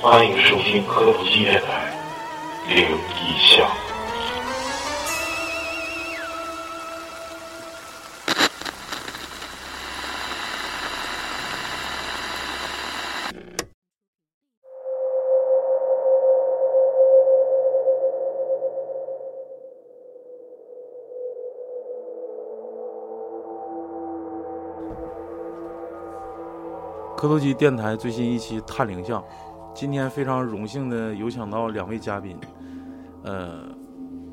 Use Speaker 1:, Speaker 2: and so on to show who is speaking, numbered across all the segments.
Speaker 1: 欢迎收听科普纪电台《灵异巷》。
Speaker 2: 科头机电台最新一期《探灵像》，今天非常荣幸的有请到两位嘉宾，呃，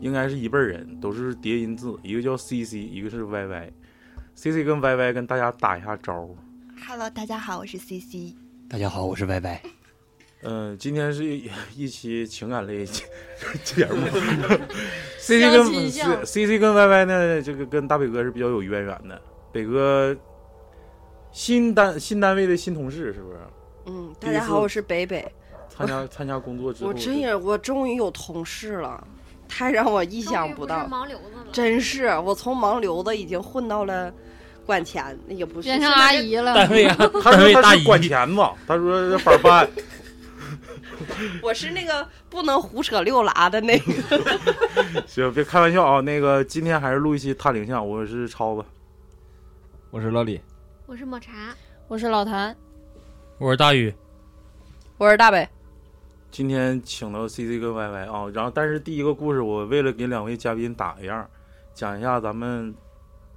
Speaker 2: 应该是一辈儿人，都是叠音字，一个叫 C C，一个是 Y Y。C C 跟 Y Y 跟大家打一下招呼。
Speaker 3: Hello，大家好，我是 CC。
Speaker 4: 大家好，我是歪歪。
Speaker 2: 呃，今天是一一期情感类节节目。
Speaker 5: 相
Speaker 2: C C
Speaker 5: 亲
Speaker 2: 跟
Speaker 5: 相
Speaker 2: C C 跟 Y Y 呢，这个跟大北哥是比较有渊源的。北哥新单新单位的新同事是不是？
Speaker 5: 嗯，
Speaker 2: 第
Speaker 5: 大
Speaker 2: 一
Speaker 5: 家
Speaker 2: 次
Speaker 5: 好，我是北北。
Speaker 2: 参加参加工作之后，
Speaker 5: 我真也，我终于有同事了，太让我意想不到。
Speaker 6: 盲流子了，
Speaker 5: 真是，我从盲流子已经混到了管钱，也不是
Speaker 6: 变成阿。姨了。
Speaker 4: 单位啊，
Speaker 2: 他
Speaker 4: 单
Speaker 2: 说
Speaker 4: 位
Speaker 2: 他
Speaker 4: 大
Speaker 2: 是
Speaker 4: 姨，
Speaker 2: 管钱嘛，他说是板办，
Speaker 5: 现在我是那个不能胡扯六拉的那个。
Speaker 2: 行，别开玩笑啊。那个今天还是录一期探灵像，我是超子。
Speaker 7: 我是老李，
Speaker 6: 我是抹茶，
Speaker 8: 我是老谭，
Speaker 4: 我是大宇。
Speaker 5: 我是大北，
Speaker 2: 今天请到 C C 跟 Y Y 啊，然后但是第一个故事，我为了给两位嘉宾打个样，讲一下咱们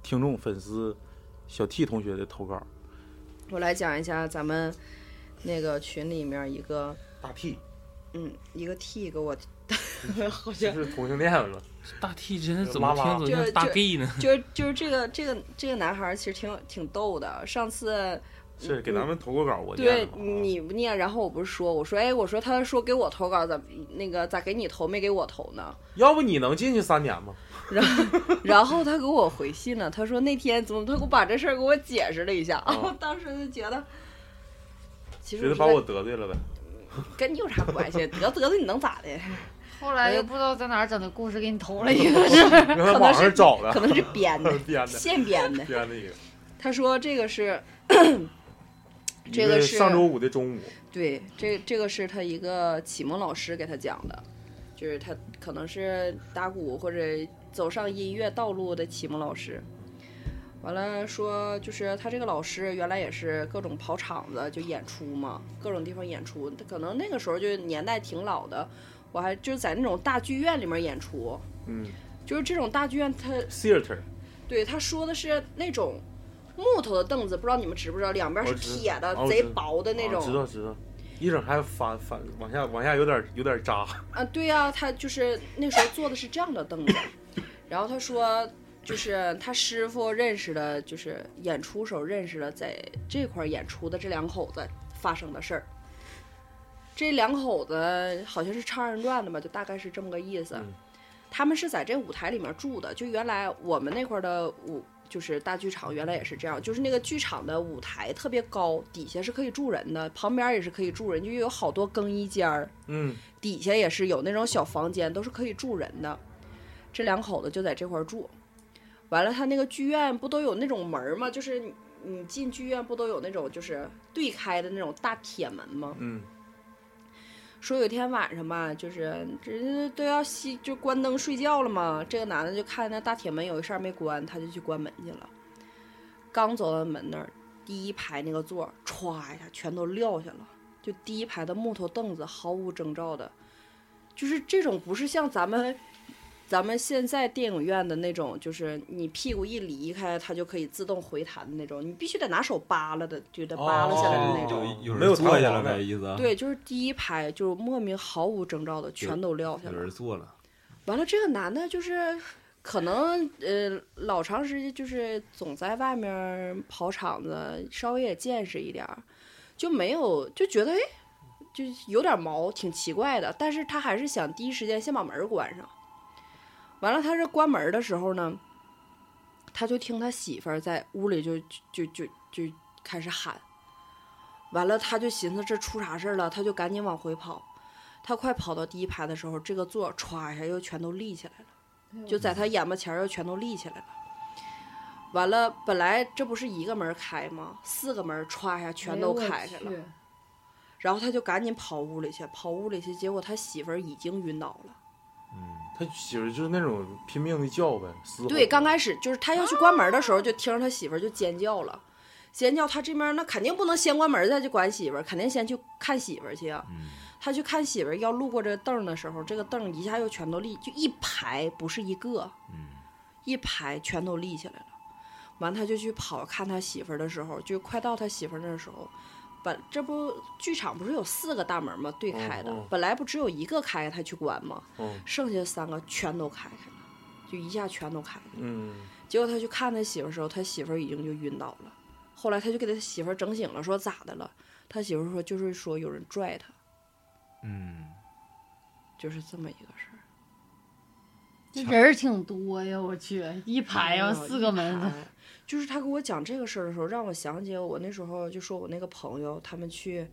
Speaker 2: 听众粉丝小 T 同学的投稿。
Speaker 5: 我来讲一下咱们那个群里面一个，
Speaker 2: 大 T
Speaker 5: 嗯，一个 T 给我，好像
Speaker 7: 是同性恋了，
Speaker 4: 大 T 真的怎么听怎么
Speaker 5: 就
Speaker 4: 像大
Speaker 5: 就
Speaker 4: gay 呢？
Speaker 5: 就是就是这个这个这个男孩儿其实挺挺逗的。上次
Speaker 2: 是给咱们投过稿，我念
Speaker 5: 对
Speaker 2: 的嘛嗯
Speaker 5: 你不念，然后我不是说，我说哎，我说他说给我投稿，咋那个咋给你投没给我投 呢？
Speaker 2: 要不你能进去三年吗？
Speaker 5: 然后他给我回信了，他说那天怎么他给我把这事儿给我解释了一下，
Speaker 2: 哦
Speaker 5: 我当时就觉得，其
Speaker 2: 觉
Speaker 5: 实
Speaker 2: 得
Speaker 5: 我
Speaker 2: 把我得罪了呗？
Speaker 5: 跟你有啥关 系？得得罪你能咋的？哎
Speaker 8: 后来又不知道在哪儿整的故事，给你投了一个是
Speaker 2: 然后网上找
Speaker 5: 可
Speaker 2: 的，，
Speaker 5: 能是编的
Speaker 2: 编的，
Speaker 5: 现编的。
Speaker 2: 编的一个。
Speaker 5: 他说这个是这
Speaker 2: 一
Speaker 5: 个是
Speaker 2: 上周五的中午，
Speaker 5: 对，这这个是他一个启蒙老师给他讲的，就是他可能是打鼓或者走上音乐道路的启蒙老师。完了说，就是他这个老师原来也是各种跑场子就演出嘛，各种地方演出。他可能那个时候就年代挺老的，我还就是在那种大剧院里面演出，
Speaker 2: 嗯
Speaker 5: 就是这种大剧院他
Speaker 2: ，theater，
Speaker 5: 对，他说的是那种木头的凳子，不知道你们知不知道，两边
Speaker 2: 我
Speaker 5: 是
Speaker 2: 知
Speaker 5: 铁的
Speaker 2: 啊，我
Speaker 5: 贼
Speaker 2: 知
Speaker 5: 薄的那
Speaker 2: 啊
Speaker 5: 种。
Speaker 2: 知道知道，一整还翻翻往下往下有点有点扎，
Speaker 5: 啊，对呀、他就是那时候坐的是这样的凳子，然后他说，就是他师傅认识的，就是演出时候认识的，在这块儿演出的这两口子发生的事儿。这两口子好像是唱二人转的吧，就大概是这么个意思。
Speaker 2: 嗯
Speaker 5: 他们是在这舞台里面住的，就原来我们那块儿的舞，就是大剧场，原来也是这样，就是那个剧场的舞台特别高，底下是可以住人的，旁边也是可以住人，就有好多更衣间儿。
Speaker 2: 嗯，
Speaker 5: 底下也是有那种小房间，都是可以住人的。这两口子就在这块儿住。完了，他那个剧院不都有那种门儿吗？就是你你进剧院不都有那种就是对开的那种大铁门吗？
Speaker 2: 嗯，
Speaker 5: 说有一天晚上吧，就是这都要熄就关灯睡觉了嘛。这个男的就看那大铁门有一扇没关，他就去关门去了。刚走到门那儿，第一排那个座儿歘一下全都撂下了，就第一排的木头凳子毫无征兆的，就是这种不是像咱们。咱们现在电影院的那种，就是你屁股一离开，它就可以自动回弹的那种，你必须得拿手扒拉的，就得扒拉下来的
Speaker 9: 哦
Speaker 5: 那种。
Speaker 7: 有
Speaker 2: 没有
Speaker 7: 人坐下
Speaker 2: 弹簧
Speaker 7: 了
Speaker 2: 的
Speaker 7: 呗，意思？，
Speaker 5: 对，就是第一排就是莫名毫无征兆的全都撂下
Speaker 7: 有
Speaker 5: 了。
Speaker 7: 人坐了，
Speaker 5: 完了，这个男的就是可能呃老长时间就是总在外面儿跑场子，稍微也见识一点儿，就没有就觉得哎，就有点毛，挺奇怪的。但是他还是想第一时间先把门儿关上。完了，他这关门儿的时候呢，他就听他媳妇儿在屋里就就就就就开始喊。完了，他就寻思这出啥事儿了，他就赶紧往回跑。他快跑到第一排的时候，这个座儿歘一下又全都立起来了，
Speaker 10: 嗯
Speaker 5: 就在他眼巴前儿又全都立起来了。完了，本来这不是一个门儿开吗？四个门儿歘一下全都开开了。。然后他就赶紧跑屋里去，跑屋里去，结果他媳妇儿已经晕倒了。
Speaker 2: 他媳妇儿就是那种拼命的叫呗，嘶吼。
Speaker 5: 对，刚开始就是他要去关门的时候，就听着他媳妇儿就尖叫了，尖叫。他这边那肯定不能先关门再去管媳妇儿，肯定先去看媳妇儿去啊。他去看媳妇儿，要路过这个凳儿的时候，这个凳儿一下又全都立，就一排不是一个，一排全都立起来了。完，他就去跑看他媳妇儿的时候，就快到他媳妇儿那时候，本这不剧场不是有四个大门吗？对开的，
Speaker 2: 嗯嗯
Speaker 5: 本来不只有一个开，他去关吗？
Speaker 2: 嗯
Speaker 5: 剩下三个全都开开了，就一下全都开开了。
Speaker 2: 嗯，
Speaker 5: 结果他去看他媳妇儿的时候，他媳妇儿已经就晕倒了。后来他就给他媳妇儿整醒了，说咋的了？他媳妇儿说就是说有人拽他，
Speaker 7: 嗯，
Speaker 5: 就是这么一个事儿。
Speaker 8: 这人儿挺多呀，我去，一排呀，
Speaker 5: 哎呦
Speaker 8: 四个门
Speaker 5: 一，排就是他跟我讲这个事儿的时候，让我想起我那时候就说我那个朋友他们去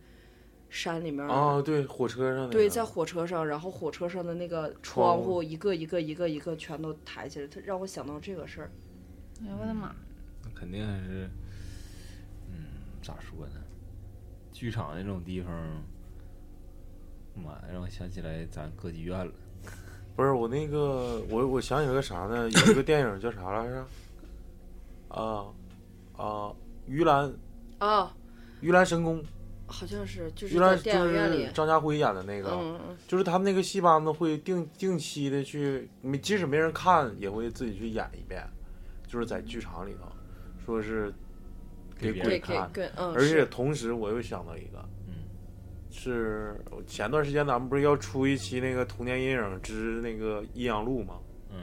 Speaker 5: 山里面儿
Speaker 2: 啊，对，火车上的
Speaker 5: 对，在火车上，然后火车上的那个窗
Speaker 2: 窗户
Speaker 5: 户一个一个一个一个全都抬起来，他让我想到这个事儿。
Speaker 8: 哎呦我的妈！
Speaker 7: 那肯定还是，嗯，咋说呢？剧场那种地方，妈呀，让我想起来咱歌剧院了。
Speaker 2: 不是我那个，我我想起来个啥呢？有一个电影叫啥来着？啊啊，于兰，
Speaker 5: 啊，
Speaker 2: 于兰神功，
Speaker 5: 好像是就是
Speaker 2: 于兰
Speaker 5: 在
Speaker 2: 就
Speaker 5: 电影院里
Speaker 2: 是，张家辉演的那个，
Speaker 5: 嗯嗯
Speaker 2: 就是他们那个戏班子会定定期的去，没即使没人看，也会自己去演一遍，就是在剧场里头，说是给
Speaker 7: 给别
Speaker 5: 嗯，对，
Speaker 7: 人
Speaker 2: 鬼
Speaker 5: 给
Speaker 2: 看，
Speaker 5: 给嗯，
Speaker 2: 而且
Speaker 5: 是
Speaker 2: 同时我又想到一个，
Speaker 7: 嗯，
Speaker 2: 是我前段时间咱们不是要出一期那个《童年阴影之那个阴阳路》吗？
Speaker 7: 嗯，
Speaker 2: 《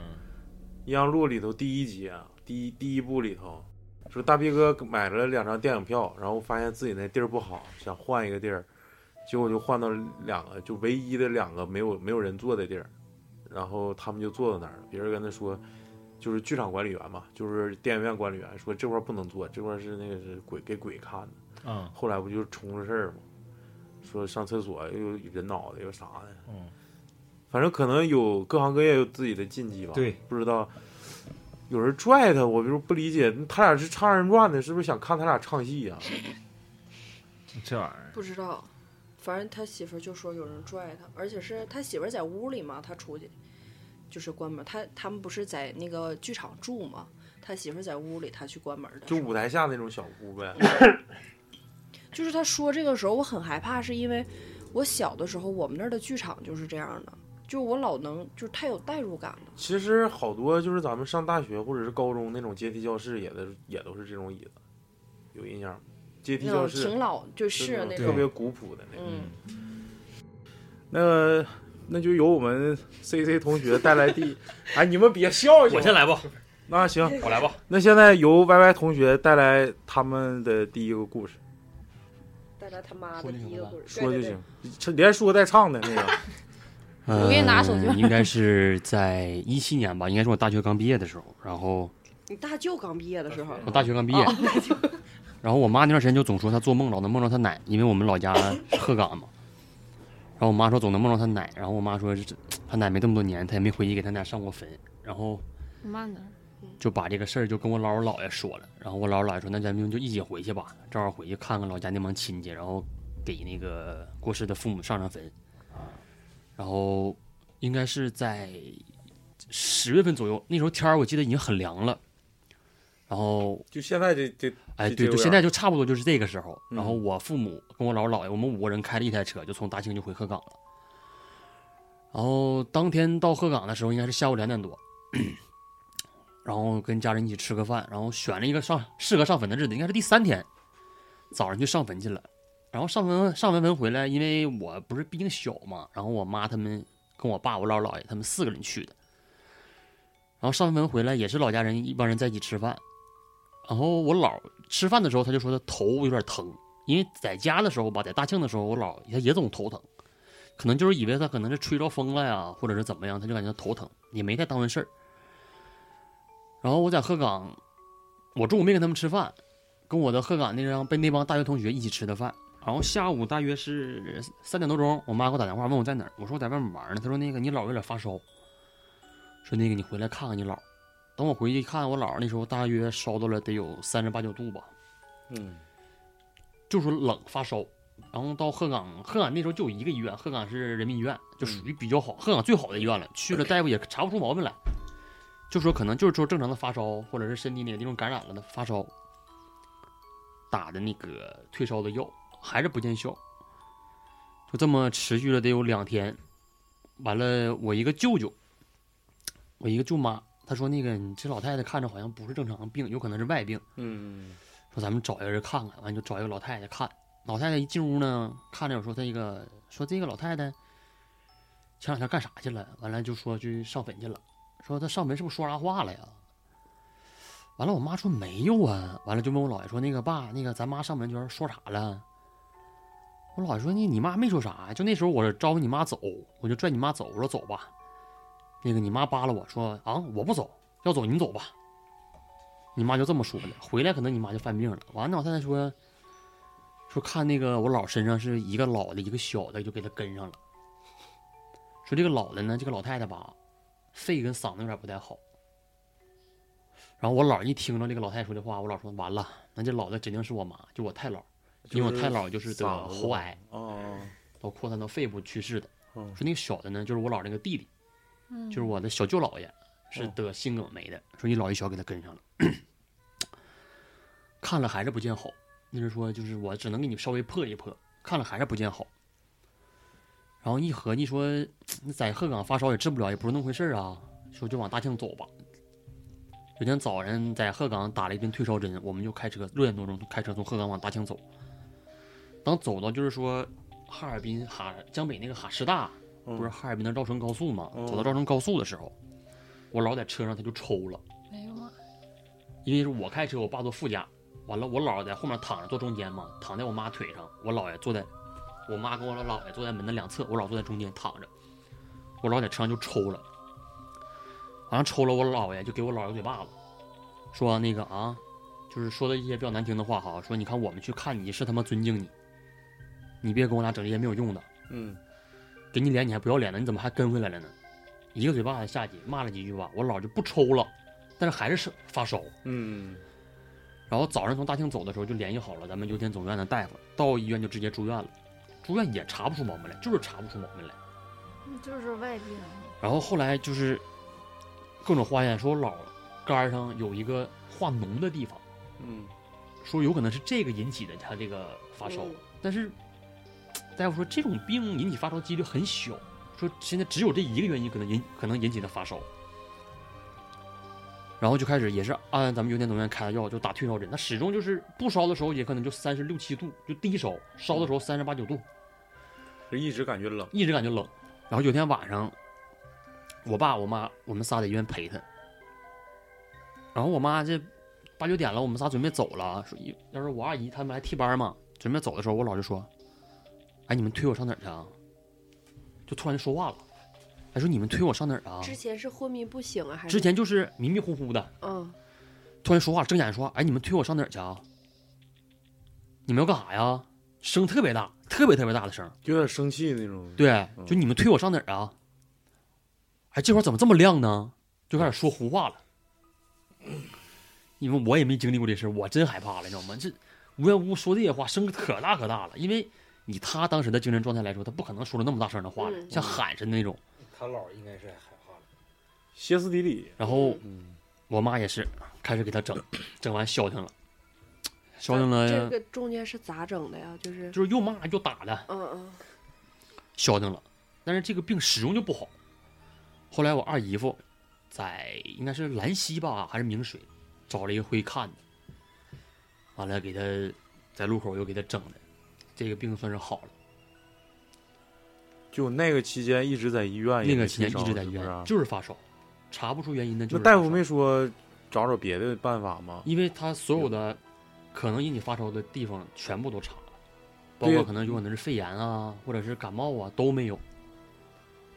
Speaker 2: 阴阳路》里头第一集啊，第一第一部里头，说大逼哥买了两张电影票，然后发现自己那地儿不好，想换一个地儿，结果就换到两个，就唯一的两个没有没有人坐的地儿，然后他们就坐到那儿了。别人跟他说，就是剧场管理员嘛，就是电影院管理员说这块儿不能坐，这块儿是那个是鬼给鬼看的。
Speaker 7: 啊，
Speaker 2: 后来不就冲着事儿吗？说上厕所又有人脑袋又啥的，
Speaker 7: 嗯，
Speaker 2: 反正可能有各行各业有自己的禁忌吧。
Speaker 7: 对，
Speaker 2: 不知道有人拽他，我就不理解，他俩是唱二人转的，是不是想看他俩唱戏啊呀、
Speaker 7: 这玩意儿，
Speaker 5: 不知道，反正他媳妇儿就说有人拽他，而且是他媳妇儿在屋里嘛，他出去就是关门，他他们不是在那个剧场住嘛，他媳妇儿在屋里，他去关门的时
Speaker 2: 就
Speaker 5: 候，
Speaker 2: 舞台下那种小屋呗。
Speaker 5: 就是他说这个时候我很害怕，是因为我小的时候我们那儿的剧场就是这样的，就我老能就是太有代入感了。
Speaker 2: 其实好多就是咱们上大学或者是高中那种阶梯教室，也都也都是这种椅子，有印象吗？阶梯
Speaker 5: 那
Speaker 2: 教
Speaker 5: 种
Speaker 2: 室
Speaker 5: 挺老，就
Speaker 2: 就是那
Speaker 5: 那
Speaker 2: 种特
Speaker 5: 种，
Speaker 2: 别古朴的那种。
Speaker 5: 嗯，
Speaker 2: 那那就由我们 C C 同学带来第， 哎，你们别笑行
Speaker 4: 我
Speaker 2: 吗
Speaker 4: 先来吧，
Speaker 2: 那行，
Speaker 4: 我来吧。
Speaker 2: 那现在由 Y Y 同学带来他们的第一个故事，
Speaker 5: 带来他妈
Speaker 4: 说
Speaker 5: 的
Speaker 4: 那
Speaker 5: 第
Speaker 4: 什
Speaker 5: 一
Speaker 4: 么
Speaker 5: 个
Speaker 4: 吧
Speaker 5: 故事，
Speaker 2: 说
Speaker 5: 对对
Speaker 2: 就
Speaker 5: 对
Speaker 2: 行，这连说带唱的那个。
Speaker 8: 我给你拿手机吧
Speaker 11: 呃应该是在一七年吧，应该是我大学刚毕业的时候。然
Speaker 4: 哦
Speaker 11: 后
Speaker 5: 你大舅刚毕业的
Speaker 2: 哦
Speaker 5: 时候，哦
Speaker 11: 我大学刚毕业，然后我妈那段时间就总说她做梦老能梦着她奶，因为我们老家是鹤岗嘛。然后我妈说总能梦着她奶，然后我妈说这她奶没这么多年，她也没回去给她奶上过坟。然后
Speaker 6: 慢点，
Speaker 11: 就把这个事儿就跟我姥姥姥爷说了，然后我姥姥姥爷说，那咱们就一起回去吧，正好回去看看老家那帮亲戚，然后给那个过世的父母上上坟。然后应该是在十月份左右，那时候天儿我记得已经很凉了。然后
Speaker 2: 就现在这这，
Speaker 11: 哎，
Speaker 2: 就
Speaker 11: 对，
Speaker 2: 这
Speaker 11: 就
Speaker 2: 个
Speaker 11: 现在就差不多就是这个时候。
Speaker 2: 嗯
Speaker 11: 然后我父母跟我姥姥姥爷，我们五个人开了一台车，就从大庆就回鹤岗了。然后当天到鹤岗的时候，应该是下午两点多，然后跟家人一起吃个饭，然后选了一个上适合上坟的日子，应该是第三天，早上去上坟去了。然后上坟上完坟回来，因为我不是毕竟小嘛，然后我妈他们跟我爸、我姥姥姥爷他们四个人去的。然后上完坟回来也是老家人一帮人在一起吃饭，然后我姥吃饭的时候，他就说他头有点疼，因为在家的时候吧，在大庆的时候，我姥他也总头疼，可能就是以为他可能是吹着风了呀，或者是怎么样，他就感觉头疼，也没太当回事儿。然后我在鹤岗，我中午没跟他们吃饭，跟我的鹤岗那帮被那帮大学同学一起吃的饭。然后下午大约是三点多钟，我妈给我打电话问我在哪儿，我说我在外面玩呢。她说那个你姥有点发烧，说那个你回来看看你姥。等我回去一看，我姥儿那时候大约烧到了得有三十八九度吧，
Speaker 2: 嗯，
Speaker 11: 就说冷发烧，然后到鹤岗，鹤岗那时候就有一个医院，鹤岗是人民医院，就属于比较好，鹤岗最好的医院了。去了大夫也查不出毛病来，就说可能就是说正常的发烧，或者是身体哪个地方感染了的发烧，打的那个退烧的药还是不见效，就这么持续了得有两天。完了，我一个舅舅，我一个舅妈，她说那个你这老太太看着好像不是正常病，有可能是外病。
Speaker 2: 嗯，
Speaker 11: 说咱们找一个人看看，完就找一个老太太看。老太太一进屋呢，看着我说她一个，说这个老太太前两天干啥去了？完了就说去上坟去了，说她上坟是不是说啥话了呀？完了，我妈说没有啊。完了就问我姥爷说那个爸，那个咱妈上坟前说啥了？我姥爷说那你妈没说啥呀？就那时候我招呼你妈走，我就拽你妈走，我说走吧。那个你妈扒拉我说啊，我不走，要走你走吧。你妈就这么说的。回来可能你妈就犯病了。完了，老太太说，说看那个我姥身上是一个老的，一个小的，就给她跟上了。说这个老的呢，这个老太太吧，肺跟嗓子有点不太好。然后我姥一听着这个老太太说的话，我姥说完了，那这老的指定是我妈，就我太姥，因为我太姥就是得
Speaker 2: 嗓子
Speaker 11: 喉癌，
Speaker 2: 哦，
Speaker 11: 到扩散到肺部去世的。
Speaker 2: 嗯
Speaker 11: 说那个小的呢，就是我姥那个弟弟，
Speaker 9: 嗯
Speaker 11: 就是我的小舅姥爷，是得心梗没的。说你姥一小给他跟上了， 看了还是不见好。那是说就是我只能给你稍微破一破，看了还是不见好。然后一合计说，你在鹤岗发烧也治不了，也不是那么回事儿啊。说就往大庆走吧。有天早晨在鹤岗打了一针退烧针，我们就开车六点多钟开车从鹤岗往大庆走。当走到就是说哈尔滨哈江北那个哈师大，
Speaker 2: 嗯
Speaker 11: 不是哈尔滨的绕城高速吗？
Speaker 2: 嗯
Speaker 11: 走到绕城高速的时候，我姥在车上他就抽了，
Speaker 8: 哎呦妈！
Speaker 11: 因为是我开车，我爸坐副驾，完了我姥在后面躺着坐中间嘛，躺在我妈腿上，我姥爷坐在，我妈跟我姥爷坐在门的两侧，我姥坐在中间躺着，我姥在车上就抽了，完了抽了我姥爷就给我姥爷个嘴巴子，说那个啊，就是说的一些比较难听的话哈，说你看我们去看你是他妈尊敬你，你别跟我俩整这些没有用的，
Speaker 2: 嗯，
Speaker 11: 给你脸你还不要脸呢，你怎么还跟回来了呢？一个嘴巴子下去骂了几句吧，我姥就不抽了，但是还是是发烧。
Speaker 2: 嗯，
Speaker 11: 然后早上从大庆走的时候就联系好了咱们邮田总院的大夫，到医院就直接住院了，住院也查不出毛病来，就是查不出毛病来。
Speaker 6: 就是外病，
Speaker 11: 然后后来就是各种化验，说我姥肝上有一个化脓的地方，
Speaker 2: 嗯，
Speaker 11: 说有可能是这个引起的他这个发烧，
Speaker 5: 嗯
Speaker 11: 但是大夫说这种病引起发烧几率很小，说现在只有这一个原因可能引可能引起的发烧。然后就开始也是按咱们邮电总院开的药，就打退烧针。他始终就是不烧的时候也可能就三十六七度，就低烧；烧的时候三十八九度，
Speaker 2: 就一直感觉冷，
Speaker 11: 一直感觉冷。然后有天晚上，我爸、我妈，我们仨在医院陪他。然后我妈这八九点了，我们仨准备走了，说一要是我二姨他们来替班嘛，准备走的时候，我姥就说：“哎，你们推我上哪儿去啊？”就突然就说话了，还说你们推我上哪儿啊？
Speaker 5: 之前是昏迷不醒啊，还是
Speaker 11: 之前就是迷迷糊糊的，
Speaker 5: 嗯，
Speaker 11: 突然说话了，睁眼说：“哎，你们推我上哪儿去啊？你们要干啥呀？”声特别大，特别特别大的声。
Speaker 2: 有点生气那种。
Speaker 11: 对
Speaker 2: 嗯，
Speaker 11: 就你们推我上哪儿啊？哎，这会儿怎么这么亮呢？就开始说胡话了。因为我也没经历过这事儿，我真害怕了，你知道吗？这无缘无故说这些话，声可大可大了。因为以他当时的精神状态来说，他不可能说出那么大声的话来，
Speaker 5: 嗯
Speaker 11: 像喊似的那种。
Speaker 7: 他姥应该是害怕 了，
Speaker 2: 歇斯底里，嗯
Speaker 11: 然后我妈也是开始给他整，整完消停了，消停了，
Speaker 5: 这个中间是咋整的呀？哎就是
Speaker 11: 就是又骂又打的，
Speaker 5: 嗯嗯
Speaker 11: 消停了，但是这个病始终就不好。后来我二姨夫在应该是兰溪吧，还是明水，找了一个会看的，完了给他在路口又给他整的，这个病算是好了。
Speaker 2: 就那个期间一直在医院，
Speaker 11: 那个期间一直在医
Speaker 2: 是
Speaker 11: 院，
Speaker 2: 不是
Speaker 11: 就是发烧，查不出原因的就
Speaker 2: 那
Speaker 11: 是
Speaker 2: 大
Speaker 11: 发
Speaker 2: 夫
Speaker 11: 烧
Speaker 2: 没，说找找别的办法吗？
Speaker 11: 因为他所有的可能引起发烧的地方全部都查了，包括
Speaker 2: 对
Speaker 11: 可能有可能是肺炎啊，或者是感冒啊都没有，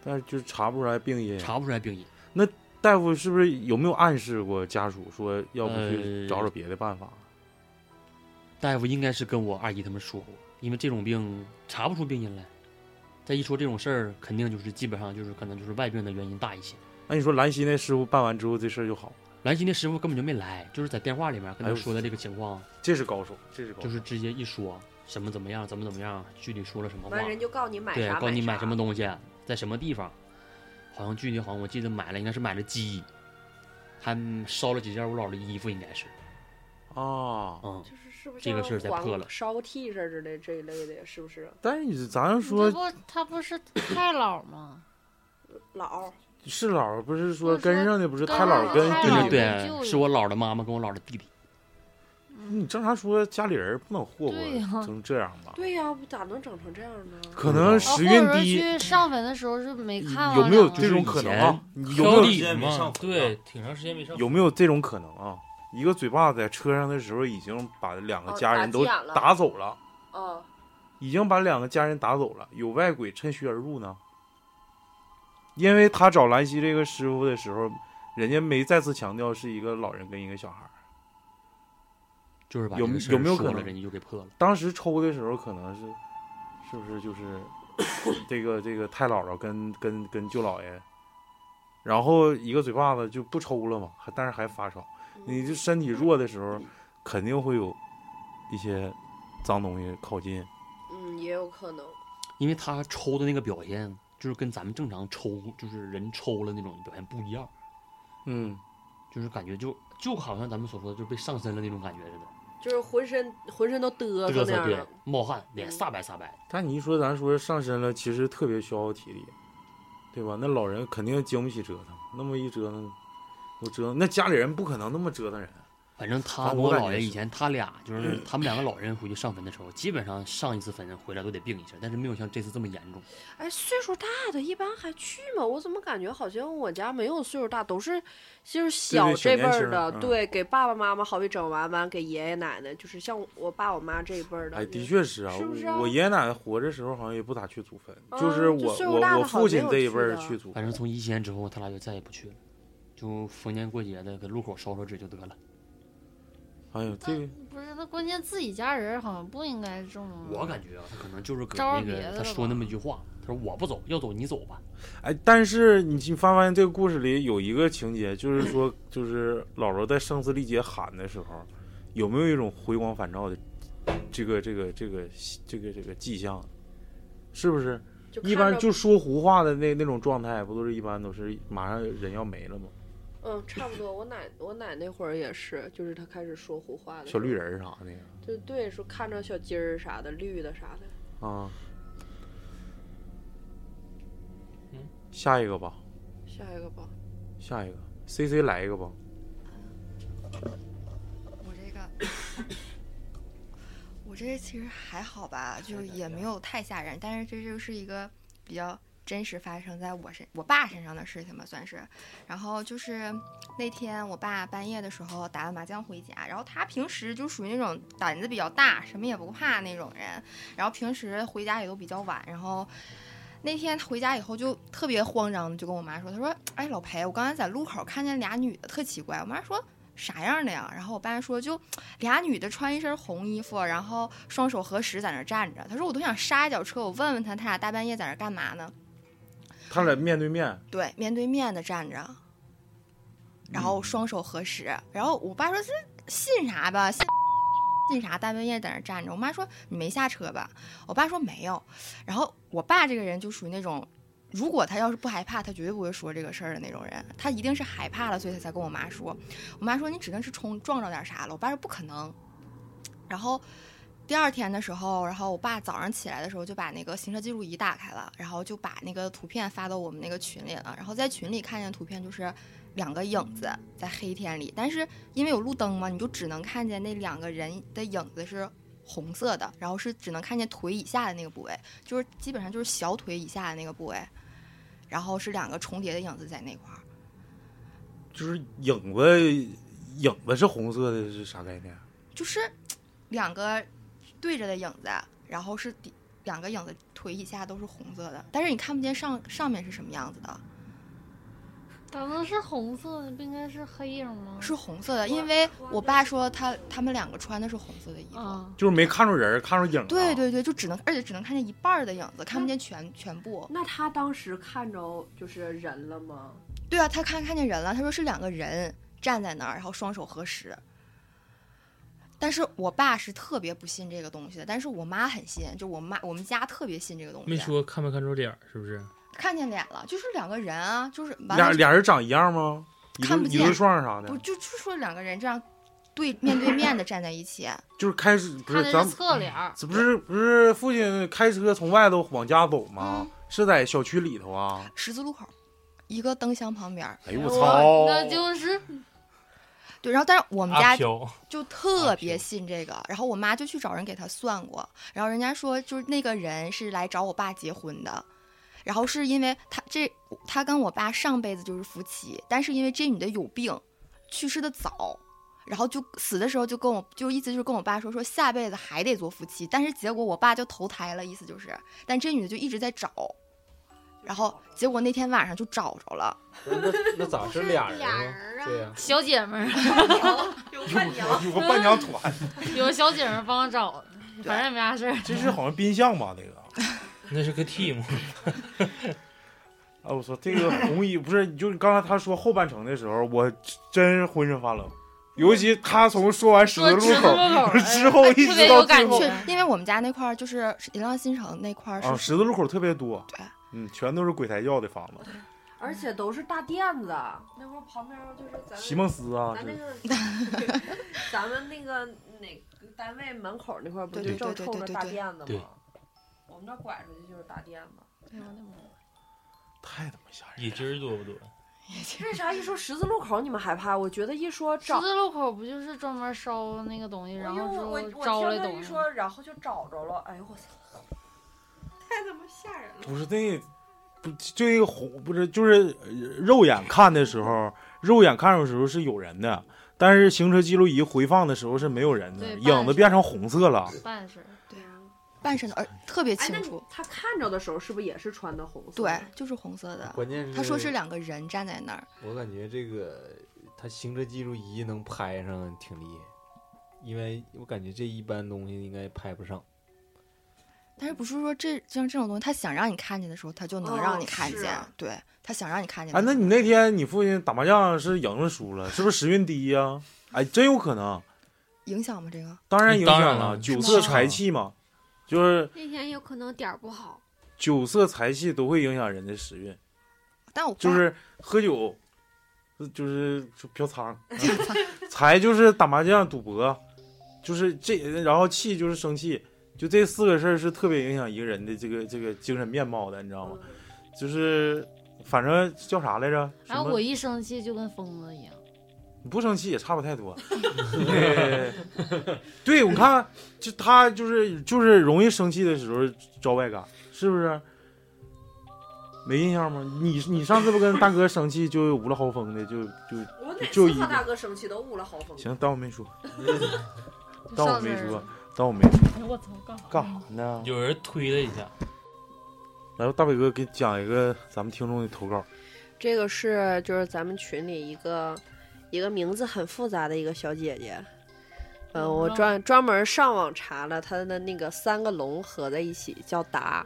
Speaker 2: 但是就查不出来病因。
Speaker 11: 查不出来病因。
Speaker 2: 大夫是不是有没有暗示过家属说，要不去
Speaker 11: 呃
Speaker 2: 找找别的办法？
Speaker 11: 大夫应该是跟我二姨他们说过，因为这种病查不出病因来。再一说这种事儿，肯定就是基本上就是可能就是外病的原因大一些。
Speaker 2: 那你说兰溪那师傅办完之后，这事儿就好了？
Speaker 11: 兰溪那师傅根本就没来，就是在电话里面跟他
Speaker 2: 哎呦
Speaker 11: 说的这个情况，
Speaker 2: 这是高手，这是高手。
Speaker 11: 就是直接一说，什么怎么样，怎么怎么样，具体说了什么话，
Speaker 5: 完人就告诉你买
Speaker 11: 对，
Speaker 5: 啥，
Speaker 11: 告诉你买
Speaker 5: 买
Speaker 11: 什么东西，在什么地方，好像具体好像我记得买了，应该是买了鸡，还烧了几件我姥的衣服，应该是，
Speaker 2: 啊。
Speaker 11: 嗯，
Speaker 5: 啥，就是是不是
Speaker 11: 这个
Speaker 5: 像
Speaker 11: 事儿再
Speaker 5: 黄
Speaker 11: 破了
Speaker 5: 烧个替身之类这一类的，是不是？
Speaker 2: 但是你咱要
Speaker 8: 这
Speaker 2: 说
Speaker 8: 不他不是太老吗？
Speaker 5: 老
Speaker 2: 是姥儿，不是
Speaker 8: 不
Speaker 2: 说
Speaker 8: 是说
Speaker 2: 跟上的不是
Speaker 8: 跟
Speaker 2: 太姥儿
Speaker 8: 上
Speaker 2: 跟
Speaker 8: 太
Speaker 2: 弟
Speaker 8: 姥
Speaker 11: 对
Speaker 8: 儿
Speaker 2: 弟，
Speaker 8: 对
Speaker 11: 对，是我姥的妈妈跟我姥的弟弟，
Speaker 2: 你正常说家里人不能霍霍
Speaker 8: 对呀，
Speaker 2: 成这样吧？
Speaker 5: 对呀、咋能整成这样呢？哦
Speaker 2: 可能
Speaker 8: 啊，或
Speaker 2: 时运
Speaker 8: 者
Speaker 2: 低，嗯
Speaker 8: 去上坟的时候是没看
Speaker 2: 有
Speaker 8: 到
Speaker 2: 没有
Speaker 8: 两个
Speaker 2: 这种可能啊？你有
Speaker 4: 挑
Speaker 2: 没有
Speaker 4: 理
Speaker 7: 没上
Speaker 4: 嘛
Speaker 7: 坟，
Speaker 11: 对，挺长时间没上
Speaker 2: 有没有这种可能啊？一个嘴巴在车上的时候已经把两个
Speaker 5: 哦
Speaker 2: 家人
Speaker 5: 打急
Speaker 2: 都
Speaker 5: 眼了
Speaker 2: 打走了，
Speaker 5: 啊，
Speaker 2: 已经把两个家人打走了，有外鬼趁虚而入呢？因为他找兰溪这个师傅的时候，人家没再次强调是一个老人跟一个小孩儿。
Speaker 11: 就是把
Speaker 2: 有
Speaker 11: 这个
Speaker 2: 没
Speaker 11: 事儿
Speaker 2: 有没有
Speaker 11: 说
Speaker 2: 可
Speaker 11: 了
Speaker 2: 能
Speaker 11: 人家就给破了，
Speaker 2: 当时抽的时候可能是，是不是就是这个这个太姥姥跟跟跟舅姥爷，然后一个嘴巴子就不抽了嘛，还但是还发烧。你就身体弱的时候，肯定会有一些脏东西靠近。
Speaker 5: 嗯，也有可能。
Speaker 11: 因为他抽的那个表现就是跟咱们正常抽就是人抽了那种表现不一样，
Speaker 2: 嗯，
Speaker 11: 就是感觉就就好像咱们所说的就被上身了那种感觉似的，
Speaker 5: 就是浑身浑身都嘚瑟
Speaker 11: 嘚
Speaker 5: 那
Speaker 11: 瑟
Speaker 5: 样
Speaker 11: 对
Speaker 5: 的，，
Speaker 11: 冒汗，脸
Speaker 5: 嗯
Speaker 11: 煞白煞白的，
Speaker 2: 但你一说咱说上身了，其实特别消耗体力，对吧？那老人肯定经不起折腾，那么一折腾，都折腾，那家里人不可能那么折腾人。
Speaker 11: 反正他
Speaker 2: 反
Speaker 11: 跟
Speaker 2: 正我
Speaker 11: 我
Speaker 2: 感
Speaker 11: 姥
Speaker 2: 觉
Speaker 11: 爷
Speaker 2: 是嗯
Speaker 11: 以前他俩就是他们两个老人回去上坟的时候，基本上上一次坟回来都得病一下，但是没有像这次这么严重。
Speaker 5: 哎，岁数大的一般还去吗？我怎么感觉好像我家没有岁数大，都是就是小
Speaker 2: 小
Speaker 5: 这辈
Speaker 2: 年轻
Speaker 5: 儿
Speaker 2: 儿
Speaker 5: 的，
Speaker 2: 嗯
Speaker 5: 给爸爸妈妈好比整完完给爷爷奶奶，就是像我爸我妈这一辈儿的。
Speaker 2: 哎，
Speaker 5: 就
Speaker 2: 的，确是啊，
Speaker 5: 是不是啊
Speaker 2: 我爷爷奶奶活着时候好像也不咋去祖坟，
Speaker 5: 啊
Speaker 2: 就是
Speaker 5: 就
Speaker 2: 我
Speaker 5: 岁数大了
Speaker 2: 我我
Speaker 5: 好
Speaker 2: 父
Speaker 5: 像
Speaker 2: 亲
Speaker 5: 没
Speaker 2: 这一
Speaker 5: 有
Speaker 2: 辈儿
Speaker 5: 去的
Speaker 2: 去祖
Speaker 11: 反
Speaker 2: 坟。
Speaker 11: 正从一七年之后，他俩就再也不去了，就逢年过节的给路口烧烧纸就得了。
Speaker 2: 哎呦，这个
Speaker 8: 不是，那关键自己家人好像不应该这种。
Speaker 11: 我感觉啊，他可能就是搁
Speaker 8: 招
Speaker 11: 那
Speaker 8: 儿别
Speaker 11: 个
Speaker 8: 的
Speaker 11: 他
Speaker 8: 了
Speaker 11: 说
Speaker 8: 吧
Speaker 11: 那么一句话，他说我不走，要走你走吧。
Speaker 2: 哎，但是你去发没发现这个故事里有一个情节，就是说，就是姥姥在声嘶力竭喊的时候，有没有一种回光返照的这个这个这个这个这个迹象？是不是
Speaker 5: 就
Speaker 2: 一
Speaker 5: 看
Speaker 2: 般
Speaker 5: 着
Speaker 2: 就说胡话的那那种状态，不都是一般都是马上人要没了吗？
Speaker 5: 嗯，差不多。我奶我奶那会儿也是，就是她开始说胡话的
Speaker 2: 小绿
Speaker 5: 时
Speaker 2: 人儿啥的呀
Speaker 5: 候，就对，说看着小鸡儿啥的，绿的啥的。
Speaker 2: 啊。
Speaker 4: 嗯，
Speaker 2: 下一个吧，
Speaker 5: 下一个吧，
Speaker 2: 下一个，C C 来一个吧。
Speaker 3: 我这 个，我这个其实还好吧，就也没有太吓人，但是这就是一个比较真实发生在我身我爸身上的事情吧，算是。然后就是那天我爸半夜的时候打完麻将回家，然后他平时就属于那种胆子比较大，什么也不怕那种人，然后平时回家也都比较晚，然后。那天他回家以后就特别慌张的，就跟我妈说：“他说，哎，老裴，我刚才在路口看见俩女的，特奇怪。”我妈说：“啥样的呀？”然后我爸说：“就俩女的穿一身红衣服，然后双手合十在那儿站着。他说我都想刹一脚车，我问问他，他俩大半夜在那儿干嘛呢？
Speaker 2: 他俩面对面，
Speaker 3: 对，面对面的站着，然后双手合十。然后我爸说这信啥吧，信信啥？大半夜在那儿站着。我妈说你没下车吧？我爸说没有。然后我爸这个人就属于那种。如果他要是不害怕，他绝对不会说这个事儿的那种人。他一定是害怕了，所以他才跟我妈说。我妈说你指定是冲撞着点啥了。我爸说不可能。然后第二天的时候，然后我爸早上起来的时候就把那个行车记录仪打开了，然后就把那个图片发到我们那个群里了。然后在群里看见图片就是两个影子在黑天里，但是因为有路灯嘛，你就只能看见那两个人的影子是。红色的，然后是只能看见腿以下的那个部位，就是基本上就是小腿以下的那个部位，然后是两个重叠的影子在那块儿。
Speaker 2: 就是影子，影子是红色的，是啥概念？
Speaker 3: 就是两个对着的影子，然后是底两个影子腿以下都是红色的，但是你看不见上上面是什么样子的，
Speaker 8: 咋能是红色的？不应该是黑影吗？
Speaker 3: 是红色的，因为我爸说他他们两个穿的是红色的衣服。
Speaker 8: 啊，
Speaker 2: 就是没看着人儿，看着影儿啊。
Speaker 3: 对对对，就只能，而且只能看见一半儿的影子，看不见全全部。
Speaker 5: 那他当时看着就是人了吗？
Speaker 3: 对啊，他看看见人了，他说是两个人站在那儿，然后双手合十。但是我爸是特别不信这个东西的，但是我妈很信，就我妈我们家特别信这个东西。
Speaker 12: 没说看没看出脸儿是不是？
Speaker 3: 看见脸了，就是两个人啊，就是完
Speaker 2: 俩
Speaker 3: 全
Speaker 2: 俩人长一样吗？一
Speaker 3: 看
Speaker 2: 个
Speaker 3: 不
Speaker 2: 一
Speaker 3: 见
Speaker 2: 个双啥的
Speaker 3: 不，就就说两个人这样对面对面的站在一起，
Speaker 2: 就是开始不
Speaker 3: 看的
Speaker 2: 是
Speaker 3: 是
Speaker 2: 咱
Speaker 3: 侧脸儿
Speaker 2: 这不是不是父亲开车从外头往家走
Speaker 3: 嗯
Speaker 2: 吗？是在小区里头啊？
Speaker 3: 十字路口，一个灯箱旁边儿。
Speaker 2: 哎呦我操！
Speaker 6: 那就是
Speaker 3: 对，然后但是我们
Speaker 12: 阿
Speaker 3: 家
Speaker 12: 飘
Speaker 3: 就特别信这个，然后我妈就去找人给他算过，然后人家说就是那个人是来找我爸结婚的，然后是因为他这他跟我爸上辈子就是夫妻，但是因为这女的有病，去世的早，然后就死的时候就跟我就意思就是跟我爸说说下辈子还得做夫妻，但是结果我爸就投胎了，意思就是，但这女的就一直在找，然后结果那天晚上就找着了。
Speaker 9: 那那咋是俩人
Speaker 6: 俩
Speaker 9: 呢？
Speaker 6: 人啊，
Speaker 9: 对呀
Speaker 6: 小姐们儿，
Speaker 9: 有
Speaker 6: 伴娘
Speaker 2: 有个伴娘团，
Speaker 6: 有小姐们儿帮找，反正也没啥事儿。
Speaker 2: 这是好像宾巷吧？那个。
Speaker 12: 那是个 team，
Speaker 2: 啊，我操，这个红衣不是，就是刚才他说后半程的时候，我真是浑身发冷。尤其他从说完十字路口
Speaker 3: 口
Speaker 2: 之后，一直到最后，
Speaker 3: 因为我们家那块儿就是银浪新城那块儿是、
Speaker 2: 啊，十字路口特别多，嗯，全都是鬼才教的房子，
Speaker 5: 而且都是大店子，那会儿旁边就是咱
Speaker 2: 席梦思啊
Speaker 5: 咱那
Speaker 2: 这
Speaker 5: 个 咱们那个哪个单位门口那块儿不就
Speaker 3: 对对
Speaker 5: 正
Speaker 3: 对
Speaker 5: 冲着
Speaker 3: 对
Speaker 5: 大
Speaker 3: 对
Speaker 5: 店子
Speaker 2: 对
Speaker 5: 吗？我们那拐出去就是大店子。哎呦我的妈！
Speaker 12: 野鸡儿多不多？
Speaker 5: 为啥一说十字路口你们害怕？我觉得一说
Speaker 6: 十
Speaker 5: 找，
Speaker 6: 字路口不就是专门烧那个东西，然
Speaker 5: 因为
Speaker 6: 后
Speaker 5: 我我
Speaker 6: 说招
Speaker 5: 我
Speaker 6: 来
Speaker 5: 听他
Speaker 6: 东
Speaker 5: 一
Speaker 6: 西？
Speaker 5: 说，然后就找着了。哎呦我操！ 太他妈吓人了！
Speaker 2: 不是那，不就那个红，不是就是呃肉眼看的时候，肉眼看的时候是有人的，但是行车记录仪回放的时候是没有人的，
Speaker 5: 对
Speaker 2: 影子变成红色了。
Speaker 6: 半身，
Speaker 3: 对呀，半身的，而特别
Speaker 5: 啊哎，那
Speaker 3: 清
Speaker 5: 你
Speaker 3: 楚。
Speaker 5: 他看着的时候是不是也是穿的红色？
Speaker 3: 对，就是红色的。
Speaker 9: 啊关键是
Speaker 3: 他说是两个人站在那儿，
Speaker 9: 我感觉这个他行车记录仪能拍上挺厉害，因为我感觉这一般东西应该拍不上。
Speaker 3: 但是不是说这像这种东西，他想让你看见的时候，他就能让你看
Speaker 5: 是
Speaker 3: 见。
Speaker 5: 啊
Speaker 3: 对他想让你看见的
Speaker 2: 哎，
Speaker 3: 时候。
Speaker 2: 那你那天你父亲打麻将是赢了输了，是不是时运低呀、哎，真有可能，
Speaker 3: 影响吗？这个
Speaker 2: 当然影响
Speaker 12: 当然了
Speaker 2: 九
Speaker 12: 是
Speaker 2: 色
Speaker 12: 吗
Speaker 2: 财气嘛，就是
Speaker 10: 那天有可能点儿不好，
Speaker 2: 九色财气都会影响人的时运，
Speaker 3: 但我
Speaker 2: 就
Speaker 3: 爸
Speaker 2: 是喝酒，呃就是就嫖娼，财就是打麻将赌博，就是这，然后气就是生气，就这四个事儿是特别影响一个人的这个这个精神面貌的，你知道吗？就是反正叫啥来着？什
Speaker 6: 然后
Speaker 2: 么
Speaker 6: 我一生气就跟疯子一样。
Speaker 2: 你不生气也差不太多。 对对，我看就他就是就是容易生气的时候招外感，是不是？没印象吗？你你上次不跟大哥生气就无了豪风的，就
Speaker 5: 我
Speaker 2: 就
Speaker 5: 哪
Speaker 2: 就
Speaker 5: 次
Speaker 2: 一
Speaker 5: 和大
Speaker 2: 个
Speaker 5: 哥生气都捂了好风。
Speaker 2: 行，当我没说，
Speaker 5: 就
Speaker 2: 当我
Speaker 5: 上
Speaker 2: 没
Speaker 5: 身儿
Speaker 2: 说
Speaker 5: 了，
Speaker 2: 当我没说，
Speaker 6: 哎我操，干
Speaker 2: 干啥呢？
Speaker 12: 有人推了一下，
Speaker 2: 来吧，大伟哥给讲一个咱们听众的投稿，
Speaker 5: 这个是就是咱们群里一个一个名字很复杂的一个小姐姐，嗯、我专专门上网查了她的那个三个龙合在一起叫达，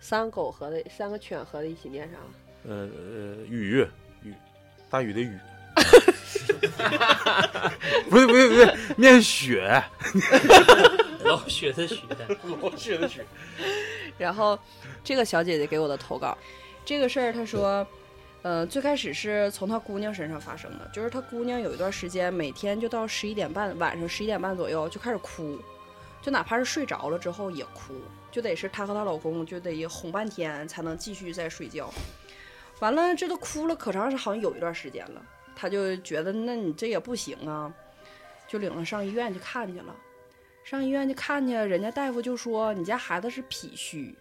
Speaker 5: 三个狗合在三个犬合在一起念啥？
Speaker 2: 呃呃，雨雨，大雨的雨， 不是不是不是，念雪，
Speaker 12: 老雪的雪， 老雪的雪，
Speaker 5: 然后这个小姐姐给我的投稿，这个事儿她说，呃，最开始是从她姑娘身上发生的，就是她姑娘有一段时间每天就到十一点半，晚上十一点半左右就开始哭，就哪怕是睡着了之后也哭，就得是她和她老公就得哄半天才能继续再睡觉。完了，这都哭了可长时，好像有一段时间了，她就觉得那你这也不行啊，就领她上医院去看去了。上医院去看去，人家大夫就说你家孩子是脾虚，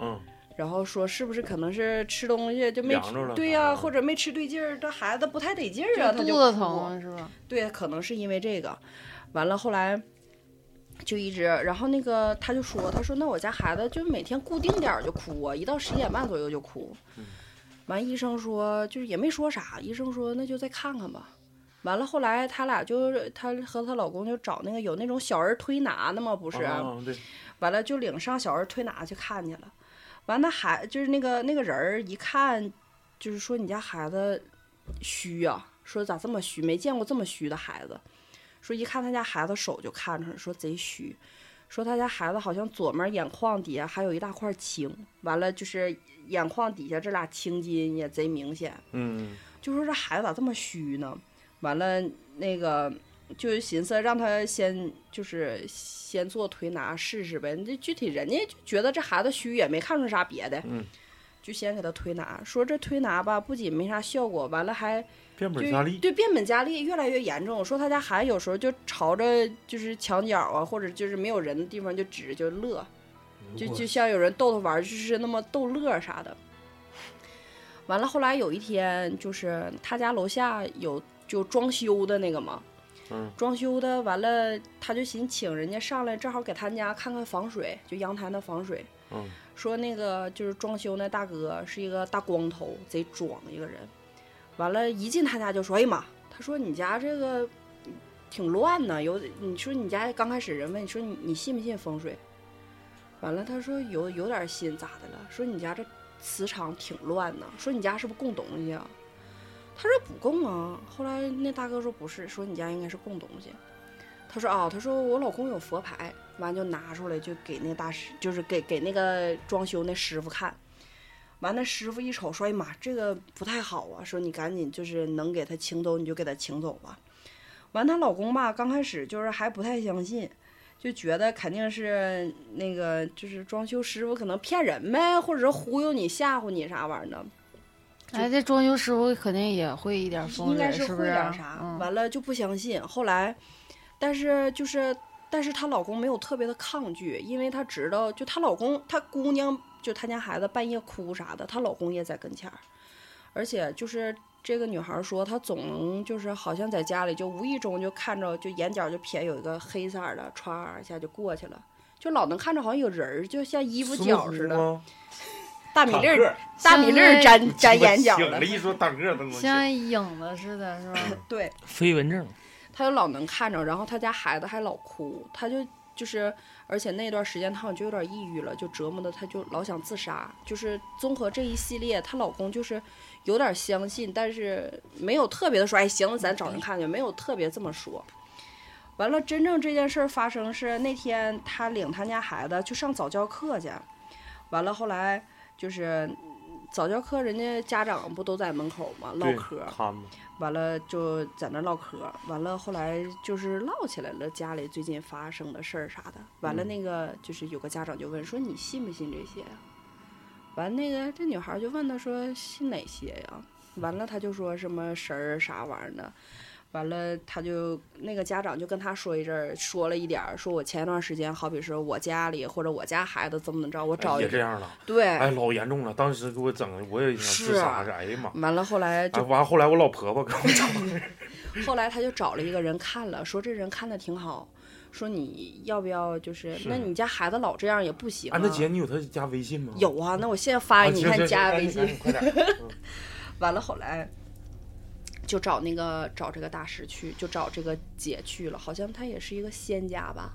Speaker 2: 嗯，
Speaker 5: 然后说是不是可能是吃东西就没
Speaker 2: 凉
Speaker 5: 吃
Speaker 2: 着了嗯
Speaker 5: 对呀、或者没吃对劲儿，这孩子不太得劲儿啊，
Speaker 6: 就
Speaker 5: 他
Speaker 6: 肚子疼
Speaker 5: 是吧？对，可能是因为这个。完了后来就一直，然后那个他就说，他说那我家孩子就每天固定点儿就哭啊，一到十一点半左右就哭。完医生说就是也没说啥，医生说那就再看看吧。完了后来他俩就是她和她老公就找那个有那种小儿推拿的嘛，不
Speaker 2: 不
Speaker 5: 是？啊
Speaker 2: 对，
Speaker 5: 完了就领上小儿推拿去看去了。完那孩就是那个那个人儿一看，就是啊说你家孩子虚呀、说咋这么虚，没见过这么虚的孩子。说一看他家孩子手就看出来，说贼虚，说他家孩子好像左面眼眶底下还有一大块青，完了就是眼眶底下这俩青筋也贼明显，
Speaker 13: 嗯，
Speaker 5: 就说这孩子咋这么虚呢？完了那个就寻思让他先就是先做推拿试试呗，那具体人家就觉得这孩子虚也没看出啥别的，
Speaker 2: 嗯，
Speaker 5: 就先给他推拿，说这推拿吧不仅没啥效果，完了还
Speaker 2: 变本
Speaker 5: 就
Speaker 2: 加厉，
Speaker 5: 对变本加厉越来越严重。说他家孩子有时候就朝着就是墙角啊，或者就是没有人的地方就指就乐，就就像有人逗他玩儿，就是那么逗乐儿啥的。完了，后来有一天，就是他家楼下有就装修的那个嘛，
Speaker 13: 嗯
Speaker 5: 装修的完了，他就寻请人家上来，正好给他家看看防水，就阳台的防水。
Speaker 13: 嗯
Speaker 5: 说那个就是装修那大哥是一个大光头，贼壮一个人。完了，一进他家就说：“哎呀妈！”他说：“你家这个挺乱呢，有你说你家刚开始人问你说你你信不信风水？”完了，他说有有点信，咋的了？说你家这磁场挺乱呢，说你家是不是供东西啊？他说不供啊。后来那大哥说不是，说你家应该是供东西。他说啊，他说我老公有佛牌，完就拿出来就给那大师，就是给给那个装修那师傅看。完那师傅一瞅说，哎呀妈，这个不太好啊，说你赶紧就是能给他请走你就给他请走吧。完她老公吧，刚开始就是还不太相信，就觉得肯定是那个就是装修师傅可能骗人呗，或者是忽悠你吓唬你啥玩意儿的。
Speaker 6: 哎，这装修师傅肯定也会一点风水，
Speaker 5: 应该
Speaker 6: 是啊嗯不
Speaker 5: 会
Speaker 6: 是
Speaker 5: 点啥，完了就不相信。后来，但是就是，但是她老公没有特别的抗拒，因为她知道，就她老公，她姑娘，就她家孩子半夜哭啥的，她老公也在跟前儿，而且就是。这个女孩儿说，她总能就是好像在家里就无意中就看着，就眼角就瞥有一个黑色儿的，歘一下就过去了，就老能看着好像有人儿，就像衣服角似的。
Speaker 13: 的，
Speaker 5: 大米粒儿，大
Speaker 6: 坦克
Speaker 5: 米粒儿粘粘眼角
Speaker 13: 醒了一说大个儿的东西，
Speaker 6: 像影子似的，是吧？
Speaker 5: 对，
Speaker 4: 飞蚊症，
Speaker 5: 他就老能看着，然后他家孩子还老哭，他就就是，而且那段时间他好像就有点抑郁了，就折磨的他就老想自杀，就是综合这一系列，她老公就是有点相信，但是没有特别的说，哎，行，咱找人看去，没有特别这么说。完了，真正这件事儿发生是那天他领他家孩子去上早教课去，完了后来就是早教课，人家家长不都在门口嘛唠
Speaker 13: 对
Speaker 5: 嗑儿，
Speaker 13: 看吧，
Speaker 5: 完了就在那唠嗑儿，完了后来就是唠起来了家里最近发生的事儿啥的。完了
Speaker 13: 嗯
Speaker 5: 那个就是有个家长就问说你信不信这些呀、完那个这女孩儿就问他说信哪些呀、完了他就说什么神儿啥玩意儿的。完了，他就那个家长就跟他说一阵儿，说了一点儿，说我前一段时间，好比说我家里或者我家孩子怎么怎么着，我找一
Speaker 2: 哎也
Speaker 5: 个
Speaker 2: 这样了，
Speaker 5: 对
Speaker 2: 哎，老严重了，当时给我整的，我也想自杀
Speaker 5: 是
Speaker 2: 去，哎呀妈，
Speaker 5: 完了后来就
Speaker 2: 哎完后来我老婆婆给我整，
Speaker 5: 后来他就找了一个人看了，说这人看的挺好，说你要不要就是，
Speaker 2: 是
Speaker 5: 那你家孩子老这样也不行、啊。
Speaker 2: 安德姐，你有她加微信吗？
Speaker 5: 有啊，那我现在发给你，
Speaker 2: 啊行
Speaker 5: 看
Speaker 2: 行
Speaker 5: 加
Speaker 2: 行
Speaker 5: 微
Speaker 2: 赶
Speaker 5: 信
Speaker 2: 紧。赶紧快 点嗯
Speaker 5: 完了后来就找那个找这个大师去，就找这个姐去了，好像她也是一个仙家吧。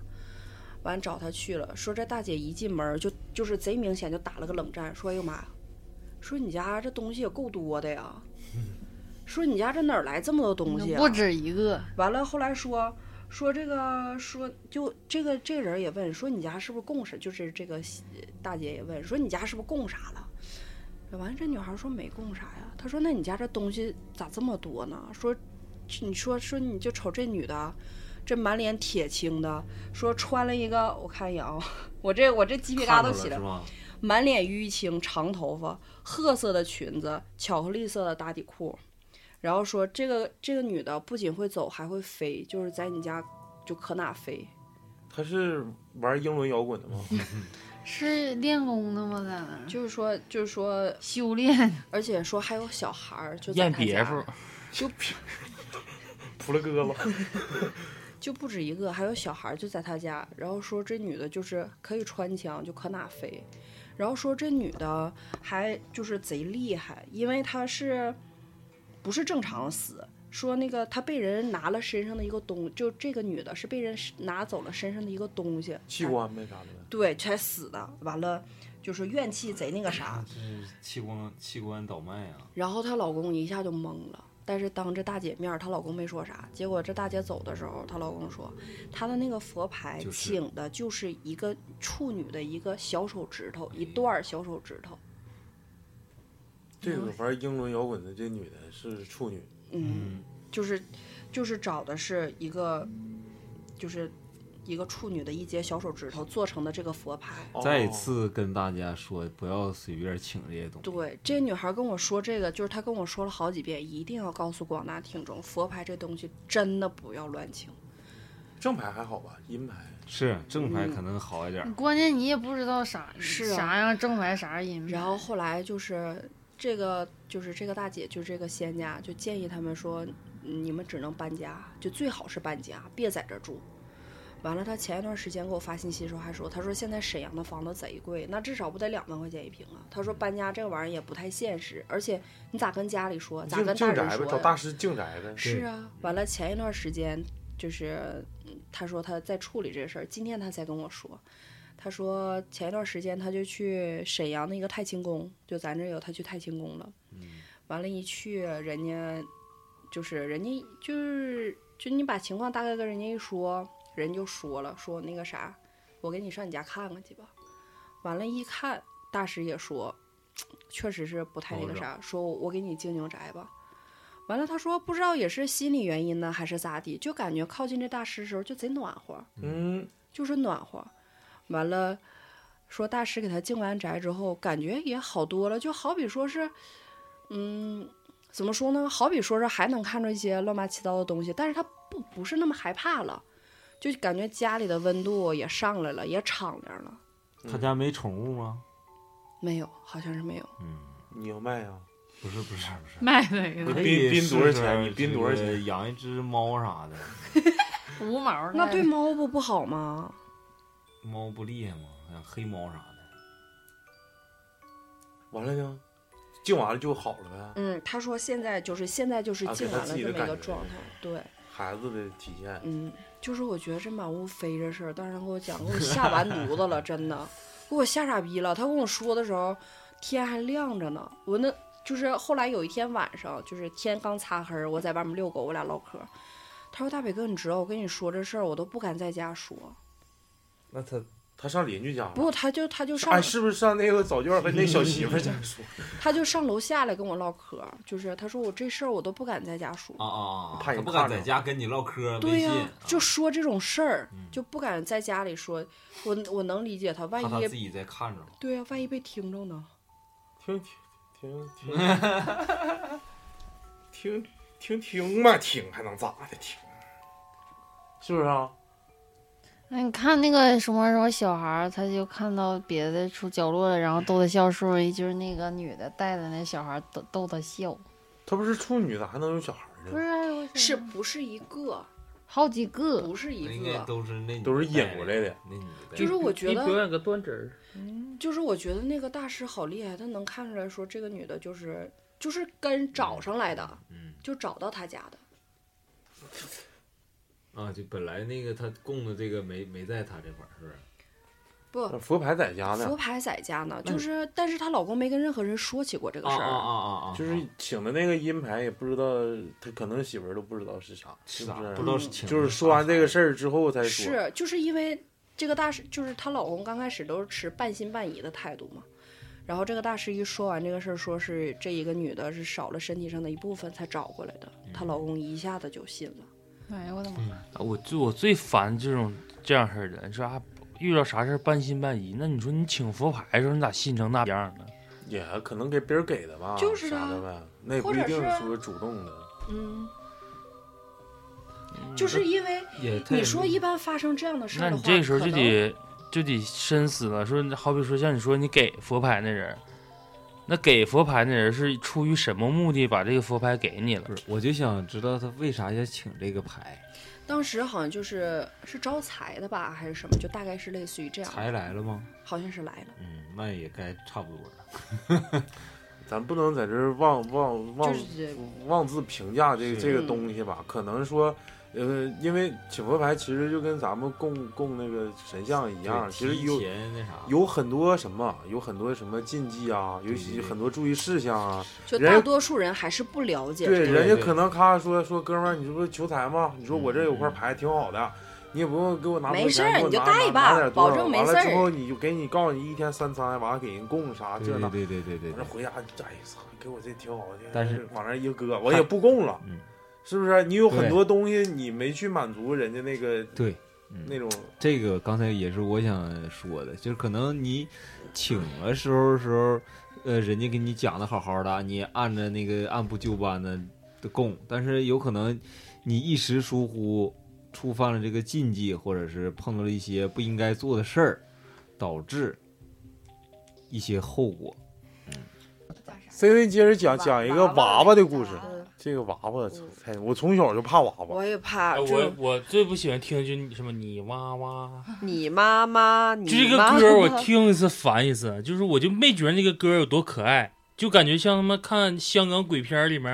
Speaker 5: 完找她去了，说这大姐一进门儿就就是贼明显就打了个冷战，说哎呦妈，说你家这东西也够多的呀， 说你家这哪儿来这么多东西、啊？
Speaker 6: 不止一个。
Speaker 5: 完了，后来说说这个说就这个这个人也问说你家是不是供啥？就是这个大姐也问说你家是不是供啥了？完了，这女孩说没供啥呀。她说那你家这东西咋这么多呢？说你说说你就瞅这女的，这满脸铁青的，说穿了一个我看一眼啊， 我这我这鸡皮疙瘩
Speaker 7: 看
Speaker 5: 都
Speaker 7: 着
Speaker 5: 起
Speaker 7: 了
Speaker 5: 来
Speaker 7: 是吗
Speaker 5: 满脸淤青，长头发，褐色的裙子，巧克力色的打底裤，然后说这个这个女的不仅会走，还会飞，就是在你家就可哪飞。
Speaker 2: 她是玩英伦摇滚的吗？
Speaker 5: 是练功的吗？在那就是说，就是说
Speaker 6: 修炼，
Speaker 5: 而且说还有小孩儿， 就在
Speaker 4: 验
Speaker 5: 他
Speaker 4: 别
Speaker 5: 家
Speaker 4: 夫，
Speaker 5: 就
Speaker 2: 扑了 鸽子，
Speaker 5: 就不止一个，还有小孩儿就在他家。然后说这女的就是可以穿墙，就可哪飞。然后说这女的还就是贼厉害，因为她是不是正常死？说那个她被人拿了身上的一个东，就这个女的是被人拿走了身上的一个东西，
Speaker 2: 器官呗啥的呗，
Speaker 5: 对，才死的。完了就是怨 气贼那个啥，
Speaker 7: 这是器官器官倒卖啊！
Speaker 5: 然后她老公一下就懵了，但是当着大姐面儿，她老公没说啥。结果这大姐走的时候，她老公说，她的那个佛牌
Speaker 2: 就是
Speaker 5: 请的就是一个处女的一个小手指头，一段儿小手指头。
Speaker 2: 这个玩英伦摇滚的这女的是处女，
Speaker 5: 嗯，就是就是找的是一个，就是一个处女的一截小手指头做成的这个佛牌。
Speaker 2: 哦
Speaker 9: 再次跟大家说，不要随便请这些东西。
Speaker 5: 对，这女孩跟我说这个，就是她跟我说了好几遍，一定要告诉广大听众，佛牌这东西真的不要乱请。
Speaker 2: 正牌还好吧，阴牌
Speaker 9: 是正牌可能好一点儿。
Speaker 6: 关键你也不知道啥
Speaker 5: 是啊
Speaker 6: 啥样正牌啥样阴牌。
Speaker 5: 然后后来就是这个，就是这个大姐，就这个仙家，就建议他们说，嗯你们只能搬家，就最好是搬家，别在这儿住。完了，她前一段时间给我发信息的时候还说，她说现在沈阳的房子贼贵，那至少不得两万块钱一平啊。她说搬家这个玩意儿也不太现实，而且你咋跟家里说，咋
Speaker 2: 净
Speaker 5: 跟大
Speaker 2: 净
Speaker 5: 人
Speaker 2: 宅
Speaker 5: 说
Speaker 2: 呗，
Speaker 5: 呀？
Speaker 2: 找大师净宅呗。
Speaker 5: 是啊，完了前一段时间就是，嗯他说他在处理这事儿，今天他才跟我说，他说前一段时间他就去沈阳的一个太清宫，就咱这有他去太清宫了，完了，一去人家就是人家就是就你把情况大概跟人家一说，人就说了说那个啥，我给你上你家看看去吧，完了，一看大师也说，确实是不太那个
Speaker 14: 保
Speaker 5: 啥，
Speaker 14: 障
Speaker 5: 说我给你静静宅吧。完了，他说不知道也是心理原因呢，还是咋地，就感觉靠近这大师的时候就贼暖和，
Speaker 2: 嗯，
Speaker 5: 就是暖和。完了，说大师给他敬完宅之后，感觉也好多了，就好比说是，嗯，怎么说呢？好比说是还能看着一些乱八七糟的东西，但是他不不是那么害怕了，就感觉家里的温度也上来了，也敞亮了。
Speaker 2: 嗯
Speaker 9: 他家没宠物吗？
Speaker 5: 没有，好像是没有。
Speaker 2: 你要卖啊？
Speaker 9: 不是不是不是
Speaker 6: 卖呗你
Speaker 9: 可以
Speaker 2: 宾宾多少
Speaker 9: 试
Speaker 2: 钱？
Speaker 9: 试
Speaker 2: 你宾多少
Speaker 9: 这个
Speaker 2: 钱？
Speaker 9: 养一只猫啥的，
Speaker 6: 无毛儿的
Speaker 5: 那对猫不不好吗？
Speaker 9: 猫不厉害吗？像黑猫啥的，
Speaker 2: 完了呢，净完了就好了呗。
Speaker 5: 嗯，他说现在就是现在就是
Speaker 2: 啊
Speaker 5: 静
Speaker 2: 给他
Speaker 5: 完
Speaker 2: 自
Speaker 5: 了
Speaker 2: 己
Speaker 5: 这
Speaker 2: 的
Speaker 5: 么一个
Speaker 2: 感觉
Speaker 5: 状态，对，
Speaker 2: 孩子的体现，
Speaker 5: 嗯，就是我觉得这满屋飞这事儿，当时他给我讲，给我吓完犊子了，真 的给我吓傻逼了。他跟我说的时候，天还亮着呢，我那就是后来有一天晚上，就是天刚擦黑儿，我在外面遛狗，我俩唠嗑儿，他说大北哥，你知道我跟你说这事儿，我都不敢在家说，
Speaker 2: 啊那他他上邻居家了，
Speaker 5: 不，他就他就上
Speaker 2: 哎，是不是上那个早教和那小媳妇儿家说？
Speaker 5: 他就上楼下来跟我唠嗑儿，就是他说我这事儿我都不敢在家说。
Speaker 9: 啊啊啊！
Speaker 2: 怕
Speaker 9: 他
Speaker 2: 你
Speaker 9: 不
Speaker 2: 看
Speaker 9: 敢在
Speaker 2: 着
Speaker 9: 家跟你唠嗑，
Speaker 5: 对
Speaker 9: 微
Speaker 5: 呀、
Speaker 9: 信，啊嗯
Speaker 5: 就说这种事儿，就不敢在家里说。我我能理解他，万
Speaker 9: 怕他自
Speaker 5: 一
Speaker 9: 己在看着。
Speaker 5: 对呀、万一被听着呢？
Speaker 2: 听听听 听听听听吧，听还能咋的？听是不是啊？
Speaker 6: 那你看那个什么什么小孩儿，他就看到别的出角落了，然后逗他笑，是不是就是那个女的带的那小孩儿逗逗他笑？
Speaker 2: 他不是处女，咋还能有小孩呢？
Speaker 6: 是，
Speaker 5: 是不是一个？
Speaker 6: 好几个，
Speaker 5: 不是一
Speaker 9: 应该
Speaker 5: 个，
Speaker 9: 都是那
Speaker 2: 都是引过来的。
Speaker 9: 那女的，
Speaker 5: 就是我觉
Speaker 15: 你表演
Speaker 5: 得，
Speaker 15: 个端子儿，
Speaker 5: 嗯就是我觉得那个大师好厉害，他能看出来说这个女的就是就是跟找上来的，
Speaker 9: 嗯
Speaker 5: 就找到他家的。
Speaker 9: 啊，就本来那个他供的这个没没在他这块儿，是不是？
Speaker 5: 不，
Speaker 2: 佛牌在家呢
Speaker 5: 佛，牌在家呢，就是，但是她老公没跟任何人说起过这个事儿。
Speaker 9: 啊
Speaker 2: 就是请的那个阴牌也不知道，他可能媳妇儿都不知道是啥，是不是？
Speaker 9: 不知道是请的
Speaker 2: 就是说完这个事儿之后才说。
Speaker 5: 是，就是因为这个大师，就是她老公刚开始都是持半信半疑的态度嘛。然后这个大师一说完这个事儿，说是这一个女的是少了身体上的一部分才找过来的，
Speaker 4: 嗯
Speaker 5: 她老公一下子就信了。嗯
Speaker 6: 哎呦我的妈！
Speaker 4: 啊我最我最烦这种这样式儿的，你说啊，遇到啥事儿半信半疑，那你说你请佛牌的时候，你咋信成那样呢？
Speaker 2: 也可能给别人给的吧，
Speaker 5: 就是啊
Speaker 2: 啥的呗，那也不
Speaker 5: 或
Speaker 2: 一
Speaker 5: 者
Speaker 2: 定
Speaker 5: 是
Speaker 2: 说主动的。
Speaker 5: 嗯，就是因为
Speaker 4: 也太
Speaker 5: 你说一般发生这样的事
Speaker 4: 那
Speaker 5: 儿的
Speaker 4: 你
Speaker 5: 话，
Speaker 4: 这时候
Speaker 5: 可
Speaker 4: 就
Speaker 5: 能
Speaker 4: 得就得深思了。说，好比说像你说你给佛牌那人，那给佛牌那人是出于什么目的把这个佛牌给你了？
Speaker 9: 不是，我就想知道他为啥要请这个牌，
Speaker 5: 当时好像就是是招财的吧，还是什么，就大概是类似于这样。
Speaker 9: 财来了吗？
Speaker 5: 好像是来了。
Speaker 9: 嗯，那也该差不多了。
Speaker 2: 咱不能在这儿妄妄妄
Speaker 5: 就是嗯
Speaker 2: 妄自评价这
Speaker 9: 是
Speaker 2: 这个东西吧？可能说，呃，因为请佛牌其实就跟咱们供供那个神像一样，
Speaker 9: 对
Speaker 2: 其实
Speaker 9: 提
Speaker 2: 有
Speaker 9: 前那啥
Speaker 2: 有很多什么，有很多什么禁忌啊，尤其
Speaker 9: 对对
Speaker 2: 很多注意事项啊，
Speaker 5: 就
Speaker 2: 人
Speaker 5: 大
Speaker 2: 家
Speaker 5: 多数人还是不了解这个。
Speaker 2: 对，人家可能咔说说哥们儿，你这不是求财吗？你说我这有
Speaker 9: 嗯
Speaker 2: 块牌挺好的，你也不用给我拿多少
Speaker 5: 没事
Speaker 2: 钱，
Speaker 5: 儿
Speaker 2: 给我
Speaker 5: 你就
Speaker 2: 拿
Speaker 5: 带
Speaker 2: 拿
Speaker 5: 吧
Speaker 2: 拿点多少
Speaker 5: 保证没
Speaker 2: 完了
Speaker 5: 事
Speaker 2: 之
Speaker 5: 儿
Speaker 2: 后你就给你告诉你一天三餐，完了给人供啥这那，
Speaker 9: 对对对对对
Speaker 2: 完了回家哎操，给我这挺好的，
Speaker 9: 但是嗯
Speaker 2: 往那儿一搁，我也不供了，是不是？你有很多东西你没去满足人家那个
Speaker 9: 对嗯
Speaker 2: 那种
Speaker 9: 这个刚才也是我想说的，就是可能你请的时候时候，呃，人家给你讲的好好的，你按着那个按部就班的的供，但是有可能你一时疏忽，触犯了这个禁忌，或者是碰到了一些不应该做的事儿，导致一些后果。
Speaker 5: 嗯
Speaker 2: C V 接着讲讲一个娃娃的故事，这个娃娃太我从小就怕娃娃，
Speaker 5: 我也怕
Speaker 4: 哎
Speaker 5: 这
Speaker 4: 我
Speaker 5: 种。
Speaker 4: 我最不喜欢听的就是什么你哇哇，
Speaker 5: 你妈妈，你
Speaker 4: 就这个
Speaker 5: 妈妈
Speaker 4: 歌我听一次烦一次，就是我就没觉得那个歌有多可爱，就感觉像他妈看香港鬼片里面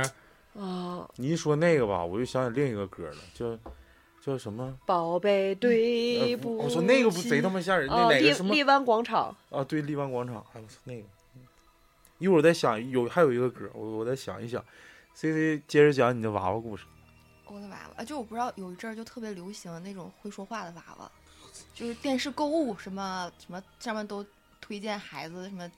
Speaker 5: 啊，
Speaker 2: 你一说那个吧，我就想起另一个歌了，叫叫什么？
Speaker 5: 宝贝，对
Speaker 2: 呃
Speaker 5: 不起？
Speaker 2: 我说那个不贼他妈吓人那
Speaker 5: 啊
Speaker 2: 哪个
Speaker 5: 荔
Speaker 2: 什么
Speaker 5: 荔湾广场，
Speaker 2: 啊，对，荔湾广场。哎，我操，那个，一会儿再想有还有一个歌，我我再想一想。C C 接着讲你的娃娃故事，
Speaker 3: 我的娃啊娃，就我不知道有一阵儿就特别流行那种会说话的娃娃，就是电视购物什么什么上面都推荐孩子什么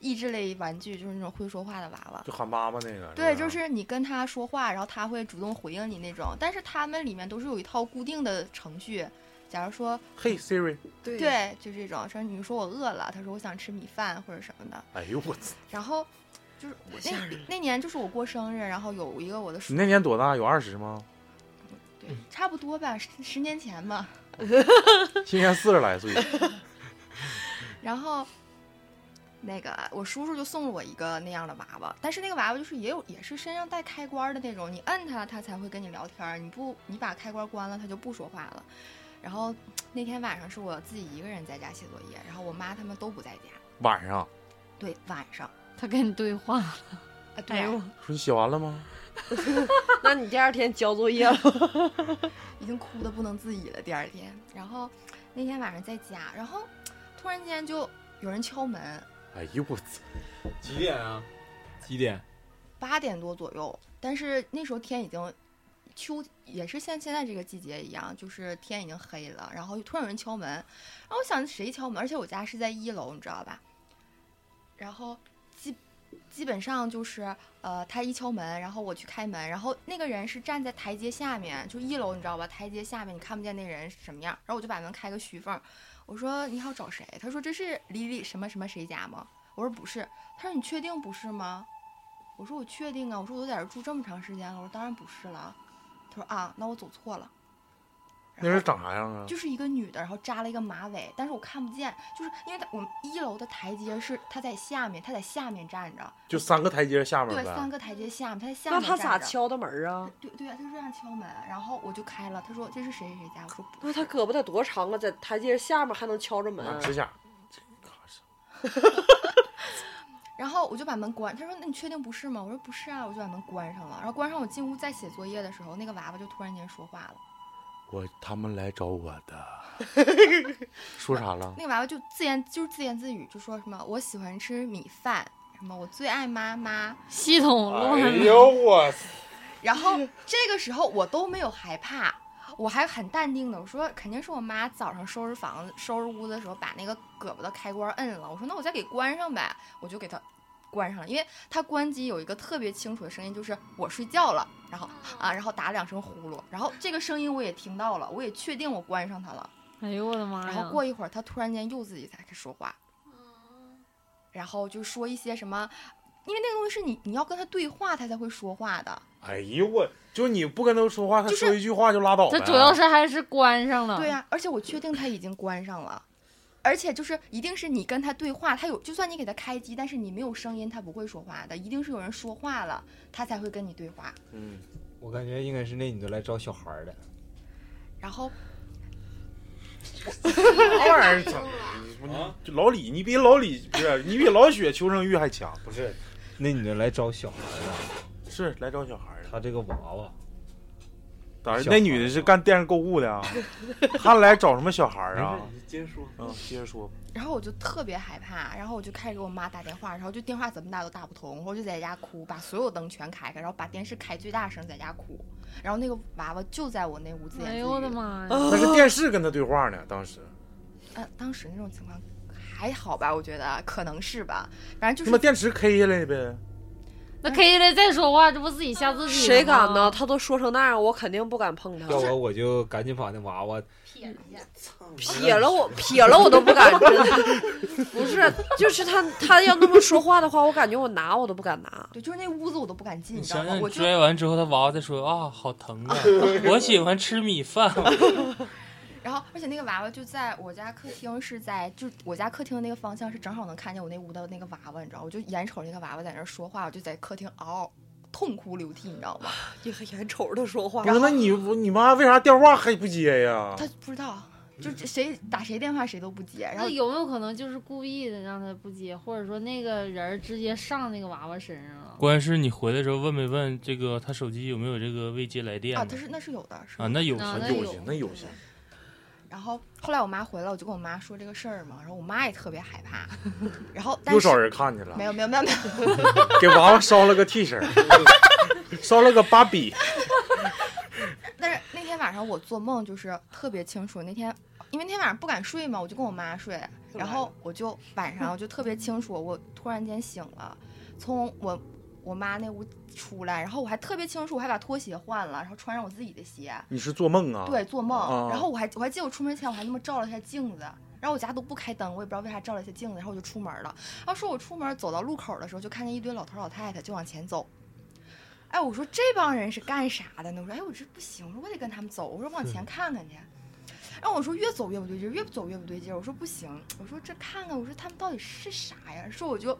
Speaker 3: 益智类玩具，就是那种会说话的娃娃
Speaker 2: 就。喊妈妈那个。
Speaker 3: 对，
Speaker 2: 啊吧
Speaker 3: 就是你跟他说话，然后他会主动回应你那种。但是他们里面都是有一套固定的程序，假如说，
Speaker 2: 嘿 Siri，
Speaker 5: 对
Speaker 3: 对，就这种，说你说我饿了，他说我想吃米饭或者什么的。
Speaker 2: 哎呦我操！
Speaker 3: 然后就是那那年就是我过生日，然后有一个我的叔
Speaker 2: 你那年多大？有二十吗？
Speaker 3: 差不多吧，十十年前吧。
Speaker 2: 今年四十来岁。
Speaker 3: 然后，那个我叔叔就送了我一个那样的娃娃，但是那个娃娃就是也有也是身上带开关的那种，你摁它它才会跟你聊天儿，你不你把开关关了它就不说话了。然后那天晚上是我自己一个人在家写作业，然后我妈他们都不在家，
Speaker 2: 晚上
Speaker 3: 对，晚上
Speaker 6: 他跟你对话 了，
Speaker 3: 啊对 啊
Speaker 2: 说你写完了吗？
Speaker 5: 哎那你第二天交作业了？
Speaker 3: 已经哭的不能自已了。第二天，然后那天晚上在家，然后突然间就有人敲门，
Speaker 2: 哎呦我操！
Speaker 9: 几点啊？几点？
Speaker 3: 八点多左右，但是那时候天已经秋，也是像现在这个季节一样，就是天已经黑了，然后突然有人敲门，然后我想谁敲门，而且我家是在一楼，你知道吧？然后基基本上就是呃，他一敲门，然后我去开门，然后那个人是站在台阶下面，就一楼你知道吧？台阶下面你看不见那人是什么样，然后我就把门开个虚缝，我说你好找谁？他说这是李李什么什么谁家吗？我说不是，他说你确定不是吗？我说我确定啊，我说我在这儿住这么长时间了，我说当然不是了。他说啊，那我走错了，
Speaker 2: 那人长啥样啊？
Speaker 3: 就是一个女的，然后扎了一个马尾，但是我看不见，就是因为她我们一楼的台阶是她在下面，她在下面站着，
Speaker 2: 就三个台阶下面
Speaker 3: 对，
Speaker 2: 呗。
Speaker 3: 三个台阶下面，她在下
Speaker 5: 那
Speaker 3: 面
Speaker 5: 他
Speaker 3: 站着。
Speaker 5: 咋敲的门儿啊？
Speaker 3: 对对啊，他就这样敲门，然后我就开了。他说这是谁谁谁家？我说不
Speaker 5: 那他胳膊得多长啊，在台阶下面还能敲着门
Speaker 2: 拿？指甲。
Speaker 3: 然后我就把门关，他说：“那你确定不是吗？”我说：“不是啊。”我就把门关上了。然后关上，我进屋再写作业的时候，那个娃娃就突然间说话了。
Speaker 2: 我他们来找我 的，说啥
Speaker 6: 嗯
Speaker 2: 了
Speaker 3: 那？个娃娃就自言就是自言自语，就说什么“我喜欢吃米饭”，什么“我最爱妈妈”，
Speaker 6: 系统乱啊
Speaker 3: 哎
Speaker 6: 了。
Speaker 2: 我操！
Speaker 3: 然后这个时候我都没有害怕，我还很淡定的，我说肯定是我妈早上收拾房子、收拾屋子的时候把那个胳膊的开关摁了。我说那我再给关上呗，我就给它关上了，因为它关机有一个特别清楚的声音，就是我睡觉了，然
Speaker 6: 哦
Speaker 3: 后啊，然后打两声呼噜，然后这个声音我也听到了，我也确定我关上它了。
Speaker 6: 哎呦我的妈呀！
Speaker 3: 然后过一会儿，他突然间又自己在开说话，哦然后就说一些什么，因为那个东西是你你要跟他对话，他才会说话的。
Speaker 2: 哎呦我，就你不跟他说话，他说一句话就拉倒呗。
Speaker 3: 还是关上了。对呀、而且我确定他已经关上了，而且就是一定是你跟他对话，他有就算你给他开机，但是你没有声音，他不会说话的，一定是有人说话了，他才会跟你对话。
Speaker 2: 嗯，
Speaker 9: 我感觉应该是那女的来找小孩儿的。
Speaker 3: 然后
Speaker 2: 啥玩意儿？就老李，你比老李不是，你比老雪求生欲还强。不是，
Speaker 9: 那女的来找小孩儿的，
Speaker 2: 是来找小孩儿
Speaker 9: 她这个娃娃，
Speaker 2: 当然
Speaker 9: 小孩
Speaker 2: 那女的是干电视购物的啊，她来找什么小孩儿啊？
Speaker 13: 没事你接着说
Speaker 2: 嗯，接着说。
Speaker 3: 然后我就特别害怕，然后我就开始给我妈打电话，然后就电话怎么打都打不通，我就在家哭，把所有灯全开开，然后把电视开最大声，在家哭。然后那个娃娃就在我那屋自言自语。
Speaker 6: 哎呦我的妈呀
Speaker 2: 那是电视跟她对话呢，当时
Speaker 3: 呃，当时那种情况还好吧，我觉得可能是吧，反正就
Speaker 2: 他
Speaker 3: 是
Speaker 2: 妈电池 K 下来呗。
Speaker 6: 那 K 了再说话，这不自己吓自己？
Speaker 5: 谁敢呢？？他都说成那样，我肯定不敢碰他。
Speaker 9: 要我我就赶紧把那娃娃
Speaker 5: 撇了我，撇了我都不敢。真 的不
Speaker 3: 啊
Speaker 5: 是，就是他，他要那么说话的话，我感觉我拿我都不敢拿。
Speaker 3: 对，就是那屋子我都不敢进，
Speaker 5: 你
Speaker 3: 你知道
Speaker 4: 想
Speaker 3: 吗
Speaker 4: 想？
Speaker 3: 我
Speaker 4: 你
Speaker 3: 就
Speaker 4: 拽完之后，他娃娃再说啊，好疼啊！我喜欢吃米饭。
Speaker 3: 然后，而且那个娃娃就在我家客厅，是在就是我家客厅的那个方向是正好能看见我那屋的那个娃娃，你知道，我就眼瞅着那个娃娃在那儿说话，我就在客厅嗷嗷 痛哭流涕，你知道 吗？
Speaker 5: 也眼瞅着他说话
Speaker 2: 不是，那你你妈为啥电话还不接呀？
Speaker 3: 他不知道，就这谁打谁电话谁都不接，然
Speaker 6: 那
Speaker 3: 后
Speaker 6: 有没有可能就是故意的让他不接，或者说那个人儿直接上那个娃娃身上了？
Speaker 4: 关键是你回来的时候问没问这个他手机有没有这个未接来电
Speaker 3: 啊，
Speaker 4: 呢
Speaker 3: 他是那是有的，是
Speaker 4: 啊，那有
Speaker 3: 的
Speaker 4: 些
Speaker 3: 有
Speaker 4: 那有些。
Speaker 3: 然后后来我妈回来，我就跟我妈说这个事儿嘛，然后我妈也特别害怕，然后但
Speaker 2: 又找
Speaker 3: 是
Speaker 2: 人看去了
Speaker 3: 没，有没有没有没 有，
Speaker 2: 给娃娃烧了个替身，烧了个芭比。
Speaker 3: 但是那天晚上我做梦就是特别清楚，那天因为那天晚上不敢睡嘛，我就跟我妈睡，然后我就晚上我就特别清楚，我突然间醒了，从我我妈那屋出来，然后我还特别清楚，我还把拖鞋换了，然后穿上我自己的鞋，
Speaker 2: 你是做梦啊？
Speaker 3: 对，做梦。
Speaker 5: 哦
Speaker 2: 啊
Speaker 3: 然后我还我还记得我出门前我还那么照了一下镜子，然后我家都不开灯，我也不知道为啥照了一下镜子，然后我就出门了。然后说我出门走到路口的时候，就看见一堆老头老太太就往前走。哎，我说这帮人是干啥的呢？我说哎，我这不行，我说我得跟他们走，我说往前看看去。然后我说越走越不对劲，越走越不对劲。我说不行，我说这看看，我说他们到底是啥呀？说我就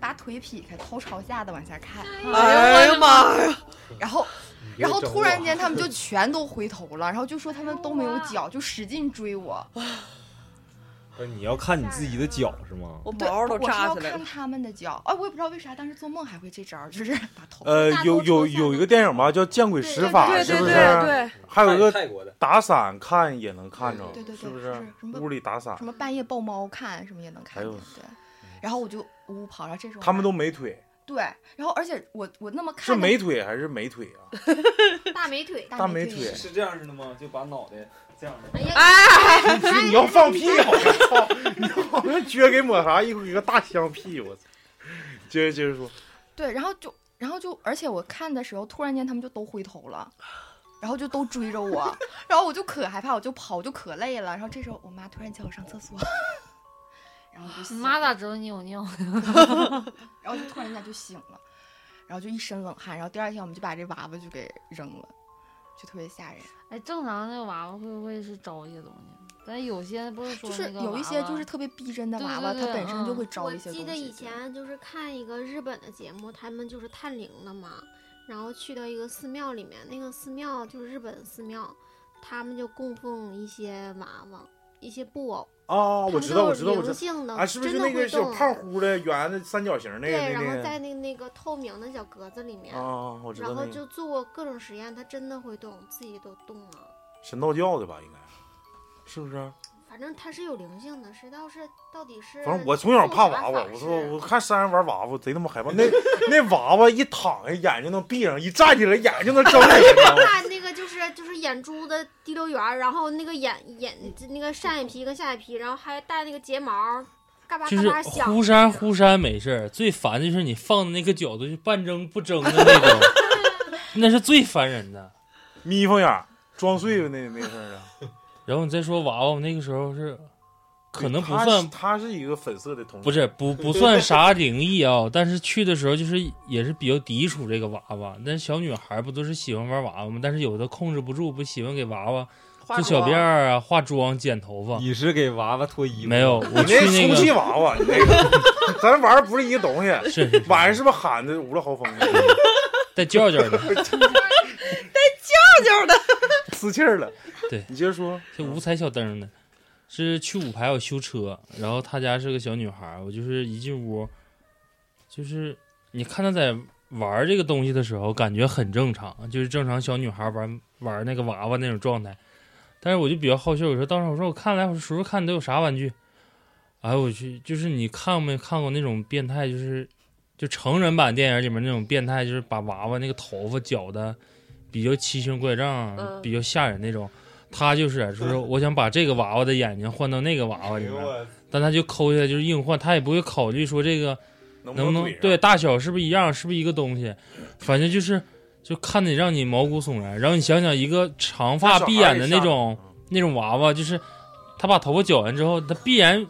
Speaker 3: 把腿劈开，头朝下的往下看。
Speaker 5: 哎呀妈呀！
Speaker 3: 然后
Speaker 5: 你别
Speaker 3: 然后
Speaker 5: 整
Speaker 3: 突
Speaker 5: 我
Speaker 3: 然间他们 就全都回头了，然后就说他们都没有脚，就使劲追我。
Speaker 9: 不是你要看你自己的脚是吗？
Speaker 5: 我
Speaker 3: 对，
Speaker 5: 毛都
Speaker 3: 我是
Speaker 5: 扎
Speaker 3: 要
Speaker 5: 起来了
Speaker 3: 看他们的脚，哎，我也不知道为啥当时做梦还会这招儿，就是把头。
Speaker 2: 呃，有有有一个电影吧，叫《见鬼使法》，
Speaker 3: 对对
Speaker 2: 是不是？
Speaker 3: 对对
Speaker 2: 还有一个
Speaker 9: 泰泰国的
Speaker 2: 打伞看也能看着，
Speaker 3: 对对对
Speaker 2: 是不
Speaker 3: 是什么
Speaker 2: 屋里打伞
Speaker 3: 什，么半夜抱猫看什么也能看
Speaker 2: 哎
Speaker 3: 见，
Speaker 2: 呦
Speaker 3: 对。然后我就呜呜跑，然后这时候
Speaker 2: 他们
Speaker 3: 都
Speaker 2: 都没腿，
Speaker 3: 对，然后而且我我那么看
Speaker 2: 是
Speaker 3: 着
Speaker 2: 没腿还是美腿啊？
Speaker 3: 大美腿
Speaker 2: 大美腿
Speaker 3: 腿
Speaker 9: 是这样式的吗？就把脑袋这样式的。
Speaker 2: 哎，你要放屁好像操，你好像撅给抹啥一股一个大香屁，我操！接着接着说，
Speaker 3: 对，然后就，然后就，而且我看的时候，突然间他们就都回头了，然后就都追着我，然后我就可害怕，我就跑，我就可累了。然后这时候我妈突然叫我上厕所， 然后我就
Speaker 6: 你
Speaker 3: 醒
Speaker 6: 妈
Speaker 3: 了，
Speaker 6: 咋知道你有 尿？
Speaker 3: 然后就突然间就醒了，然后就一身冷汗。然后第二天我们就把这娃娃就给扔了，就特别吓人。
Speaker 6: 哎，正常那个娃娃会不会是招一些东西？咱有些不是说
Speaker 3: 就是
Speaker 6: 那个
Speaker 3: 有一
Speaker 6: 娃
Speaker 3: 些
Speaker 6: 娃
Speaker 3: 就是特别逼真的
Speaker 6: 对
Speaker 3: 娃
Speaker 6: 对
Speaker 3: 娃，
Speaker 6: 对
Speaker 3: 它本身就
Speaker 6: 嗯
Speaker 3: 会招
Speaker 10: 我
Speaker 3: 一些东西。
Speaker 10: 记得以
Speaker 3: 对
Speaker 10: 前就是看一个日本的节目，他们就是探灵了嘛，然后去到一个寺庙里面，那个寺庙就是日本寺庙，他们就供奉一些娃娃、一些布偶。
Speaker 2: 啊，
Speaker 10: 他
Speaker 2: 我
Speaker 10: 们
Speaker 2: 知道，我
Speaker 10: 就
Speaker 2: 知道，我
Speaker 10: 灵
Speaker 2: 知道
Speaker 10: 性，的
Speaker 2: 啊，是不是就
Speaker 10: 真的
Speaker 2: 那个
Speaker 10: 会
Speaker 2: 小
Speaker 10: 动
Speaker 2: 胖乎的圆的三角形那个
Speaker 10: 对，然
Speaker 2: 那
Speaker 10: 后
Speaker 2: 个
Speaker 10: 在？那个那个透明的小格子里面，
Speaker 2: 啊我知道
Speaker 10: 然后
Speaker 2: 那个
Speaker 10: 就做过各种实验，它真的会动，自己都动了。
Speaker 2: 神道教的吧，应该是不是？
Speaker 10: 反正它是有灵性的，是倒是到底是
Speaker 2: 反正我从小怕娃娃，我
Speaker 10: 啊
Speaker 2: 说我看山上玩娃娃贼他妈害怕。那那娃娃一躺下眼睛能闭上，一站起来眼睛能睁 开，你知道吗
Speaker 10: 看那个就是就是眼珠子滴溜圆儿，然后那个眼眼那个上眼皮跟下眼皮，然后还带那个睫毛，嘎巴
Speaker 4: 就
Speaker 10: 嘎
Speaker 4: 是
Speaker 10: 巴响。
Speaker 4: 忽闪忽闪没事儿，最烦的就是你放的那个角度就半睁不睁的 那种，那是最烦人的。
Speaker 2: 眯缝眼装睡吧那那事儿啊。
Speaker 4: 然后你再说娃娃，我那个时候是可能不
Speaker 2: 他
Speaker 4: 算
Speaker 2: 是他是一个粉色的同志，
Speaker 4: 不是不不算啥灵异啊，但是去的时候就是也是比较抵触这个娃娃。但小女孩不都是喜欢玩娃娃吗？但是有的控制不住，不喜欢给娃娃
Speaker 9: 化
Speaker 4: 做小
Speaker 9: 妆
Speaker 4: 辫儿啊、化妆、剪头发。
Speaker 9: 你是给娃娃脱衣服？
Speaker 4: 没有
Speaker 2: 你
Speaker 4: 我去
Speaker 2: 那
Speaker 4: 那
Speaker 2: 充
Speaker 4: 个
Speaker 2: 气娃娃，你那个咱玩儿不是一个东西。
Speaker 4: 是
Speaker 2: 晚上是不是喊的五路豪风啊？
Speaker 4: 带叫叫的，
Speaker 5: 带叫叫的，
Speaker 2: 呲气儿了。
Speaker 4: 对
Speaker 2: 你接着说，
Speaker 4: 这五彩小灯呢，是去五排我修车，然后她家是个小女孩儿，我就是一进屋，就是你看她在玩这个东西的时候，感觉很正常，就是正常小女孩玩玩那个娃娃那种状态。但是我就比较好奇，我说当时我说我看来，我说叔叔看你都有啥玩具？哎我去，就是你看没看过那种变态，就是就成人版电影里面那种变态，就是把娃娃那个头发绞的比较奇形怪状、
Speaker 16: 嗯
Speaker 4: 比较吓人那种。他就是说，我想把这个娃娃的眼睛换到那个娃娃里面
Speaker 16: 哎呦我，
Speaker 4: 但他就抠下来就是硬换，他也不会考虑说这个
Speaker 16: 能不
Speaker 4: 能
Speaker 16: 能
Speaker 4: 不能
Speaker 16: 怼上
Speaker 4: 对大小是不是一样，是不是一个东西，反正就是就看得让你毛骨悚然。然后你想想一个长发
Speaker 16: 那小孩
Speaker 4: 碧眼
Speaker 16: 也
Speaker 4: 的
Speaker 16: 吓啊
Speaker 4: 那种那种娃娃，就是他把头发绞完之后，他必然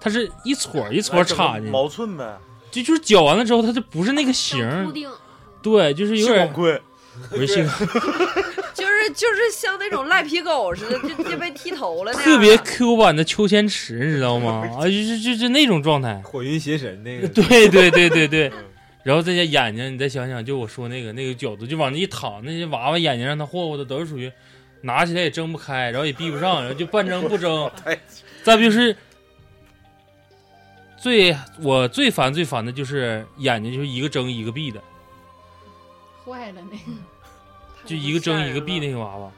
Speaker 4: 他是一撮儿一撮儿插进去，
Speaker 2: 毛寸呗，
Speaker 4: 就就是绞完了之后，它就不是那个形儿
Speaker 10: 固，定
Speaker 4: 对，就是有点
Speaker 2: 棍，
Speaker 4: 不是性
Speaker 5: 就是就是像那种赖皮狗似的，就就被剃头了那样
Speaker 4: 特
Speaker 9: 啊
Speaker 4: 别 Q 版的秋千池，你知道 吗？啊，就是就是那种状态，
Speaker 9: 火云邪神那 个。嗯
Speaker 4: 对对对对 对，然后再加眼睛，你再想想，就我说那个那个角度，就往那一躺，那些娃娃眼睛让他霍霍的，都是属于拿起来也睁不开，然后也闭不上，然后就半睁不 睁。
Speaker 9: 哎
Speaker 4: 再不就是最我最烦最烦的就是眼睛就是一个睁一个闭的，
Speaker 8: 坏了那个。
Speaker 4: 就一个睁一个闭那个娃娃。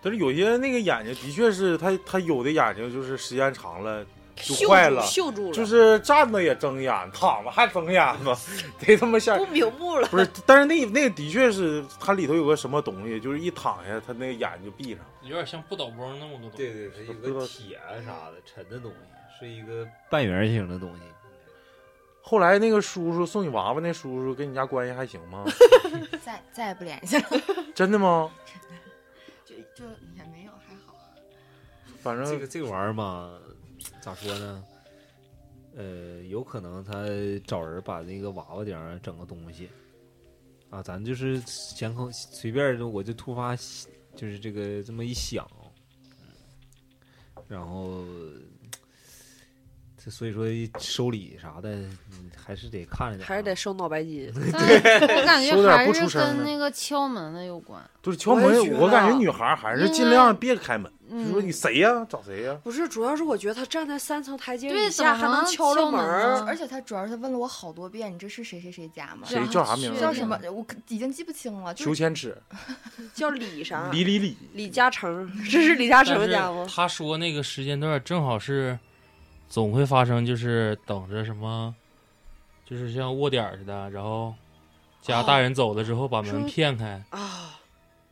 Speaker 2: 但是有些那个眼睛的确是他，他有的眼睛就是时间长了就坏了，
Speaker 5: 锈住了
Speaker 2: 就是站着也睁眼，躺着还睁眼 吧，得他妈吓人。
Speaker 5: 不明目了。
Speaker 2: 不是，但是那那个的确是它里头有个什么东西，就是一躺下，他那个眼睛就闭上。
Speaker 4: 有点像不倒翁那么个东西。
Speaker 9: 对对，是一
Speaker 2: 不知
Speaker 9: 个
Speaker 2: 道
Speaker 9: 铁啊啥的沉的东西，是一个半圆形的东西。
Speaker 2: 后来那个叔叔送你娃娃，那叔叔跟你家关系还行 吗？
Speaker 3: 再再也不联系了，
Speaker 2: 真的吗？
Speaker 3: 就就也没有，还好。
Speaker 2: 反正
Speaker 9: 这个这个玩意儿吧，咋说呢？呃，有可能他找人把那个娃娃顶上整个东西啊，咱就是闲空随便儿的，我就突发就是这个这么一想，嗯然后这所以说收礼啥的，嗯还是得看着点儿。
Speaker 5: 还是得收脑白金。
Speaker 6: 我感觉还是跟那个敲门的有关。
Speaker 2: 就是敲
Speaker 5: 我
Speaker 2: 门
Speaker 5: 也觉，得
Speaker 2: 我感觉女孩还是尽量别开门，
Speaker 6: 嗯
Speaker 2: 就说你谁呀，找谁呀。
Speaker 5: 不是，主要是我觉得他站在三层台阶
Speaker 3: 对，
Speaker 5: 以下还能敲着门啊儿，
Speaker 3: 而且他主要是他问了我好多遍，你这是谁谁谁家吗？
Speaker 2: 谁叫啥名儿
Speaker 3: 叫什么？我可已经记不清了。就是
Speaker 2: 求千尺，
Speaker 5: 叫李啥？
Speaker 2: 李李李，
Speaker 5: 李嘉诚，这是李嘉诚家
Speaker 4: 但
Speaker 5: 吗
Speaker 4: 是？他说那个时间段正好是，总会发生，就是等着什么，就是像窝点儿似的，然后家大人走了之后把
Speaker 5: 哦
Speaker 4: 门骗开。
Speaker 5: 啊，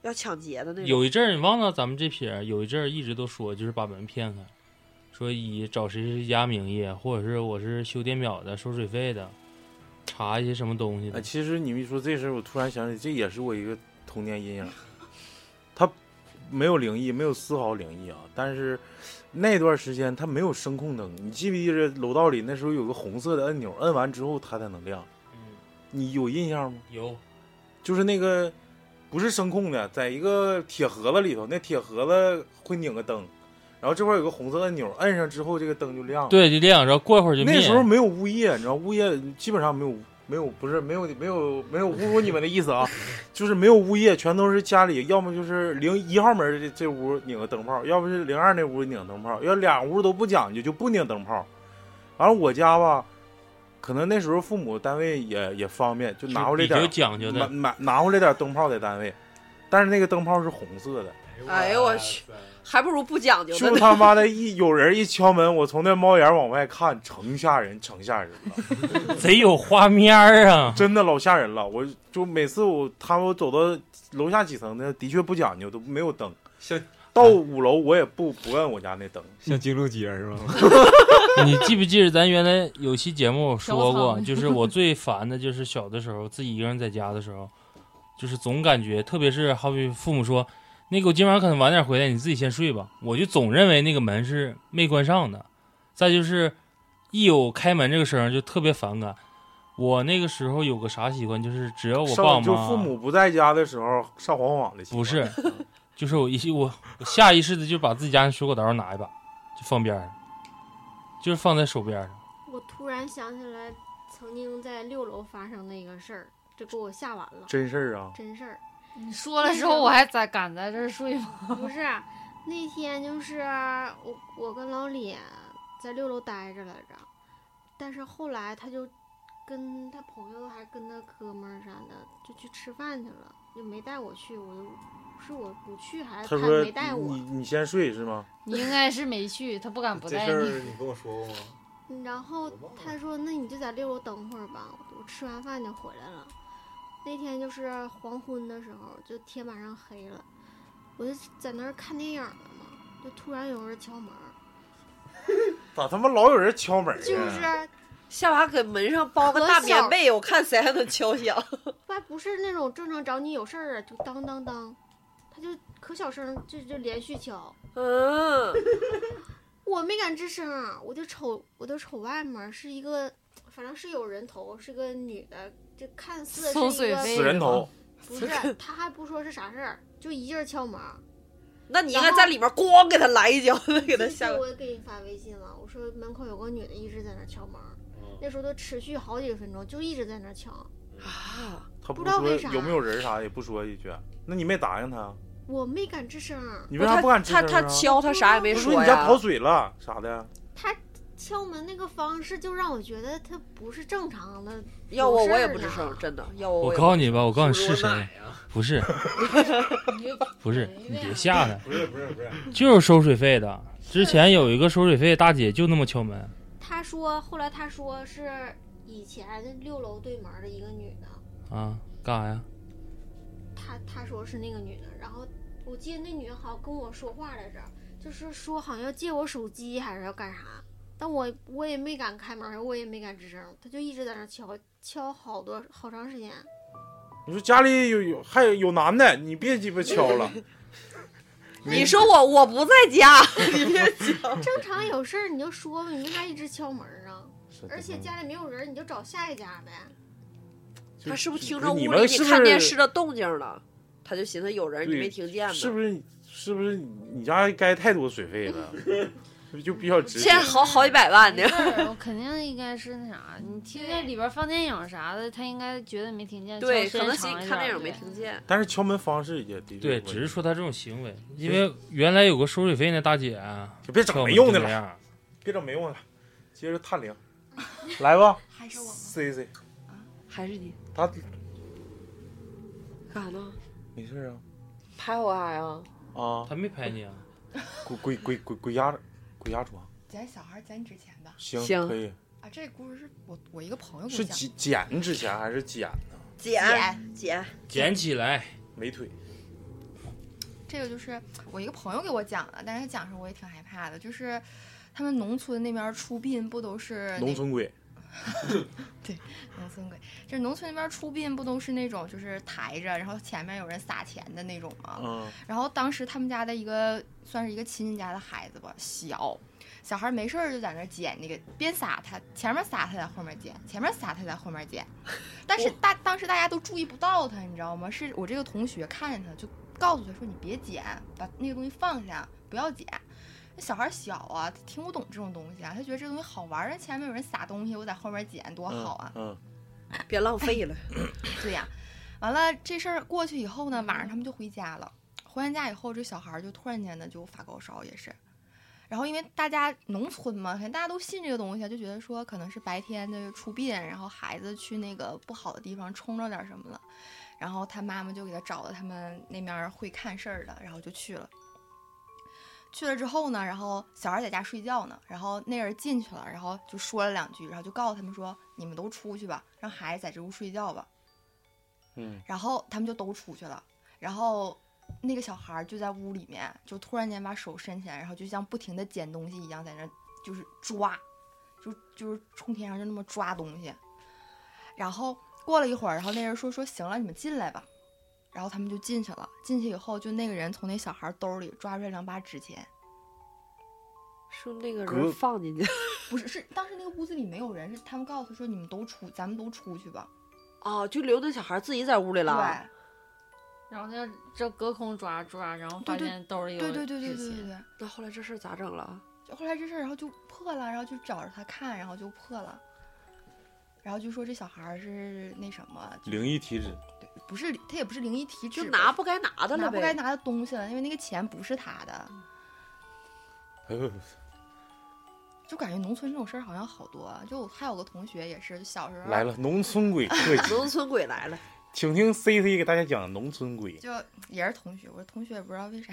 Speaker 5: 要抢劫的那种。
Speaker 4: 有一阵儿你忘了咱们这撇儿，有一阵儿一直都说就是把门骗开，说以找谁谁家名义，或者是我是修电表的、收水费的，查一些什么东西
Speaker 2: 哎，
Speaker 4: 的。
Speaker 2: 其实你们一说这事儿，我突然想起，这也是我一个童年阴 影。他没有灵异，没有丝毫灵异啊，但是那段时间他没有声控灯，你记不记着楼道里那时候有个红色的按钮，摁完之后它才能亮。你有印象吗？
Speaker 4: 嗯有，
Speaker 2: 就是那个不是声控的，在一个铁盒子里头，那铁盒子会拧个灯，然后这块儿有个红色按钮，摁上之后这个灯就亮了。
Speaker 4: 对，就这样，然后过一会儿就灭。
Speaker 2: 那时候没有物业，你知道，物业基本上没有，没有，不是没有，没有，没有侮辱你们的意思 啊，就是没有物业，全都是家里，要么就是零一号门这这屋拧个灯泡，要不是零二那屋拧灯泡，要俩屋都不讲究，就不拧灯泡。完了我家吧，可能那时候父母单位也也方便，就拿回来点儿
Speaker 4: 比较讲究的
Speaker 2: 买买拿回来点儿灯泡在单位，但是那个灯泡是红色的。
Speaker 5: 哎呦我去，还不如不讲究的呢。
Speaker 2: 就他妈的一有人一敲门，我从那猫眼往外看，成吓人，成吓人了，
Speaker 4: 贼有画面 啊！
Speaker 2: 真的老吓人了。我就每次我他们走到楼下几层的，的确不讲究，都没有 灯。到五楼我也不不摁我家那灯，
Speaker 9: 像金鹿街是吧？
Speaker 4: 你记不记得咱原来有期节目我说
Speaker 2: 小
Speaker 4: 过，
Speaker 2: 草
Speaker 4: 就是我最烦的就是小的时候自己一个人在家的时候，就是总感觉，特别是好比父母说，那个我今晚可能晚点回来，你自己先睡吧，我就总认为那个门是没关上的。再就是，一有开门这个声儿就特别反感。我那个时候有个啥习惯，就是只要我爸我
Speaker 2: 上
Speaker 4: 妈
Speaker 2: 就父母不在家的时候上晃晃的习惯。
Speaker 4: 不是，
Speaker 6: 嗯
Speaker 4: 就是我一我我下意识的就把自己家那水果刀拿一把，就放边儿上，就是放在手边上。
Speaker 10: 我突然想起来，曾经在六楼发生的一个事儿，这给我吓完了。
Speaker 2: 真事儿啊
Speaker 10: 真事儿。
Speaker 6: 你说了之后，我还咋敢在这儿睡吗？
Speaker 10: 不是，那天就是我我跟老李在六楼待着来着，但是后来他就跟他朋友还跟他哥们儿啥的，就去吃饭去了，就没带我去，我就是我不去还是
Speaker 2: 他说
Speaker 10: 没带我
Speaker 2: 你？你先睡是吗？
Speaker 6: 你应该是没去，他不敢不
Speaker 9: 这
Speaker 6: 带
Speaker 9: 事
Speaker 6: 你。
Speaker 9: 儿你跟我说过吗？
Speaker 10: 然后他说：“那你就在六楼等会儿吧，我吃完饭就回来了。”那天就是黄昏的时候，就天马上黑了，我就在那儿看电影呢嘛，就突然有人敲门儿，
Speaker 2: 咋他妈老有人敲门？啊
Speaker 10: 就是
Speaker 5: 夏娃嗯给门上包个
Speaker 10: 可
Speaker 5: 大
Speaker 10: 小
Speaker 5: 棉被，我看谁还能敲响。
Speaker 10: 还不是那种正常找你有事儿啊，就当当当，他就可小声，就就连续敲。
Speaker 5: 嗯，
Speaker 10: 我没敢吱声啊，我就瞅，我就瞅外面儿是一个，反正是有人头，是个女的，就看似
Speaker 6: 搜
Speaker 10: 是一个
Speaker 2: 死人头，
Speaker 10: 不是，他还不说是啥事儿，就一劲儿敲门儿。
Speaker 5: 那你应该在里面咣给他来一脚，给他吓
Speaker 10: 这
Speaker 5: 个。
Speaker 10: 我也给你发微信了，我说门口有个女的一直在那儿敲门儿，
Speaker 2: 嗯
Speaker 10: 那时候都持续好几分钟，就一直在那儿敲。
Speaker 5: 啊，
Speaker 2: 他不
Speaker 10: 知道
Speaker 2: 说
Speaker 10: 为啥
Speaker 2: 有没有人啥也不说一句，那你没答应他，啊
Speaker 10: 我没敢吱声儿。
Speaker 2: 你为啥不敢吱声啊
Speaker 5: 他他敲他啥也没
Speaker 2: 他说
Speaker 5: 说
Speaker 2: 你家
Speaker 5: 呀
Speaker 2: 跑水了啥的，
Speaker 10: 他敲门那个方式就让我觉得他不是正常的。
Speaker 5: 要我
Speaker 10: 有事
Speaker 5: 我也
Speaker 10: 儿
Speaker 5: 不
Speaker 10: 呢
Speaker 5: 吱声，真的。要我
Speaker 4: 我
Speaker 5: 也
Speaker 4: 告诉
Speaker 5: 不
Speaker 4: 你吧，我告诉你
Speaker 5: 是不
Speaker 4: 是
Speaker 5: 是我
Speaker 4: 谁，不是， 不是，
Speaker 6: 哎
Speaker 4: 你别吓他，
Speaker 9: 不是不是不是，
Speaker 4: 就是收水费的。之前有一个收水费大姐就那么敲门，
Speaker 10: 他说后来他说是以前六楼对门儿的一个女的，
Speaker 4: 啊，干啥呀？
Speaker 10: 他他说是那个女的，然后我记得那女的好像跟我说话来着，就是说好像要借我手机还是要干啥，但我我也没敢开门，我也没敢吱声，他就一直在那敲敲好多好长时间。
Speaker 2: 你说家里有有还有有男的，你别鸡巴敲 了，
Speaker 5: 你说我我不在家，
Speaker 10: 正常有事儿你就说呗，你为啥一直敲门啊？
Speaker 2: 是
Speaker 10: 而且家里没有人，你就找下一家呗。
Speaker 5: 他是不是听
Speaker 2: 就
Speaker 5: 着屋
Speaker 2: 你
Speaker 5: 里
Speaker 2: 们是不是
Speaker 5: 看电视的动静了？他就寻思有人，你
Speaker 2: 对
Speaker 5: 没听见吗？
Speaker 2: 是不是？是不是你家该太多水费了？是不是就比较直接
Speaker 5: 现？在好好几百万呢
Speaker 6: 没。事儿我肯定应该是那啥，你听见里边放电影啥的，他应该觉得没听见。
Speaker 5: 对，
Speaker 6: 敲时
Speaker 5: 可
Speaker 6: 间
Speaker 5: 能寻
Speaker 6: 长一
Speaker 5: 看
Speaker 6: 点
Speaker 5: 电
Speaker 6: 儿
Speaker 5: 影没听见。
Speaker 2: 但是敲门方式也的确
Speaker 4: 对，
Speaker 2: 有问
Speaker 4: 只是
Speaker 2: 题
Speaker 4: 说他这种行为，因为原来有个收水费那大姐啊，
Speaker 2: 就别整
Speaker 4: 敲门
Speaker 2: 没用的
Speaker 4: 就那样
Speaker 2: 了，别整没用的了，接着探灵，来吧，还是我 C C，
Speaker 5: 还是你
Speaker 2: 他
Speaker 5: 干啥呢？
Speaker 2: 没事啊
Speaker 5: 拍我干啥呀？
Speaker 2: 啊，
Speaker 4: 他没拍你啊，
Speaker 2: 鬼鬼鬼鬼鬼压鬼压床，
Speaker 3: 捡小孩儿捡纸钱吧。
Speaker 2: 行
Speaker 5: 行
Speaker 2: 可以，
Speaker 3: 啊，这故事是我我一个朋友给我
Speaker 2: 是
Speaker 3: 讲的
Speaker 2: 捡捡之前还是捡呢？
Speaker 5: 捡捡，
Speaker 4: 捡起来，
Speaker 2: 美腿，
Speaker 3: 这个就是我一个朋友给我讲的，但是他讲的时候我也挺害怕的，就是他们农村那边儿出殡不都是那
Speaker 2: 农村鬼，
Speaker 3: 农村鬼，就是农村那边出殡不都是那种就是抬着，然后前面有人撒钱的那种吗？
Speaker 2: 嗯
Speaker 3: 然后当时他们家的一个算是一个亲戚家的孩子吧，小小孩没事儿就在那儿捡那个，边撒他前面撒他在后面捡，前面撒他在后面捡，但是大当时大家都注意不到他，你知道吗？是我这个同学看见他就告诉他说你别捡，把那个东西放下，不要捡。那小孩小啊，他听不懂这种东西啊，他觉得这东西好玩儿，那前面有人撒东西，我在后面捡多好啊。
Speaker 2: 嗯，
Speaker 5: 别浪费了。
Speaker 3: 哎 对呀、完了这事儿过去以后呢，晚上他们就回家了。回完家以后，这小孩儿就突然间呢就发高烧，也是。然后因为大家农村嘛，可能大家都信这个东西，啊就觉得说可能是白天的出殡，然后孩子去那个不好的地方冲着点什么了。然后他妈妈就给他找了他们那面儿会看事儿的，然后就去了。去了之后呢，然后小孩在家睡觉呢，然后那人进去了，然后就说了两句，然后就告诉他们说：“你们都出去吧，让孩子在这屋睡觉吧。”
Speaker 2: 嗯，
Speaker 3: 然后他们就都出去了，然后那个小孩儿就在屋里面，就突然间把手伸起来，然后就像不停的捡东西一样，在那儿就是抓，就就是冲天上就那么抓东西。然后过了一会儿，然后那人说说行了，你们进来吧。然后他们就进去了，进去以后，就那个人从那小孩兜里抓出来两把纸钱，
Speaker 5: 是不是那个
Speaker 3: 隔
Speaker 5: 人放进去？
Speaker 3: 不是，是当时那个屋子里没有人，是他们告诉他说你们都出，咱们都出去吧。
Speaker 5: 哦，就留那小孩自己在屋里了。啊
Speaker 6: 然后他这隔空抓抓，然后发
Speaker 3: 对对
Speaker 6: 现兜里有
Speaker 3: 对对对对
Speaker 6: 纸
Speaker 3: 对
Speaker 6: 钱
Speaker 3: 对对。
Speaker 5: 那后来这事儿咋整了？啊
Speaker 3: 就后来这事儿，然后就破了，然后就找着他看，然后就破了，然后就说这小孩儿是那什么，
Speaker 2: 灵异体质，
Speaker 3: 不是他也不是灵异体质吧，就
Speaker 5: 拿不该拿的了
Speaker 3: 拿不该
Speaker 5: 呗
Speaker 3: 拿的东西了，因为那个钱不是他的。
Speaker 2: 哎呦，
Speaker 3: 就感觉农村这种事儿好像好多啊。就还有个同学也是小时候
Speaker 2: 来了， 农村 鬼特辑，
Speaker 5: 农村鬼来了，
Speaker 2: 请听 C C 给大家讲农村鬼。
Speaker 3: 就也是同学，我同学也不知道为 啥，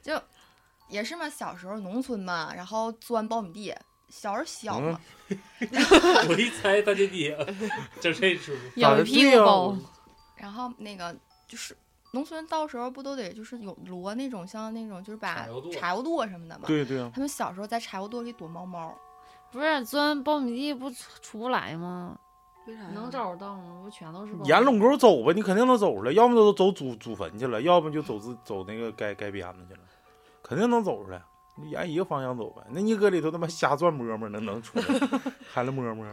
Speaker 3: 就也是嘛，小时候农村嘛，然后钻苞米地，小时候小
Speaker 2: 嗯
Speaker 3: 嘛，
Speaker 4: 嗯
Speaker 12: 我一猜他就爹，整这出，
Speaker 6: 咬一屁股包。
Speaker 3: 然后那个就是农村，到时候不都得就是有摞那种像那种就是把
Speaker 12: 柴火垛
Speaker 3: 柴火垛什么的嘛？
Speaker 2: 对对啊
Speaker 3: 他们小时候在柴火垛里躲猫猫，
Speaker 6: 不是钻苞米地不出出不来吗？
Speaker 5: 为啥
Speaker 6: 能找得到吗？不全都是苞
Speaker 2: 沿垄沟走吧，你肯定能走出来，要么都走祖祖坟去了，要么就走自走那个该该边子去了，肯定能走出来。你沿一个方向走呗，那你搁里头他妈瞎转摸摸，能能出来？ 喊了摸摸，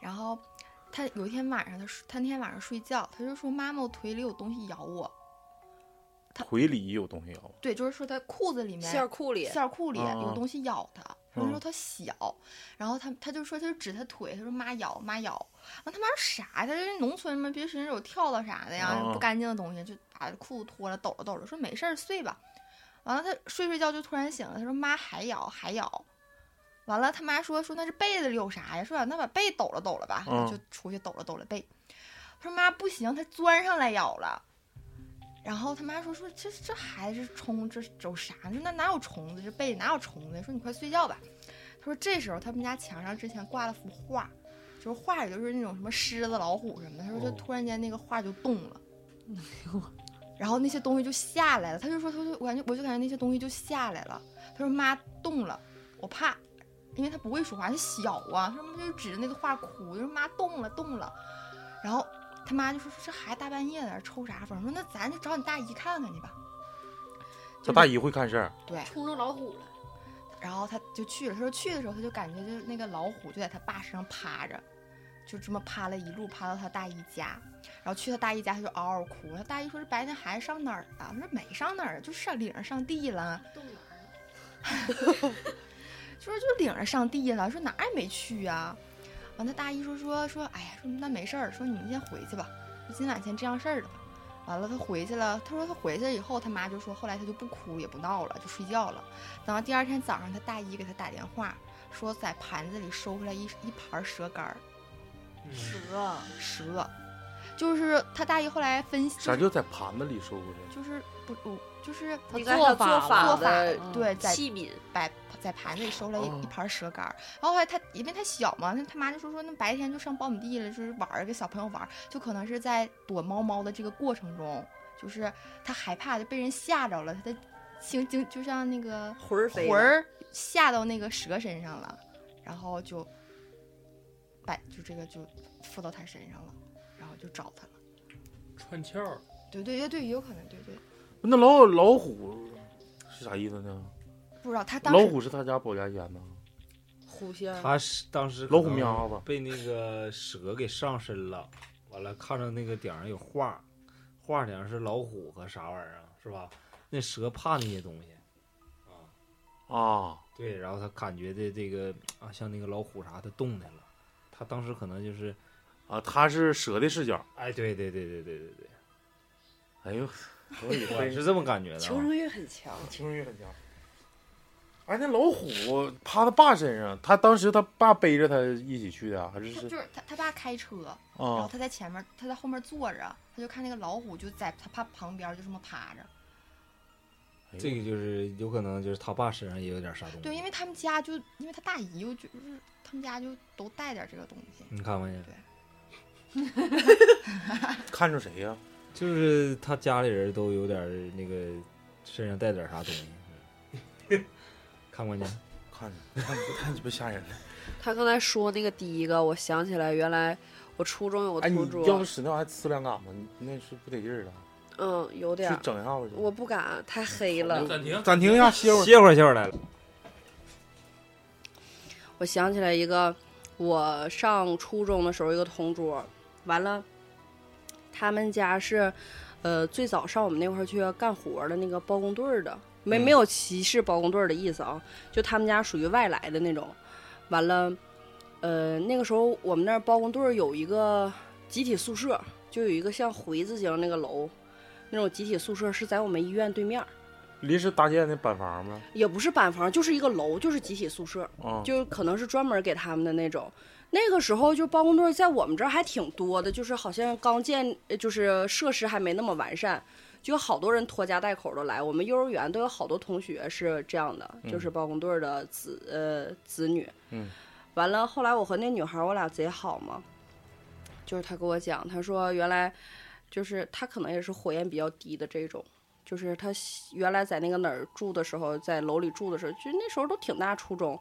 Speaker 3: 然后他有一天晚上，他睡他那天晚上睡觉，他就说妈妈，我腿里有东西咬我。
Speaker 2: 腿里有东西咬。
Speaker 3: 对，就是说他裤子里面
Speaker 5: 线儿裤里
Speaker 3: 线儿裤里
Speaker 2: 啊
Speaker 3: 有东西咬他。然后他说
Speaker 2: 嗯
Speaker 3: 他小，然后他他就说他就指他腿，他说妈咬妈咬，然后他妈说啥呀？他说农村嘛，别伸手跳蚤啥的呀，
Speaker 2: 啊
Speaker 3: 不干净的东西就把裤子脱了抖了抖了，说没事儿睡吧。完了他睡睡觉就突然醒了，他说妈还咬还咬。完了他妈说说那是被子里有啥呀？说那把被抖了抖了吧，
Speaker 16: 嗯
Speaker 3: 就出去抖了抖了被。他说妈不行，他钻上来咬了。然后他妈说说这这孩子是虫，这有啥？说那哪有虫子？这被里哪有虫子？说你快睡觉吧。他说这时候他们家墙上之前挂了幅画，就是画里就是那种什么狮子、老虎什么的。他说就
Speaker 6: 哦
Speaker 3: 突然间那个画就动了，然后那些东西就下来了。他就说他说我感觉我就感觉那些东西就下来了。他说妈动了，我怕，因为他不会说话，他小啊，他们就指着那个画哭，就是妈动了动了。然后他妈就说：“这孩子大半夜在那儿抽啥风？”说：“那咱就找你大姨看看去吧。
Speaker 2: 他大姨会看事儿，”
Speaker 3: 对，
Speaker 10: 冲着老虎了。
Speaker 3: 然后他就去了。他说去的时候，他就感觉就是那个老虎就在他爸身上趴着，就这么趴了一路，趴到他大姨家。然后去他大姨家，他就嗷嗷哭。他大姨说：“这白天孩子上哪儿了？”他说：“没上哪儿，啊就上领着上地了。”
Speaker 10: 动物
Speaker 3: 就说就领着上地了，说哪儿也没去呀、完，他大姨说说说，哎呀，说那没事儿，说你们先回去吧，说今晚先这样事儿了吧。完了，他回去了。他说他回去以后，他妈就说，后来他就不哭也不闹了，就睡觉了。等到第二天早上，他大姨给他打电话，说在盘子里收回来一一盘蛇干儿，
Speaker 2: 嗯
Speaker 5: 蛇
Speaker 3: 蛇，就是他大姨后来分析，
Speaker 2: 啥叫在盘子里收回来？
Speaker 3: 就是不我就是
Speaker 5: 他应该做是他做法
Speaker 3: 做
Speaker 5: 法
Speaker 3: 法
Speaker 5: 的嗯
Speaker 3: 对在
Speaker 5: 器皿
Speaker 3: 摆在盘子里收了一、一盘蛇干儿，然后后来他因为他小嘛，那他妈就说说那白天就上苞米地了，就是玩儿给小朋友玩儿，就可能是在躲猫猫的这个过程中，就是他害怕就被人吓着了，他的心经就像那个
Speaker 5: 魂儿飞
Speaker 3: 魂
Speaker 5: 了
Speaker 3: 儿吓到那个蛇身上了，然后就把就这个就附到他身上了，然后就找他了。
Speaker 4: 串窍儿，
Speaker 3: 对对对对，有可能对对，
Speaker 2: 那老老虎是啥意思呢？
Speaker 3: 不知道他当时
Speaker 2: 老虎是他家保家仙呢，
Speaker 5: 虎仙
Speaker 9: 他是当时
Speaker 2: 老虎喵子
Speaker 9: 被那个蛇给上身了，完了看着那个顶上有画，画顶上是老虎和啥玩意儿啊，是吧？那蛇怕那些东西，
Speaker 2: 啊，
Speaker 9: 对，然后他感觉的这个啊，像那个老虎啥，他动弹了，他当时可能就是
Speaker 2: 啊，他是蛇的视角，
Speaker 9: 哎，对对对对对对对，
Speaker 2: 哎 呦，
Speaker 9: 我以为是这么感觉的
Speaker 5: 求
Speaker 9: 啊，
Speaker 5: 生欲很强，
Speaker 2: 求生欲很强。哎，那老虎趴他爸身上，他当时他爸背着他一起去的啊，还是
Speaker 3: 他
Speaker 2: 是
Speaker 3: 就是他他爸开车，
Speaker 5: 哦
Speaker 3: 然后他在前面，他在后面坐着，他就看那个老虎就在他爸旁边就这么趴着。
Speaker 2: 哎
Speaker 9: 这个就是有可能就是他爸身上也有点啥东西，
Speaker 3: 对，因为他们家就因为他大姨，我觉得是他们家就都带点这个东西。
Speaker 9: 你看没见？
Speaker 2: 看着谁呀、
Speaker 9: 就是他家里人都有点儿那个身上带点儿啥东西，嗯看过去，
Speaker 2: 看看太鸡巴吓人了。
Speaker 5: 他刚才说那个第一个，我想起来，原来我初中有个
Speaker 2: 哎，
Speaker 5: 同
Speaker 2: 你
Speaker 5: 桌，
Speaker 2: 要是使那玩意儿呲两杆子，你那是不得劲儿了。
Speaker 5: 嗯，有点儿
Speaker 2: 去整一下子去
Speaker 5: 我不敢，太黑了。
Speaker 2: 暂停暂停一下歇会儿
Speaker 9: 歇会儿，歇会儿来了。
Speaker 5: 我想起来一个，我上初中的时候一个同桌，完了，他们家是，呃，最早上我们那块儿去干活的那个包工队儿的，没、没有歧视包工队儿的意思啊，就他们家属于外来的那种。完了，呃，那个时候我们那儿包工队儿有一个集体宿舍，就有一个像回字形那个楼，那种集体宿舍是在我们医院对面儿。
Speaker 2: 临时搭建的板房吗？
Speaker 5: 也不是板房，就是一个楼，就是集体宿舍，
Speaker 2: 嗯
Speaker 5: 就可能是专门给他们的那种。那个时候就包工队在我们这儿还挺多的，就是好像刚建，呃就是设施还没那么完善，就有好多人拖家带口的来。我们幼儿园都有好多同学是这样的，
Speaker 16: 嗯
Speaker 5: 就是包工队的子呃子女。
Speaker 2: 嗯
Speaker 5: 完了，后来我和那女孩儿，我俩贼好嘛，就是她跟我讲，她说原来就是她可能也是火焰比较低的这种，就是她喜原来在那个哪儿住的时候，在楼里住的时候，就那时候都挺大初中，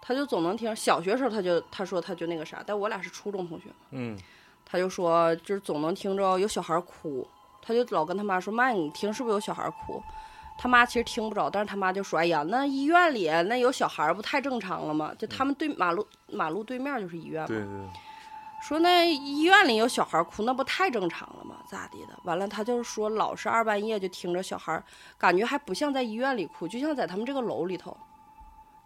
Speaker 5: 她就总能听小学时候她就她说她就那个啥，但我俩是初中同学嘛，
Speaker 2: 嗯
Speaker 5: 她就说就是总能听着有小孩儿哭，她就老跟她妈说妈你听是不是有小孩儿哭？他妈其实听不着，但是他妈就说：“哎呀，那医院里那有小孩儿不太正常了吗？就他们对马路马路对面就是医院嘛。
Speaker 2: 对对，
Speaker 5: 说那医院里有小孩哭，那不太正常了吗？咋地的？完了，他就是说老是二半夜就听着小孩儿，感觉还不像在医院里哭，就像在他们这个楼里头，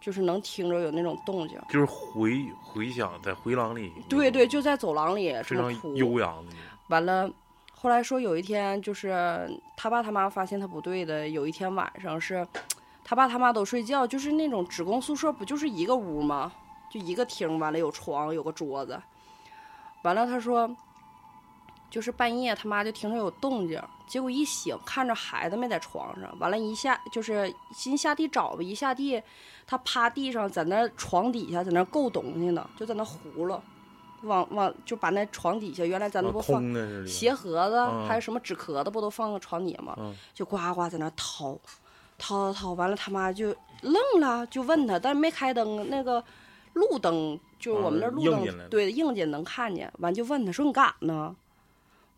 Speaker 5: 就是能听着有那种动静。
Speaker 2: 就是回回响在回廊里
Speaker 5: 对对，就在走廊里这
Speaker 2: 非
Speaker 5: 么
Speaker 2: 常
Speaker 5: 哭，
Speaker 2: 悠扬的，
Speaker 5: 完了，后来说有一天就是他爸他妈发现他不对的，有一天晚上是他爸他妈都睡觉，就是那种职工宿舍不就是一个屋吗？就一个厅，完了有床有个桌子，完了他说就是半夜他妈就听着有动静，结果一醒看着孩子没在床上，完了一下就是心下地找吧，一下地他趴地上在那床底下在那够东西呢，就在那胡了。往往就把那床底下原来咱那
Speaker 2: 往
Speaker 5: 不放
Speaker 2: 空的似的
Speaker 5: 鞋盒子、
Speaker 2: 嗯
Speaker 5: 还有什么纸壳子不都放床底下吗？
Speaker 2: 嗯
Speaker 5: 就呱呱在那掏，掏掏掏，完了他妈就愣了，就问他，但是没开灯，那个路灯就是我们那儿
Speaker 16: 啊
Speaker 5: 路
Speaker 16: 硬
Speaker 5: 灯，
Speaker 16: 进来了
Speaker 5: 对，硬进能看见。完就问他说你干啥呢？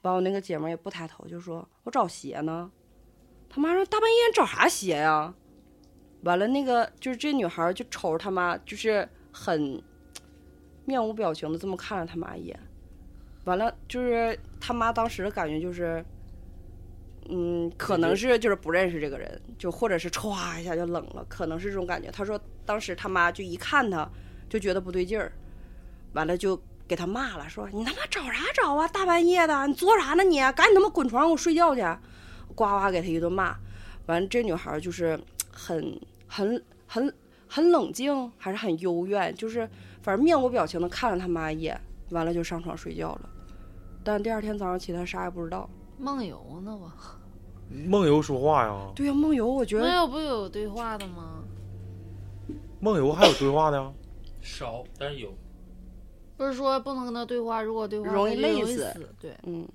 Speaker 5: 完我那个姐们儿也不抬头，就说我找鞋呢。他妈说大半夜你找啥鞋呀、完了那个就是这女孩儿就瞅着他妈，就是很面无表情的这么看了他妈一眼。完了就是他妈当时的感觉就是，嗯，可能是就是不认识这个人，就或者是歘一下就冷了，可能是这种感觉。他说当时他妈就一看他就觉得不对劲儿，完了就给他骂了，说你他妈找啥找啊，大半夜的，你做啥呢你？啊赶紧他妈滚床上给我睡觉去！呱呱给他一顿骂，完了这女孩就是很很很很冷静，还是很幽怨，就是反正面无表情的看了他妈一眼，完了就上床睡觉了。但第二天早上起来啥也不知道。
Speaker 6: 梦游呢吧？
Speaker 2: 梦游说话呀，
Speaker 5: 对呀、梦游我觉
Speaker 6: 梦
Speaker 5: 得
Speaker 6: 游不有对话的吗？
Speaker 2: 梦游还有对话的呀，
Speaker 4: 少，但是有。
Speaker 6: 不是说不能跟他对话，如果对话
Speaker 5: 容易
Speaker 6: 会
Speaker 5: 累
Speaker 6: 容易
Speaker 5: 死
Speaker 6: 死。对，
Speaker 5: 嗯，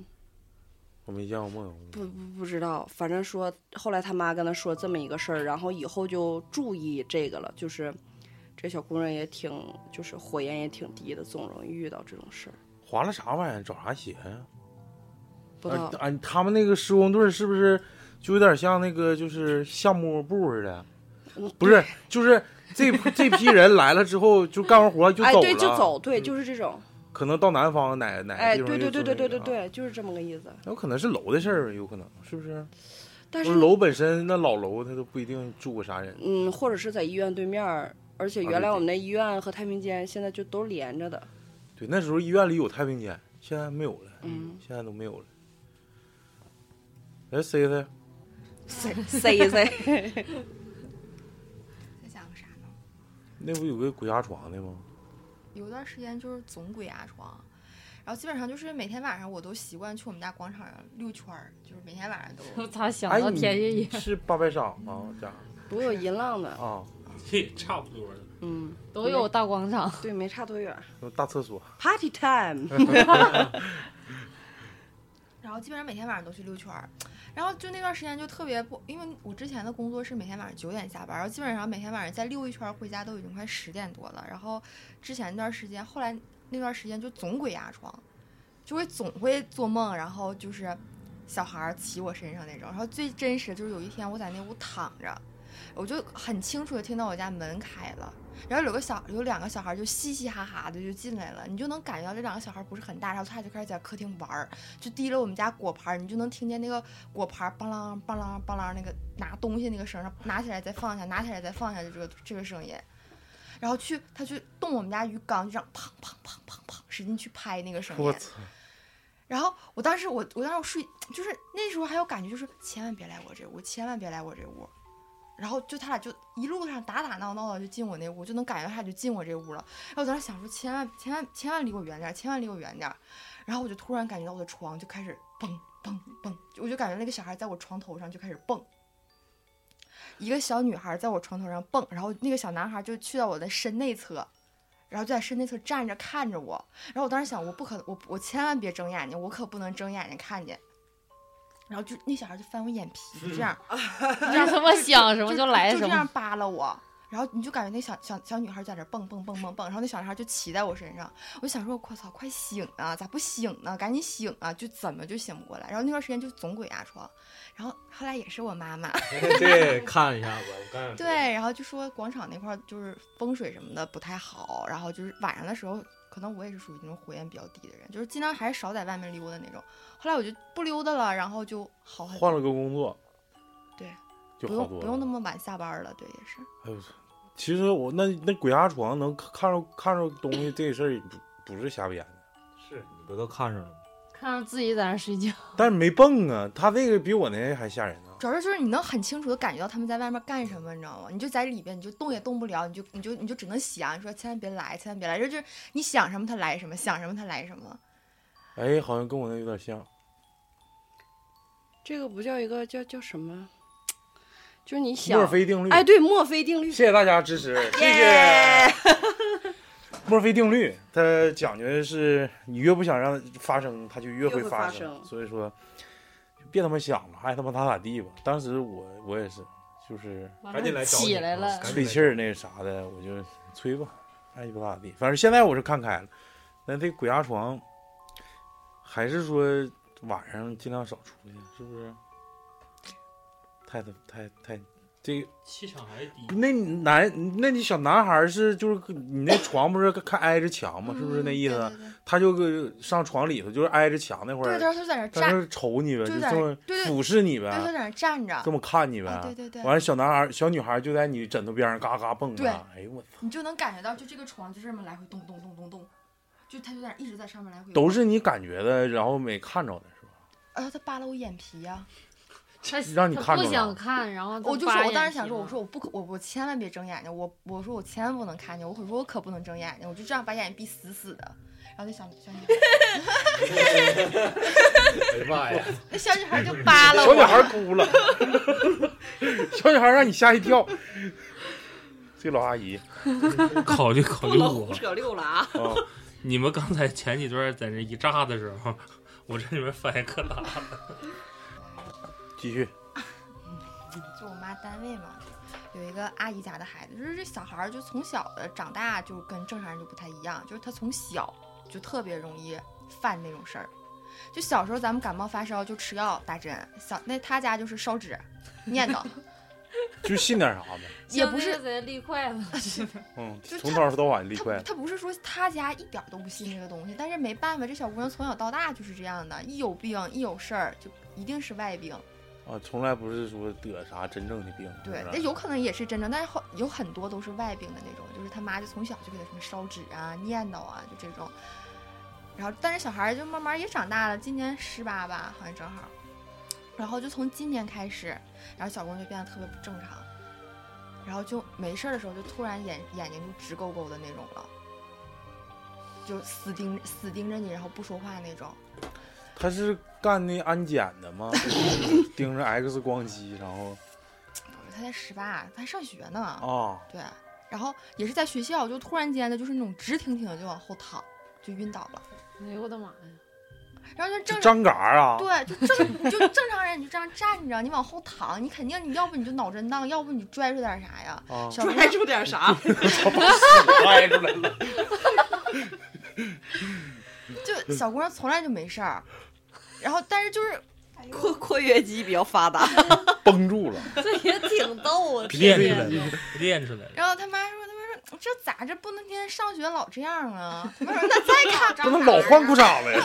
Speaker 2: 我没见过梦游。
Speaker 5: 不不不知道，反正说后来他妈跟他说这么一个事儿，然后以后就注意这个了，就是这小姑娘也挺就是火焰也挺低的，总容易遇到这种事儿。
Speaker 2: 划拉啥玩意儿？找啥鞋呀？
Speaker 5: 不知道
Speaker 2: 啊，啊他们那个施工队是不是就有点像那个就是项目部似的？
Speaker 5: 嗯
Speaker 2: 不是，就是这这批人来了之后就干完活就
Speaker 5: 哎，
Speaker 2: 走了，
Speaker 5: 对，就走，对，就是这种。
Speaker 2: 可能到南方哪哪
Speaker 5: 哎，
Speaker 2: 个地
Speaker 5: 对
Speaker 2: 方
Speaker 5: 对
Speaker 2: 又
Speaker 5: 对
Speaker 2: 做这
Speaker 5: 对
Speaker 2: 个
Speaker 5: 对对对，就是这么个意思。
Speaker 2: 有可能是楼的事儿，有可能是不是？
Speaker 5: 但是
Speaker 2: 楼本身那老楼，它都不一定住过啥人。
Speaker 5: 嗯，或者是在医院对面儿，而且
Speaker 2: 啊
Speaker 5: 原
Speaker 2: 对
Speaker 5: 来我
Speaker 2: 对
Speaker 5: 们那医院和太平间现在就都连着的。
Speaker 2: 对，那时候医院里有太平间，现在没有了，
Speaker 5: 嗯，
Speaker 2: 现在都没有了。哎来塞塞，
Speaker 5: 塞塞塞，
Speaker 3: 在想个啥呢？
Speaker 2: 那不有个鬼压床的吗？
Speaker 3: 有一段时间就是总鬼压床，然后基本上就是每天晚上我都习惯去我们家广场上溜圈儿，就是每天晚上都。
Speaker 6: 我 咋想
Speaker 2: 哎，
Speaker 6: 到
Speaker 2: 你
Speaker 6: 田俊也？
Speaker 2: 是八百掌吗？家
Speaker 5: 不有银浪的，
Speaker 2: 啊，
Speaker 4: 也差不多了。
Speaker 5: 嗯，
Speaker 6: 哦都有大广场，
Speaker 5: 对，没差多远。
Speaker 2: 有大厕所。
Speaker 5: Party time，
Speaker 3: 然后基本上每天晚上都去溜圈儿，然后就那段时间就特别不，因为我之前的工作是每天晚上九点下班，然后基本上每天晚上再溜一圈儿回家都已经快十点多了。然后之前那段时间，后来那段时间就总鬼压床，就会总会做梦，然后就是小孩儿骑我身上那种。然后最真实的就是有一天我在那屋躺着，我就很清楚的听到我家门开了，然后有个小有两个小孩就嘻嘻哈哈的就进来了，你就能感觉到这两个小孩不是很大，然后他就开始在客厅玩儿，就提了我们家果盘儿，你就能听见那个果盘儿梆啷梆啷梆啷那个拿东西那个声儿，拿起来再放下，拿起来再放下的这个这个声音，然后去他去动我们家鱼缸，就这样砰砰砰砰砰使劲去拍那个声音
Speaker 16: 我，操！
Speaker 3: 然后我当时我我当时我睡，就是那时候还有感觉，就是千万别来我这屋，千万别来我这屋。然后就他俩就一路上打打闹闹的就进我那屋，就能感觉他俩就进我这屋了。然后我当时想说，千万千万千万离我远点儿，千万离我远点儿。然后我就突然感觉到我的床就开始蹦蹦蹦，我就感觉那个小孩在我床头上就开始蹦。一个小女孩在我床头上蹦，然后那个小男孩就去到我的身内侧，然后就在身内侧站着看着我。然后我当时想，我不可我我千万别睁眼睛，我可不能睁眼睛看见。然后就那小孩就翻我眼皮，就这样， 就这样
Speaker 6: 让他们想什么就来
Speaker 3: 就
Speaker 6: 什
Speaker 3: 这样
Speaker 6: 么。
Speaker 3: 扒拉我。然后你就感觉那小小小女孩在那儿蹦蹦蹦蹦蹦，然后那小男孩就骑在我身上，我就想说，我操，快醒啊，咋不醒呢？赶紧醒啊！就怎么就醒不过来。然后那段时间就总鬼压床，然后后来也是我妈妈，
Speaker 9: 对，看一下吧，我刚才
Speaker 3: 对，然后就说广场那块儿就是风水什么的不太好，然后就是晚上的时候，可能我也是属于那种火焰比较低的人，就是尽量还是少在外面溜达那种。后来我就不溜达了，然后就好很多
Speaker 2: 换了个工作，
Speaker 3: 对，
Speaker 2: 就
Speaker 3: 不
Speaker 2: 好
Speaker 3: 用
Speaker 2: 多
Speaker 3: 不用
Speaker 2: 了。
Speaker 3: 那么晚下班了，对，也是。
Speaker 2: 哎呦，其实我那那鬼压床能看着看着东西这事儿也不不是瞎编的，
Speaker 9: 是你不都看上了吗？
Speaker 6: 看着自己在那睡觉，
Speaker 2: 但是没蹦啊，他这个比我那还吓人呢。
Speaker 3: 主要是就是你能很清楚的感觉到他们在外面干什么，你知道吗？你就在里边，你就动也动不了，你就你就你就只能想，你说千万别来，千万别来，这就是你想什么他来什么，想什么他来什么。
Speaker 2: 哎，好像跟我那有点像。
Speaker 5: 这个不叫一个叫叫什么？就是你想
Speaker 2: 墨菲定律，
Speaker 5: 哎，对，墨菲定律。
Speaker 2: 谢谢大家 支持，谢谢。墨菲 定律，它讲究的是你越不想让它发生，它就越
Speaker 5: 越会
Speaker 2: 发
Speaker 5: 发生
Speaker 2: 所以说，别他妈想了，爱他妈咋咋地吧。当时我我也是，就是
Speaker 9: 赶紧来找你起来了赶紧来
Speaker 2: 吹气儿那啥的，我就吹吧，爱鸡巴咋地。反正现在我是看开了，那这鬼压床，还是说晚上尽量少出去，是不是？太他太太这个
Speaker 4: 气场还是低。
Speaker 2: 那你男，那你小男孩儿是就是你那床不是看挨着墙
Speaker 3: 嗯
Speaker 2: 吗？是不是那意思？他就搁上床里头，就是挨着墙那会儿，
Speaker 3: 对，他说他在那儿
Speaker 2: 他
Speaker 3: 站，
Speaker 2: 就是瞅你呗，
Speaker 3: 就
Speaker 2: 就
Speaker 3: 在
Speaker 2: 这么
Speaker 3: 对对
Speaker 2: 俯视你呗，
Speaker 3: 对，他在那儿站着，
Speaker 2: 这么看你呗。
Speaker 3: 啊对对对
Speaker 2: 完了，小男孩儿、小女孩儿就在你枕头边上嘎嘎蹦
Speaker 3: 对
Speaker 2: 啊！哎呦我操，
Speaker 3: 你就能感觉到，就这个床就这么来回动动动动动，就他就在那儿一直在上面来回。
Speaker 2: 都是你感觉的，然后没看着的是吧？
Speaker 3: 啊，他扒拉我眼皮 呀、
Speaker 6: 他
Speaker 2: 让你看着了
Speaker 6: 看，然后
Speaker 3: 我就说
Speaker 6: 扒，
Speaker 3: 我当
Speaker 6: 眼
Speaker 3: 时想
Speaker 6: 皮
Speaker 3: 说，我
Speaker 6: 嘛
Speaker 3: 说我不可，我我千万别睁眼睛，我我说我千万不能看见，我可说我可不能睁眼睛，我就这样把眼睛闭死死的。然后那小小女孩，
Speaker 9: 哎呀妈呀！
Speaker 3: 那小女孩就扒拉我，
Speaker 2: 小女孩儿哭了， 小女孩儿让你吓一跳。这老阿姨，
Speaker 4: 考虑考虑我，
Speaker 5: 扯溜了啊！
Speaker 4: 你们刚才前几段在那一炸的时候， 我这里面反应可大 了。
Speaker 2: 继续，
Speaker 3: 就我妈单位嘛，有一个阿姨家的孩子，就是这小孩儿就从小的长大就跟正常人就不太一样，就是他从小就特别容易犯那种事儿。就小时候咱们感冒发烧就吃药打针，小那他家就是烧纸，念叨
Speaker 2: 就信点啥 呗。
Speaker 3: 也不是
Speaker 6: 贼立筷 子，
Speaker 2: 嗯，
Speaker 3: 就
Speaker 2: 从
Speaker 3: 他
Speaker 2: 早到晚立筷子。
Speaker 3: 他不是说他家一点儿都不信这个东西，但是没办法，这小姑娘从小到大就是这样的，一有病一有事儿就一定是外病。
Speaker 2: 啊，从来不是说得啥真正的病，是
Speaker 3: 对，
Speaker 2: 不
Speaker 3: 那
Speaker 2: 是
Speaker 3: 有可能也是真正，但是后有很多都是外病的那种，就是他妈就从小就给他什么烧纸啊、念叨啊，就这种。然后，但是小孩儿就慢慢也长大了，今年十八吧，好像正好。然后就从今年开始，然后小公就变得特别不正常，然后就没事儿的时候就突然眼眼睛就直勾勾的那种了，就死盯死盯着你，然后不说话那种。
Speaker 2: 他是干那安检的吗？ 盯着 X 光机，然后
Speaker 3: 不是，他才十八，他还上学呢。
Speaker 2: 啊，
Speaker 3: 对，然后也是在学校，就突然间的，就是那种直挺挺的就往后躺，就晕倒了。
Speaker 6: 哎呦我的妈呀！
Speaker 3: 然后就正
Speaker 2: 张嘎儿啊
Speaker 3: 对，就正就正常人你就这样站着，你往后躺，你肯定你要不你就脑震荡，要不你就拽出点啥呀？
Speaker 2: 啊
Speaker 3: 小姑娘
Speaker 5: 拽出点 啥
Speaker 2: 拍出来了。
Speaker 3: 就小姑娘从来就没事儿，然后但是就是
Speaker 5: 括括约肌比较发达，
Speaker 2: 绷住了，
Speaker 5: 这也挺逗 啊
Speaker 4: 练出来了，练出来了。
Speaker 3: 然后他妈说，他妈说这咋这不能天天上学老这样啊？他妈说那再看
Speaker 2: 不能老换裤衩子呀。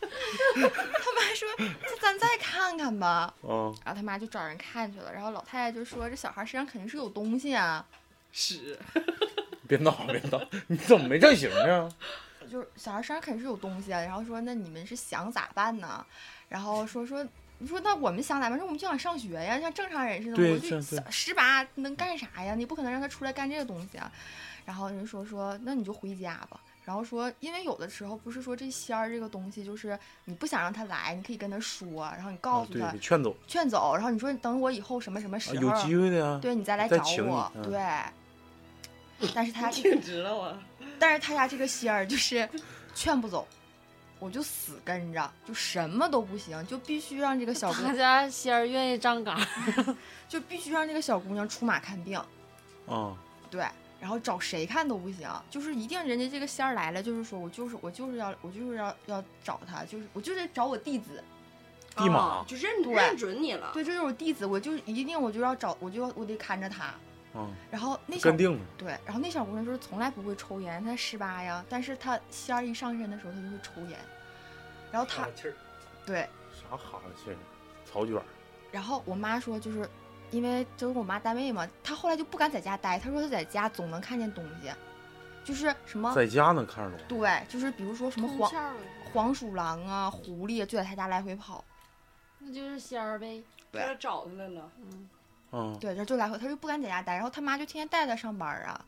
Speaker 3: 他妈说：“那咱再看看吧。”
Speaker 2: 嗯
Speaker 3: 然后他妈就找人看去了。然后老太太就说：“这小孩身上肯定是有东西啊。”
Speaker 5: 是，
Speaker 2: 别闹，别闹，你怎么没正形 呢？
Speaker 3: 就是小孩身上肯定是有东西啊。然后说：“那你们是想咋办呢？”然后说说你说那我们想咋办？说我们就想上学呀，像正常人似的，
Speaker 2: 对
Speaker 3: 我
Speaker 2: 像
Speaker 3: 就
Speaker 2: 对
Speaker 3: 十八能干啥呀？你不可能让他出来干这个东西啊。然后人说说那你就回家吧。然后说，因为有的时候不是说这仙儿这个东西，就是你不想让他来，你可以跟他说，然后你告
Speaker 2: 啊
Speaker 3: 诉
Speaker 2: 对
Speaker 3: 他，，
Speaker 2: 给劝走。
Speaker 3: 劝走，然后你说你等我以后什么什么时候、
Speaker 2: 有机会的呀
Speaker 3: 对你再来
Speaker 2: 再
Speaker 3: 找
Speaker 2: 请你
Speaker 3: 我，
Speaker 2: 嗯
Speaker 3: 对。但是他
Speaker 5: 挺直了我，
Speaker 3: 但是他家这个仙儿就是劝不走，我就死跟着，就什么都不行，就必须让这个小姑
Speaker 6: 他家仙儿愿意站岗，
Speaker 3: 就必须让这个小姑娘出马看病，
Speaker 2: 啊，
Speaker 3: 对。然后找谁看都不行，就是一定人家这个仙儿来了，就是说我就是我就是要我就是要要找他，就是我就得找我弟子，
Speaker 2: 地马
Speaker 5: 哦就认
Speaker 3: 对
Speaker 5: 认准你了。
Speaker 3: 对，这就是我弟子，我就一定我就要找，我就要我得看着他。
Speaker 5: 嗯
Speaker 2: 啊，
Speaker 3: 然后那小
Speaker 2: 跟定了
Speaker 3: 对，然后那小姑娘就是从来不会抽烟，她十八呀，但是她仙儿一上身的时候，她就会抽烟，然后
Speaker 2: 哦
Speaker 3: 她对，
Speaker 2: 啥哈气儿？草卷儿，
Speaker 3: 然后我妈说就是因为就是我妈单位嘛，她后来就不敢在家待，她说她在家总能看见东西，就是什么
Speaker 2: 在家能看着吗？
Speaker 3: 对，就是比如说什么
Speaker 6: 通
Speaker 3: 黄
Speaker 6: 窍儿
Speaker 3: 黄鼠狼啊、狐狸啊就在她家来回跑，
Speaker 6: 那就是仙儿呗。
Speaker 3: 对
Speaker 5: 这找他来了。
Speaker 2: 嗯，
Speaker 3: 对，就就来回，他就不敢在家待，然后他妈就天天带他上班儿啊。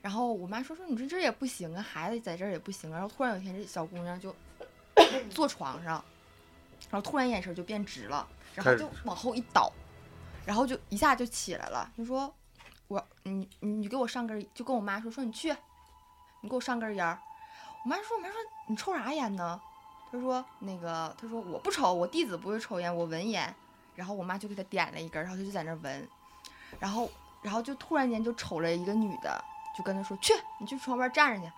Speaker 3: 然后我妈说说你这这也不行啊，孩子在这儿也不行啊。然后突然有一天，这小姑娘就坐床上，然后突然眼神就变直了，然后
Speaker 2: 开
Speaker 3: 就
Speaker 2: 始
Speaker 3: 往后一倒，然后就一下就起来了，就说我你你你给我上根儿，就跟我妈说说你去，你给我上根儿烟儿。我妈说我妈说你抽啥烟呢？她说那个她说我不抽，我弟子不会抽烟，我闻烟。然后我妈就给她点了一根儿，然后她就在那儿闻，然后然后就突然间就瞅着一个女的，就跟她说去，你去床边站着去。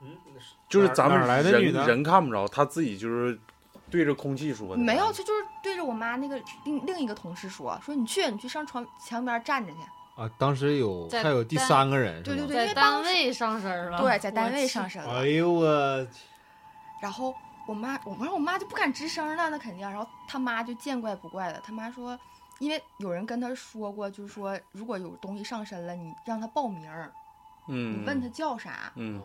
Speaker 12: 嗯，那是
Speaker 2: 就是
Speaker 12: 哪儿
Speaker 2: 咱们
Speaker 12: 哪儿来的
Speaker 2: 人
Speaker 12: 女的
Speaker 2: 人看不着，他自己就是对着空气说的。
Speaker 3: 没有，，这就是对着我妈那个另另一个同事说，说你去，你去上床墙边站着去。
Speaker 9: 啊，当时有
Speaker 3: 在
Speaker 9: 还有第
Speaker 3: 在
Speaker 9: 三个人，是
Speaker 3: 对对对，
Speaker 9: 吗
Speaker 3: 因
Speaker 6: 在
Speaker 3: 为
Speaker 6: 单
Speaker 3: 当时
Speaker 6: 位上身了，
Speaker 3: 对，在单
Speaker 6: 我
Speaker 3: 位
Speaker 6: 去
Speaker 3: 上身了
Speaker 9: 哎。呦我去，
Speaker 3: 然后我妈，我不是我妈就不敢吱声了，那肯定。然后他妈就见怪不怪了，他妈说，因为有人跟他说过，就是说如果有东西上身了，你让他报名儿，
Speaker 2: 嗯，
Speaker 3: 你问他，叫啥。
Speaker 2: 嗯，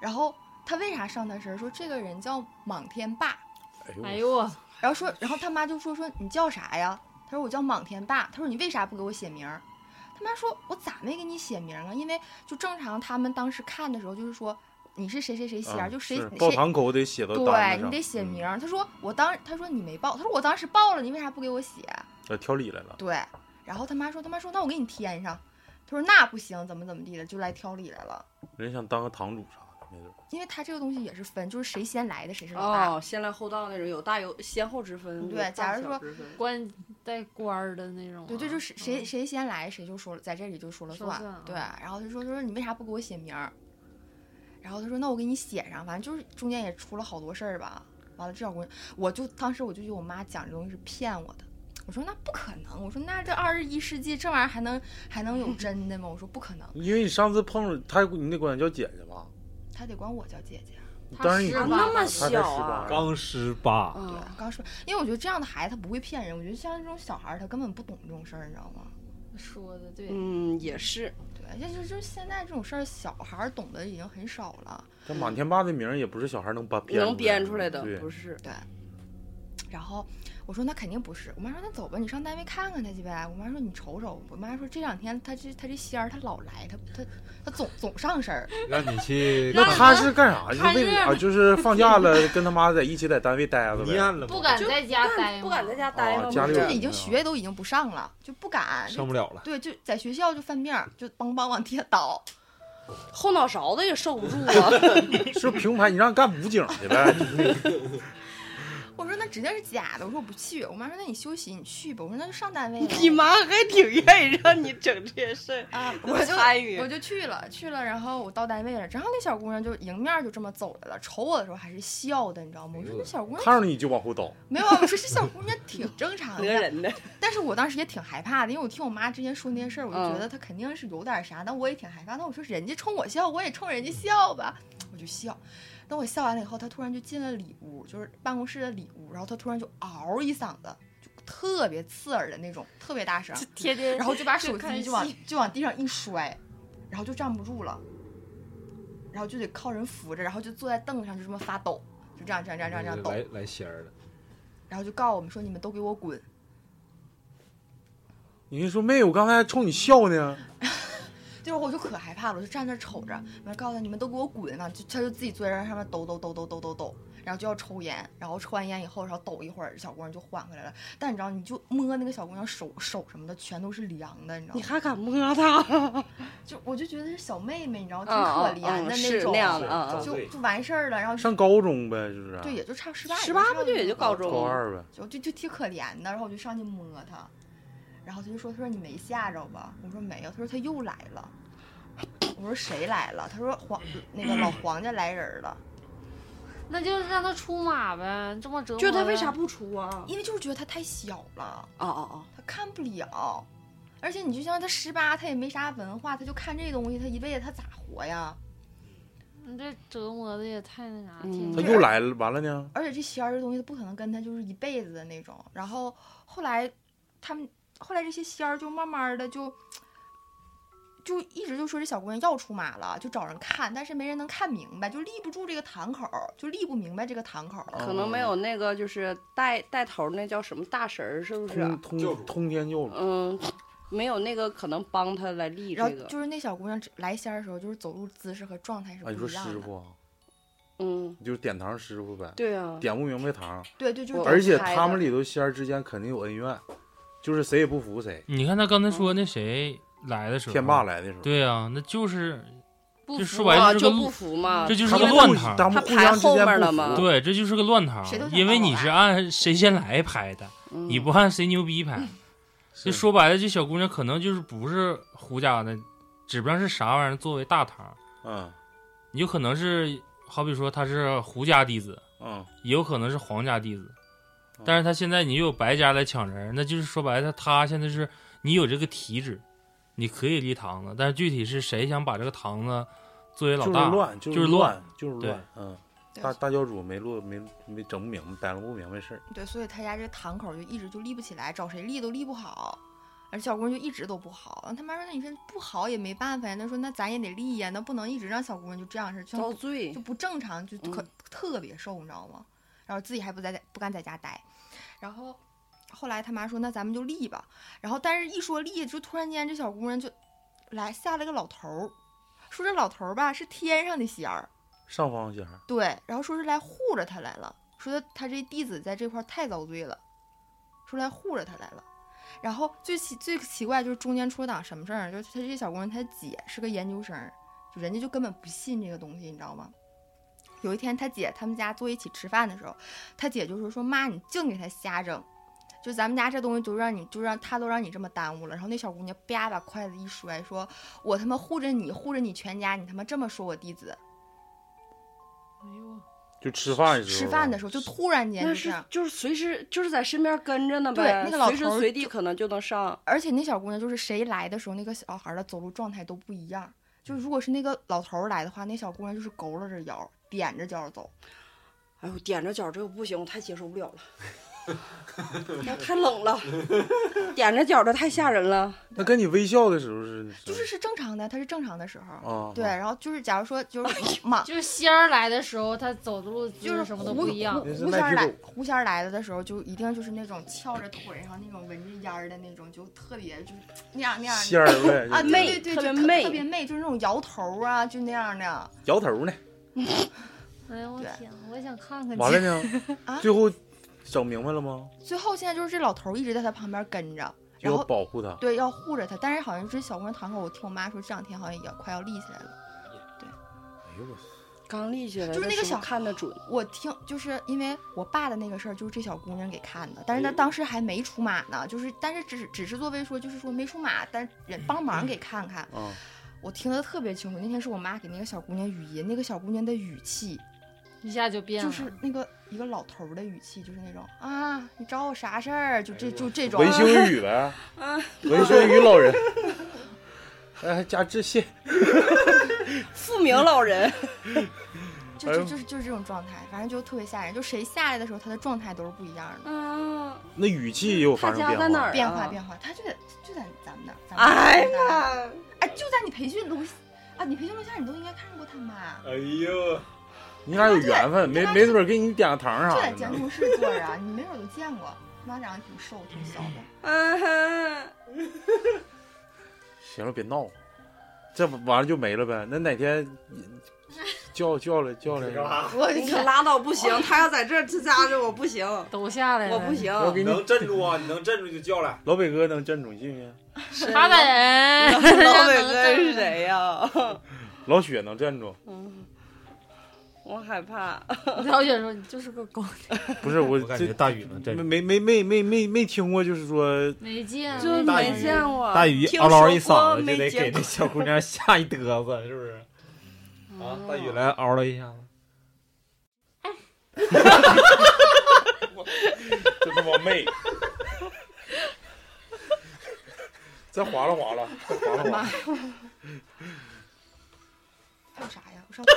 Speaker 3: 然后他为啥上他身儿？说这个人叫莽天霸。
Speaker 6: 哎呦我，
Speaker 3: 然后说，然后他妈就说说你叫啥呀？他说我叫莽天霸。他说你为啥不给我写名儿？他妈说我咋没给你写名儿啊？因为就正常他们当时看的时候就是说你是谁谁谁仙儿，
Speaker 2: 啊
Speaker 3: 就谁
Speaker 2: 是
Speaker 3: 谁
Speaker 2: 报堂口得写到单
Speaker 3: 对
Speaker 2: 子
Speaker 3: 你
Speaker 2: 上嗯
Speaker 3: 得写名儿。他说我当他说你没报，他说我当时报了，你为啥不给我写？啊
Speaker 2: 呃，挑理来了。
Speaker 3: 对，然后他妈说他妈说那我给你添上。他说那不行，怎么怎么地的，就来挑理来了。
Speaker 2: 人想当个堂主啥的，没准儿。
Speaker 3: 因为他这个东西也是分，就是谁先来的谁是老大。
Speaker 5: 哦，先来后到那种，有大有先后之分。有
Speaker 3: 嗯对，假
Speaker 5: 大
Speaker 3: 如
Speaker 5: 小
Speaker 3: 说
Speaker 5: 之分
Speaker 3: 关
Speaker 6: 带官儿的那种啊、
Speaker 3: 对，这就是谁谁先来谁就说了，在这里就说了
Speaker 6: 说
Speaker 3: 算。
Speaker 6: 算啊
Speaker 3: 对，然后他说他说你为啥不给我写名儿？然后他说那我给你写上，反正就是中间也出了好多事儿吧。完了，这小姑娘，我就当时我就觉得我妈讲这东西是骗我的。我说那不可能，我说那这二十一世纪这玩意儿还能还能有真的吗？我说不可能，
Speaker 2: 因为你上次碰着他，你得管他叫姐姐吧？
Speaker 3: 她得管我叫姐啊姐。
Speaker 2: 当然你
Speaker 3: 她
Speaker 2: 他
Speaker 3: 十八那么
Speaker 2: 才
Speaker 3: 小
Speaker 2: 18
Speaker 3: 啊
Speaker 9: 刚十八，
Speaker 3: 对，刚说，嗯因为我觉得这样的孩子他不会骗人，我觉得像这种小孩儿他根本不懂这种事儿，你知道吗？
Speaker 6: 说的对，
Speaker 5: 嗯，也是，
Speaker 3: 对，但是就是现在这种事儿，小孩儿懂得已经很少了。
Speaker 2: 这满天霸的名儿也不是小孩能把编
Speaker 5: 能编出
Speaker 2: 出
Speaker 5: 来
Speaker 2: 来
Speaker 5: 的
Speaker 2: 对，。
Speaker 5: 不是
Speaker 3: 对。然后我说那肯定不是，我妈说那走吧，你上单位看看他去呗。我妈说你瞅瞅，我妈说这两天他这他这仙儿他老来，他他他总总上身儿。
Speaker 9: 让你去
Speaker 2: 那他是干啥？
Speaker 3: 看
Speaker 2: 就为
Speaker 3: 热闹
Speaker 2: 啊，就是放假了，跟他妈在一起在单位待着呗。
Speaker 9: 了
Speaker 6: 不敢在家待，
Speaker 5: 不敢在家待
Speaker 2: 啊
Speaker 5: 着吗，
Speaker 2: 家里有
Speaker 3: 就是
Speaker 2: 人
Speaker 3: 已经
Speaker 2: 呢
Speaker 3: 学业都已经不上了，就不敢
Speaker 2: 上不了了
Speaker 3: 对，就在学校就犯病儿，就梆梆往地下倒。
Speaker 5: 后脑勺子也受不住啊。
Speaker 2: 是平牌，你让干武警去呗。
Speaker 3: 我说那指定是假的，我说我不去。我妈说那你休息，你去吧。我说那就上单位了。
Speaker 5: 你妈还挺愿意让你整这些事儿
Speaker 3: 啊，我就
Speaker 5: 参与，
Speaker 3: 我就去了，去了，然后我到单位了，然后那小姑娘就迎面就这么走来了，瞅我的时候还是笑的，你知道吗？我说那小姑娘
Speaker 2: 看着你就往后倒，
Speaker 3: 没有啊，我说这小姑娘
Speaker 6: 嗯
Speaker 3: 挺正常的，
Speaker 5: 讹 人的。
Speaker 3: 但是我当时也挺害怕的，因为我听我妈之前说那些事儿，我就
Speaker 5: 嗯
Speaker 3: 觉得她肯定是有点啥，但我也挺害怕。那我说人家冲我笑，我也冲人家笑吧，我就笑。等我笑完了以后，她突然就进了里屋，就是办公室的里屋，然后她突然就嗷一嗓子。就特别刺耳的那种，特别大声，
Speaker 6: 天天
Speaker 3: 然后就把
Speaker 6: 就
Speaker 3: 手
Speaker 6: 看
Speaker 3: 机就往
Speaker 6: 戏
Speaker 3: 就往地上一摔，然后就站不住了，然后就得靠人扶着，然后就坐在凳子上就这么发抖，就这样这样这样这样这样抖。
Speaker 9: 来来仙儿了，
Speaker 3: 然后就告我们说你们都给我滚。
Speaker 2: 你说妹，我刚才还冲你笑呢。
Speaker 3: 就是我就可害怕了，我就站那儿瞅着，完告诉他你们都给我滚完就他就自己坐在上面抖抖抖抖抖抖抖，然后就要抽烟，然后抽完烟以后，然后抖一会儿，小姑娘就缓回来了。但你知道，你就摸那个小姑娘手手什么的，全都是凉的，你知道吗？
Speaker 6: 你还敢摸
Speaker 2: 哦
Speaker 6: 她？
Speaker 3: 就我就觉得是小妹妹，你知道，挺
Speaker 5: 嗯
Speaker 3: 可
Speaker 5: 嗯
Speaker 3: 怜
Speaker 5: 嗯
Speaker 3: 的
Speaker 5: 是
Speaker 3: 种，
Speaker 5: 那样的嗯嗯
Speaker 3: 就就完事儿了，然后就
Speaker 2: 上高中呗，就是啊
Speaker 3: 对，也就差十八，
Speaker 5: 十八不就也就高中
Speaker 2: 高二呗。
Speaker 3: 就就就挺可怜的。然后我就上去摸她，然后他就说：“他说你没吓着吧？”我说：“没有。”他说：“他又来了。”我说：“谁来了？”他说：“黄那个老黄家来人了。
Speaker 6: 那 就让她出马呗，这么折”磨。
Speaker 3: 就
Speaker 6: 她
Speaker 3: 他为啥不出啊？因为就是觉得他太小了。
Speaker 5: 哦哦哦，
Speaker 3: 他看不了，而且你就像他十八，他也没啥文化，他就看这东西，他一辈子他咋活呀？
Speaker 6: 你这折磨的也太那啥，
Speaker 3: 嗯
Speaker 2: 他又来了，完了呢？
Speaker 3: 而且这仙儿这东西，他不可能跟他就是一辈子的那种。然后后来他们后来这些仙儿就慢慢的就就一直就说这小姑娘要出马了，就找人看，但是没人能看明白，就立不住这个堂口，就立不明白这个堂口。
Speaker 5: 可能没有那个就是带带头儿那叫什么大神儿，是不是？啊
Speaker 2: 通通通天教主，
Speaker 5: 嗯，没有那个可能帮他来立
Speaker 3: 然
Speaker 5: 这
Speaker 3: 后
Speaker 5: 个。
Speaker 3: 就是那小姑娘来仙儿的时候，就是走路姿势和状态是
Speaker 2: 啊，你
Speaker 3: 不
Speaker 2: 说
Speaker 3: 一样的。
Speaker 2: 师傅啊，
Speaker 5: 嗯，
Speaker 2: 就是点堂师傅呗。
Speaker 5: 对啊
Speaker 2: 点不明白堂。
Speaker 3: 对对就是
Speaker 2: 而且
Speaker 3: 我猜的
Speaker 2: 他们里头仙儿之间肯定有恩怨，就是谁也不服谁。
Speaker 4: 你看他刚才说那谁来的时候，
Speaker 2: 天霸来的时候
Speaker 4: 对呀、啊那就是
Speaker 5: 不
Speaker 4: 就
Speaker 5: 服
Speaker 4: 说白了
Speaker 5: 啊
Speaker 4: 这
Speaker 5: 就
Speaker 4: 个
Speaker 5: 不
Speaker 4: 路
Speaker 5: 服嘛
Speaker 4: 这就是
Speaker 5: 他
Speaker 4: 个
Speaker 5: 们
Speaker 4: 乱
Speaker 5: 互
Speaker 4: 堂，
Speaker 5: 他们他互排相之后间面不了服嘛
Speaker 4: 对，这就是个乱堂
Speaker 5: 谁都，想
Speaker 4: 因为
Speaker 5: 当
Speaker 4: 你是按谁先来排的，
Speaker 5: 嗯
Speaker 4: 你不按谁牛 逼排。就说白了，这小姑娘可能就是不是胡家的，指不上是啥玩意儿作为大堂，
Speaker 2: 嗯，
Speaker 4: 有可能是好比说她是胡家弟子，
Speaker 2: 嗯，
Speaker 4: 也有可能是黄家弟子，但是她现在你又有白家来抢人，那就是说白了，她现在是你有这个体质，你可以立堂子，但是具体是谁想把这个堂子作为老
Speaker 2: 就是
Speaker 4: 大，
Speaker 2: 乱，就是乱，就是
Speaker 4: 对
Speaker 2: 乱。嗯，大大教主没落没没整不明白，逮了不明白事儿。
Speaker 3: 对，所以他家这堂口就一直就立不起来，找谁立都立不好，而小姑娘就一直都不好。然后他妈说：“那你说不好也没办法呀。”他说：“那咱也得立呀，那不能一直让小姑娘就这样式儿，就像
Speaker 5: 遭
Speaker 3: 不
Speaker 5: 罪嗯
Speaker 3: 就不正常，就可、特别受，你知道吗？然后自己还不在家不敢在家待，然后后来他妈说：“那咱们就立吧。”然后但是一说立，就突然间这小姑娘就来下了个老头儿，说这老头儿吧是天上的仙儿。
Speaker 2: 上方仙儿，
Speaker 3: 对，然后说是来护着他来了，说他他这弟子在这块儿太遭罪了，说来护着他来了。然后最奇最奇怪就是中间出了档什么事儿，就是他这小姑娘她姐是个研究生，就人家就根本不信这个东西，你知道吗？有一天他姐他们家坐一起吃饭的时候，他姐就说说妈，你净给他瞎整。就咱们家这东西都让你，就让他都让你这么耽误了。然后那小姑娘啪把筷子一摔，说：“我他妈护着你，护着你全家，你他妈这么说我弟子。”
Speaker 2: 就吃饭的时候，
Speaker 3: 吃饭的时候就突然间
Speaker 5: 那
Speaker 3: 就是这样，
Speaker 5: 就是随时就是在身边跟着呢
Speaker 3: 对
Speaker 5: 呗，
Speaker 3: 那个老
Speaker 5: 随
Speaker 3: 头儿
Speaker 5: 时随地可能就能上。
Speaker 3: 而且那小姑娘就是谁来的时候，那个小孩儿的走路状态都不一样。就是如果是那个老头儿来的话，那小姑娘就是佝偻着腰，踮着脚走。
Speaker 5: 哎呦，踮着脚这个不行，我太接受不了了，哎太冷了， 踮着脚的太吓人了。
Speaker 2: 那跟你微笑的时候是
Speaker 3: 就是是正常的，她是正常的时候。
Speaker 2: 哦
Speaker 3: 对，
Speaker 2: 哦
Speaker 3: 然后就是假如说就是马，
Speaker 6: 哎就是仙儿来的时候，她走的路就是什么都
Speaker 3: 胡
Speaker 6: 不一样。
Speaker 3: 胡胡仙儿来，胡仙儿来了的时候，就一定就是那种翘着腿，然后那种闻着烟儿的那种，就特别就是那样那样
Speaker 2: 仙儿呗
Speaker 3: 啊，
Speaker 2: 就是
Speaker 3: 对对对，
Speaker 5: 特
Speaker 3: 就
Speaker 5: 别媚
Speaker 3: 特别媚，就是那种摇头啊，就那样的。
Speaker 2: 摇头呢。
Speaker 6: 哎呀，我天，我想看看。
Speaker 2: 完了呢
Speaker 3: 嗯啊，
Speaker 2: 最后整明白了吗？
Speaker 3: 最后现在就是这老头儿一直在他旁边跟着，
Speaker 2: 就
Speaker 3: 然后
Speaker 2: 要保护他。
Speaker 3: 对，要护着他。但是好像这小姑娘堂口，我听我妈说这两天好像也快要立起来了。
Speaker 2: 哎呦我，
Speaker 5: 刚立起来的时
Speaker 3: 就
Speaker 5: 候，
Speaker 3: 是那个小
Speaker 5: 看得准。
Speaker 3: 我听就是因为我爸的那个事儿，就是这小姑娘给看的，但
Speaker 5: 哎
Speaker 3: 是她当时还没出马呢，就是但是只只是作为说就是说没出马，但人帮忙给看看。
Speaker 5: 嗯
Speaker 2: 啊，
Speaker 3: 我听得特别清楚，那天是我妈给那个小姑娘语音，那个小姑娘的语气
Speaker 6: 一下就变了，
Speaker 3: 就是那个一个老头儿的语气，就是那种啊，你找我啥事儿？就这就这种
Speaker 2: 哎文修宇 呗，
Speaker 3: 啊，
Speaker 2: 文修宇老人。哎，加致谢。
Speaker 5: 富明老人，
Speaker 2: 哎
Speaker 5: 哎
Speaker 3: 就就就是就是这种状态，反正就特别吓人。就谁下来的时候，他的状态都是不一样的。
Speaker 5: 嗯，
Speaker 2: 那语气也有发生变化。
Speaker 3: 变化变化，他就在就在咱们那儿。咱们
Speaker 5: 哎
Speaker 3: 咱们那儿
Speaker 5: 呀，
Speaker 3: 哎，就在你培训楼下啊，你培训楼下你都应该看过他妈。
Speaker 13: 哎呦，
Speaker 2: 你俩有缘分，没没准儿给你点个糖啥
Speaker 3: 就在
Speaker 2: 的
Speaker 3: 监
Speaker 2: 呢。
Speaker 3: 控室坐着啊，你没准儿就见过。妈长得挺瘦，挺小的。
Speaker 5: 嗯
Speaker 2: 行了，别闹，这不完了就没了呗。那哪 天叫叫来叫来，
Speaker 5: 我你可拉倒，不行！他要在这儿这家伙我 不行，
Speaker 6: 都下来
Speaker 5: 我 不行。
Speaker 2: 我给你
Speaker 16: 能镇住啊！你能镇住就叫来。
Speaker 2: 老北哥能镇住信吗？
Speaker 6: 他在人，
Speaker 5: 老北哥是谁呀？ 嗯
Speaker 2: 老雪能镇住？
Speaker 5: 我害怕。
Speaker 6: 老雪 说：“你就是个 狗。
Speaker 2: 不是我，
Speaker 16: 我感
Speaker 2: 这
Speaker 16: 觉大宇能镇住
Speaker 2: 没没没没没没听过，就 是说”
Speaker 6: 没见，
Speaker 5: 就
Speaker 6: 大
Speaker 5: 没
Speaker 6: 鱼
Speaker 5: 见过。
Speaker 9: 大雨一
Speaker 5: 听
Speaker 9: 嗷嗷一
Speaker 5: 说过
Speaker 9: 嗓子就得给那小姑娘吓一嘚瑟，是不是？
Speaker 3: 哦
Speaker 9: 啊，大雨来嗷了一下子，
Speaker 2: 就他妈媚，再划拉划拉，再划拉划
Speaker 3: 妈
Speaker 2: 拉
Speaker 3: 呀。！还有啥呀？我上次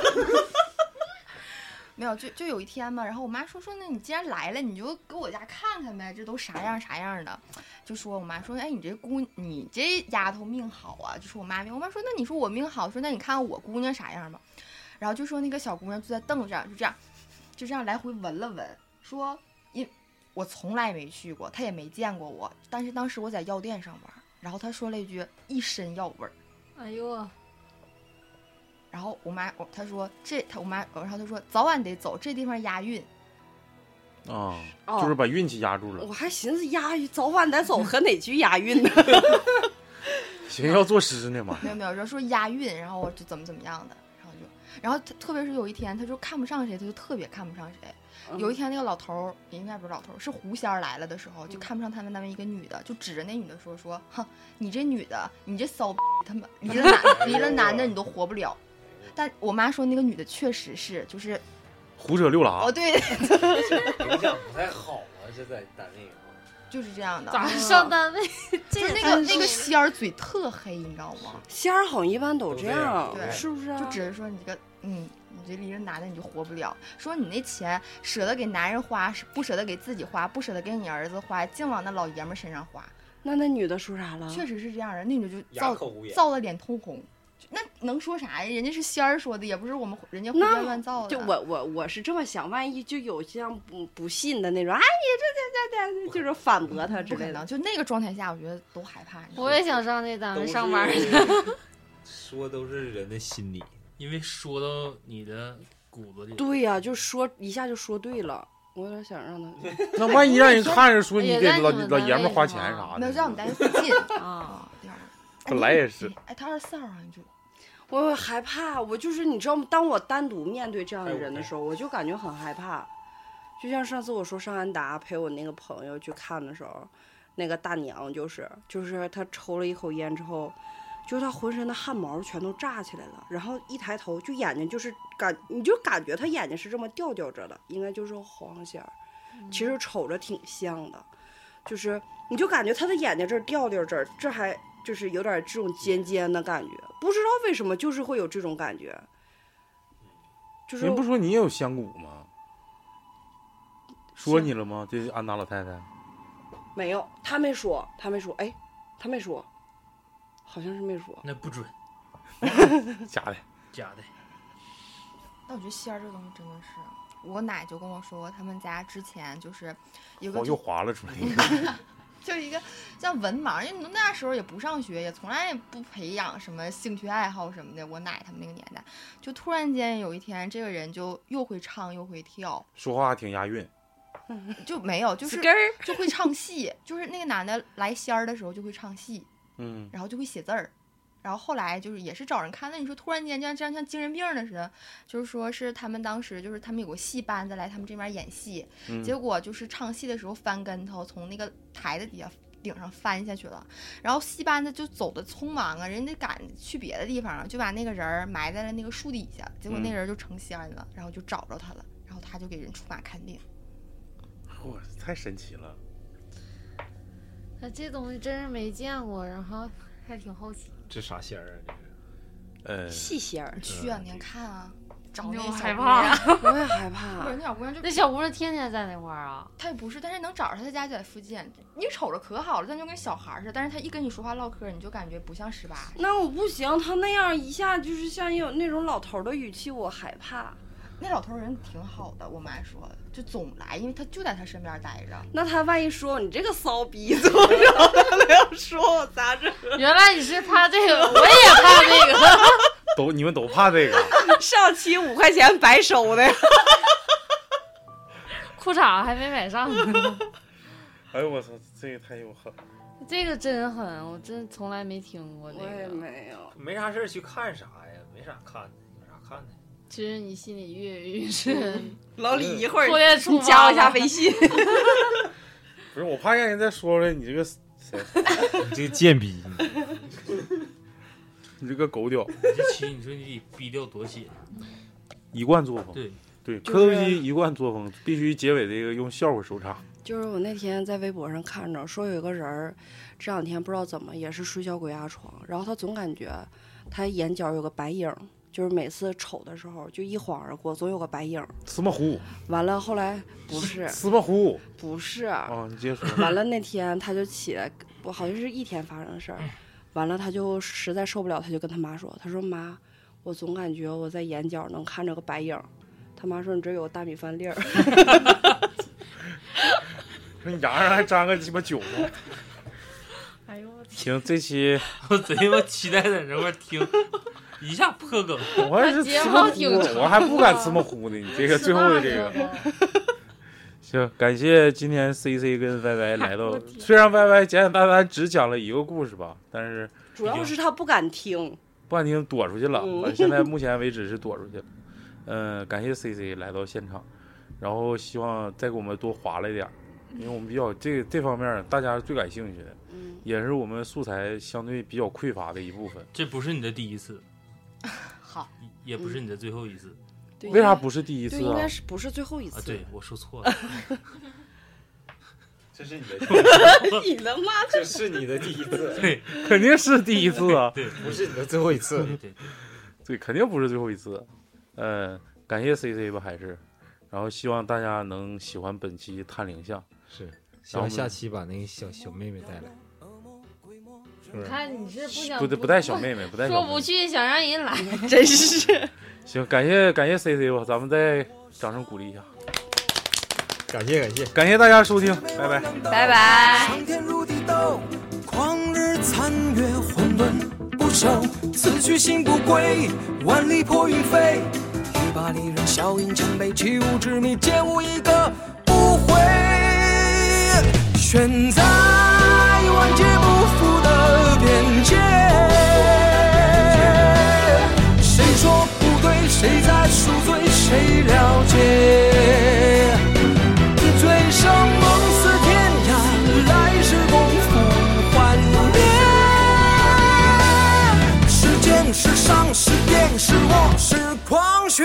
Speaker 3: 没有，就就有一天嘛，然后我妈说说，那你既然来了，你就给我家看看呗，这都啥样啥样的。就说我妈说，哎，你这姑，你这丫头命好啊。就说我妈命，我妈说，那你说我命好，说那你看看我姑娘啥样吧。然后就说那个小姑娘就在凳子上就这样，就这样来回闻了闻，说因我从来没去过，她也没见过我，但是当时我在药店上班，然后她说了一句一身药味儿。
Speaker 6: 哎呦，
Speaker 3: 然后我妈，我她说这，她我妈，然后她说早晚得走，这地方押韵。
Speaker 2: 啊，
Speaker 5: 哦
Speaker 2: 就是把运气压住 了。
Speaker 5: 我还寻思押韵，早晚得走，和哪句押韵呢？
Speaker 2: 行，要作诗呢嘛。
Speaker 3: 没有没有，然后说押韵，然后我就怎么怎么样的，然后就，然后特特别是有一天，她就看不上谁，她就特别看不上谁。
Speaker 5: 嗯
Speaker 3: 有一天那个老头儿，也应该不是老头儿，是狐仙儿来了的时
Speaker 5: 嗯
Speaker 3: 候，就看不上他们单位一个女的，就指着那女的说说，哼，你这女的，你这骚逼，他 妈离了男离了男的你都活不了。但我妈说那个女的确实是，就是
Speaker 2: 胡扯六
Speaker 3: 哦
Speaker 2: 拉，
Speaker 3: 对，
Speaker 16: 影响不太好啊，这在单位
Speaker 3: 就是这样的。嗯
Speaker 6: 咋上单位？
Speaker 3: 就是那
Speaker 5: 也
Speaker 3: 个
Speaker 5: 太
Speaker 3: 那个
Speaker 5: 是
Speaker 3: 仙儿嘴特黑，你知道吗？
Speaker 5: 仙儿好像一般都这样，
Speaker 3: 对，
Speaker 5: 是不是啊？
Speaker 3: 就只是说你这个，嗯，你这离着男的你就活不了。说你那钱舍得给男人花，是不舍得给自己花，不舍得给你儿子花，净往那老爷们儿身上花。
Speaker 5: 那那女的说啥了？
Speaker 3: 确实是这样的，那女的就
Speaker 5: 哑
Speaker 3: 造
Speaker 5: 口无言
Speaker 3: 造的脸通红。就那能说啥呀？人家是仙儿说的，也不是我们胡人家胡
Speaker 5: 那
Speaker 3: 编乱造的。
Speaker 5: 就我我我是这么想，万一就有像不不信的那种，哎，你这这这这，就是反驳他之
Speaker 3: 不可
Speaker 5: 类的
Speaker 3: 能，。就那个状态下，我觉得都害怕。
Speaker 6: 我也想上那
Speaker 5: 啊
Speaker 6: 单
Speaker 7: 都
Speaker 6: 位
Speaker 7: 是
Speaker 6: 上班去。
Speaker 7: 说都是人的心理。
Speaker 4: 因为说到你的骨子里，
Speaker 5: 对呀、就说一下就说对了，我有点想让他。
Speaker 2: 那万一让人看着说你
Speaker 3: 也
Speaker 2: 给
Speaker 3: 在你
Speaker 2: 老
Speaker 3: 们
Speaker 2: 老
Speaker 3: 单
Speaker 2: 爷们儿
Speaker 3: 位
Speaker 2: 花
Speaker 3: 是
Speaker 2: 钱
Speaker 3: 吗
Speaker 2: 啥
Speaker 3: 没有，
Speaker 2: 的，
Speaker 3: 让我们单位附近啊。
Speaker 2: 本来也是。
Speaker 3: 哎，他二十四号好像就
Speaker 5: 我害怕，我就是你知道吗？当我单独面对这样的人的时候，我就感觉很害怕。就像上次我说上安达陪我那个朋友去看的时候，那个大娘就是就是她抽了一口烟之后，就是她浑身的汗毛全都炸起来了，然后一抬头就眼睛就是感你就感觉她眼睛是这么吊吊着的，应该就是黄仙儿，其实瞅着挺像的，就是你就感觉她的眼睛这儿吊吊这儿，这还就是有点这种尖尖的感觉，不知道为什么就是会有这种感觉，就是
Speaker 2: 人不说你也有香骨吗？说你了吗？这安达老太太，
Speaker 5: 没有，他没说，他没说，哎，他没说，好像是没说。
Speaker 4: 那不准，
Speaker 2: 假的，
Speaker 4: 假的。
Speaker 3: 但我觉得仙儿这东西真的是，我奶就跟我说，他们家之前就是有个
Speaker 2: 我又划了出来。
Speaker 3: 就一个像文盲，因为那时候也不上学，也从来也不培养什么兴趣爱好什么的。我奶他们那个年代，就突然间有一天，这个人就又会唱又会跳，
Speaker 2: 说话挺押韵，
Speaker 3: 就没有就是就会唱戏，就是那个男的来仙儿的时候就会唱戏，
Speaker 2: 嗯，
Speaker 3: 然后就会写字儿。然后后来就是也是找人看，那你说突然间这样这样像精神病儿的似的，就是说是他们当时就是他们有个戏班子来他们这边演戏，
Speaker 10: 嗯
Speaker 3: 结果就是唱戏的时候翻跟头，从那个台子底下顶上翻下去了，然后戏班子就走的匆忙啊，人家赶去别的地方啊了，就把那个人儿埋在了那个树底下，结果那
Speaker 2: 嗯
Speaker 3: 人就成仙儿了，然后就找着他了，然后他就给人出马看病。
Speaker 2: 我太神奇了。
Speaker 6: 他这东西真是没见过，然后还挺好奇。
Speaker 7: 这啥仙儿啊？
Speaker 2: 呃，
Speaker 5: 细仙儿
Speaker 3: 去啊，您看啊，找那
Speaker 6: 我
Speaker 3: 小
Speaker 6: 害
Speaker 3: 姑
Speaker 6: 怕
Speaker 3: 娘
Speaker 5: 我也害怕
Speaker 3: 不是那小姑娘就
Speaker 6: 那小姑娘天天在那块儿啊，
Speaker 3: 他也不是，但是能找着他，他家就在附近。你瞅着可好了，但就跟小孩儿似的。但是他一跟你说话唠嗑，你就感觉不像十八。
Speaker 5: 那我不行，他那样一下就是像有那种老头儿的语气，我害怕。
Speaker 3: 那老头儿人 嗯挺好的，我妈说，就总来，因为他就在他身边待着。
Speaker 5: 那他万一说你这个骚逼怎么着？他那要说我咋整？
Speaker 6: 原来你是怕这个，我也怕这个。
Speaker 2: 都你们都怕这个，
Speaker 5: 上期五块钱白收的，
Speaker 6: 裤衩还没买上呢。
Speaker 2: 哎呦我操，这个太有狠了。
Speaker 6: 这个真狠，我真从来没听过这个。
Speaker 5: 我也没有。
Speaker 12: 没啥事儿去看啥呀？没啥看的，有啥看的？
Speaker 6: 其实你心里跃跃欲试。
Speaker 5: 嗯老李，一会 儿
Speaker 6: 忽略出
Speaker 5: 你加我一下微信。
Speaker 2: 不是，我怕让人再说了你这 个谁，
Speaker 9: 你这个贱逼，
Speaker 2: 你这个狗屌，
Speaker 4: 你这期你说你得逼掉多血，
Speaker 2: 一贯作风。
Speaker 4: 对
Speaker 2: 对，
Speaker 5: 就是
Speaker 2: 磕头机一贯作风，必须结尾这个用笑话收场。
Speaker 5: 就是我那天在微博上看着说有一个人儿，这两天不知道怎么也是睡觉鬼压床，然后他总感觉他眼角有个白影儿，就是每次瞅的时候就一晃而过，总有个白影儿。
Speaker 2: 司马虎
Speaker 5: 完了后来不是
Speaker 2: 司马虎
Speaker 5: 不是，
Speaker 2: 啊，你接着说。
Speaker 5: 完了那天他就起来，我好像是一天发生的事儿，完了他就实在受不了，他就跟他妈说，他说妈，我总感觉我在眼角能看着个白影儿。他妈说你这有个大米饭粒儿，
Speaker 2: 那牙上还沾个鸡巴酒呢。
Speaker 6: 哎呦我
Speaker 2: 行，这期
Speaker 4: 我贼他妈期待在这块儿听，一下破梗。
Speaker 2: 我还是
Speaker 6: 睫
Speaker 2: 吃
Speaker 6: 毛
Speaker 2: 么
Speaker 6: 挺
Speaker 2: 糊
Speaker 6: 长
Speaker 2: 了，我还不敢吃么 糊呢。你这个最后的这个，行，感谢今天 C C 跟 Y Y 来到，虽然 Y Y 简简单单只讲了一个故事吧，但是
Speaker 5: 主要是他不敢听。
Speaker 2: 不敢听躲出去了。
Speaker 5: 嗯
Speaker 2: 完现在目前为止是躲出去了。 嗯，感谢 C C 来到现场，然后希望再给我们多划拉一点儿，因为我们比较这这方面儿大家是最感兴趣的，也是我们素材相对比较匮乏的一部分。
Speaker 4: 这不是你的第一次，
Speaker 5: 好，嗯
Speaker 4: 也不是你的最后一次。
Speaker 5: 对
Speaker 2: 为啥不是第一次
Speaker 5: 对，应
Speaker 2: 啊
Speaker 5: 该？是不是最后一次？
Speaker 4: 啊对我说错了
Speaker 16: 这是你的，
Speaker 5: 你的妈！
Speaker 16: 这是你的第一次，
Speaker 2: 对，肯定是第一次啊，
Speaker 4: 对，
Speaker 16: 不是你的最后一次，
Speaker 4: 对，
Speaker 2: 对，肯定不是最后一次。嗯，感谢 C C 吧，还是，然后希望大家能喜欢本期探灵像，
Speaker 9: 是，希
Speaker 2: 然后
Speaker 9: 望下期把那个小小妹妹带来，是不
Speaker 6: 你
Speaker 9: 是？
Speaker 6: 看你是不想
Speaker 2: 不不带小妹妹不带小妹妹
Speaker 6: 说不去想让人来，
Speaker 5: 真是。
Speaker 2: 行，感谢感谢 C C 吧，咱们再掌声鼓励一下，
Speaker 16: 感谢感谢，
Speaker 2: 感谢大家收听，拜拜。
Speaker 5: 拜拜。
Speaker 17: 上天入地斗，旷日残月，混沌不朽。此去心不归，万里破云飞。一把利刃，笑饮千杯，其无之谜，皆无一个不悔。悬在万劫不复的边界，谁说不对？谁在赎罪？谁了解？醉生梦死天涯，来世共赴幻灭。时间是伤，是电，是我，是狂血。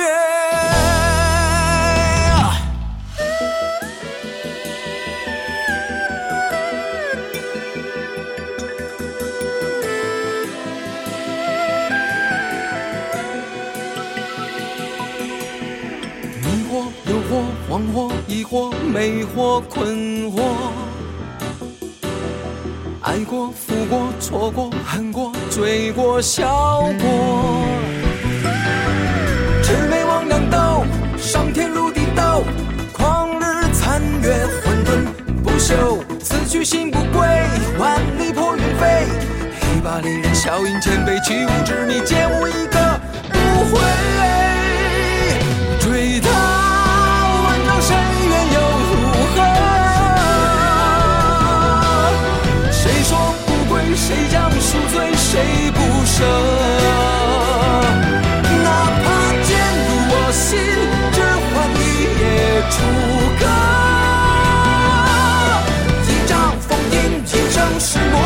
Speaker 17: 迷惑、诱惑、惶惑、疑惑、魅惑、困惑，爱过、负过、错过、恨过、追过、笑过，魑魅魍魉斗，上天入地斗，旷日残月，混沌不朽，此去心不归，万里破云飞，一把利刃，笑饮千杯，其无之谜，皆无一个不悔。追他万丈深渊又如何？谁说不归？谁将赎罪？谁不舍？哪怕剑入我心，只换一夜楚歌。一丈烽烟，一生是魔。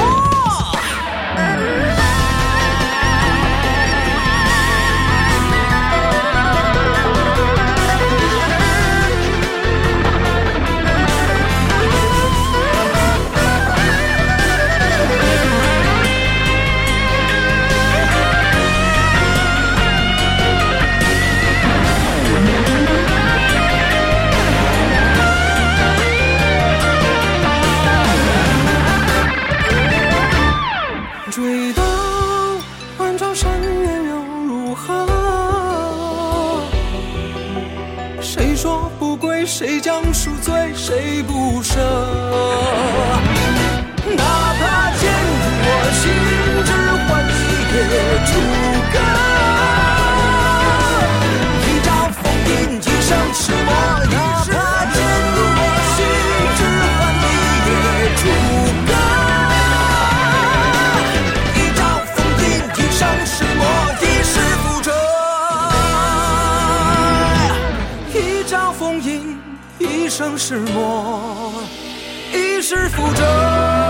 Speaker 17: 不归，谁将赎罪，谁不舍？哪怕坚固，我心只换一个主歌。一朝风云，一生痴魔，哪怕坚固，我心只换一个主歌。一朝风云，一生痴魔，一世覆辙。一朝风吟，一生是魔，一世覆辙。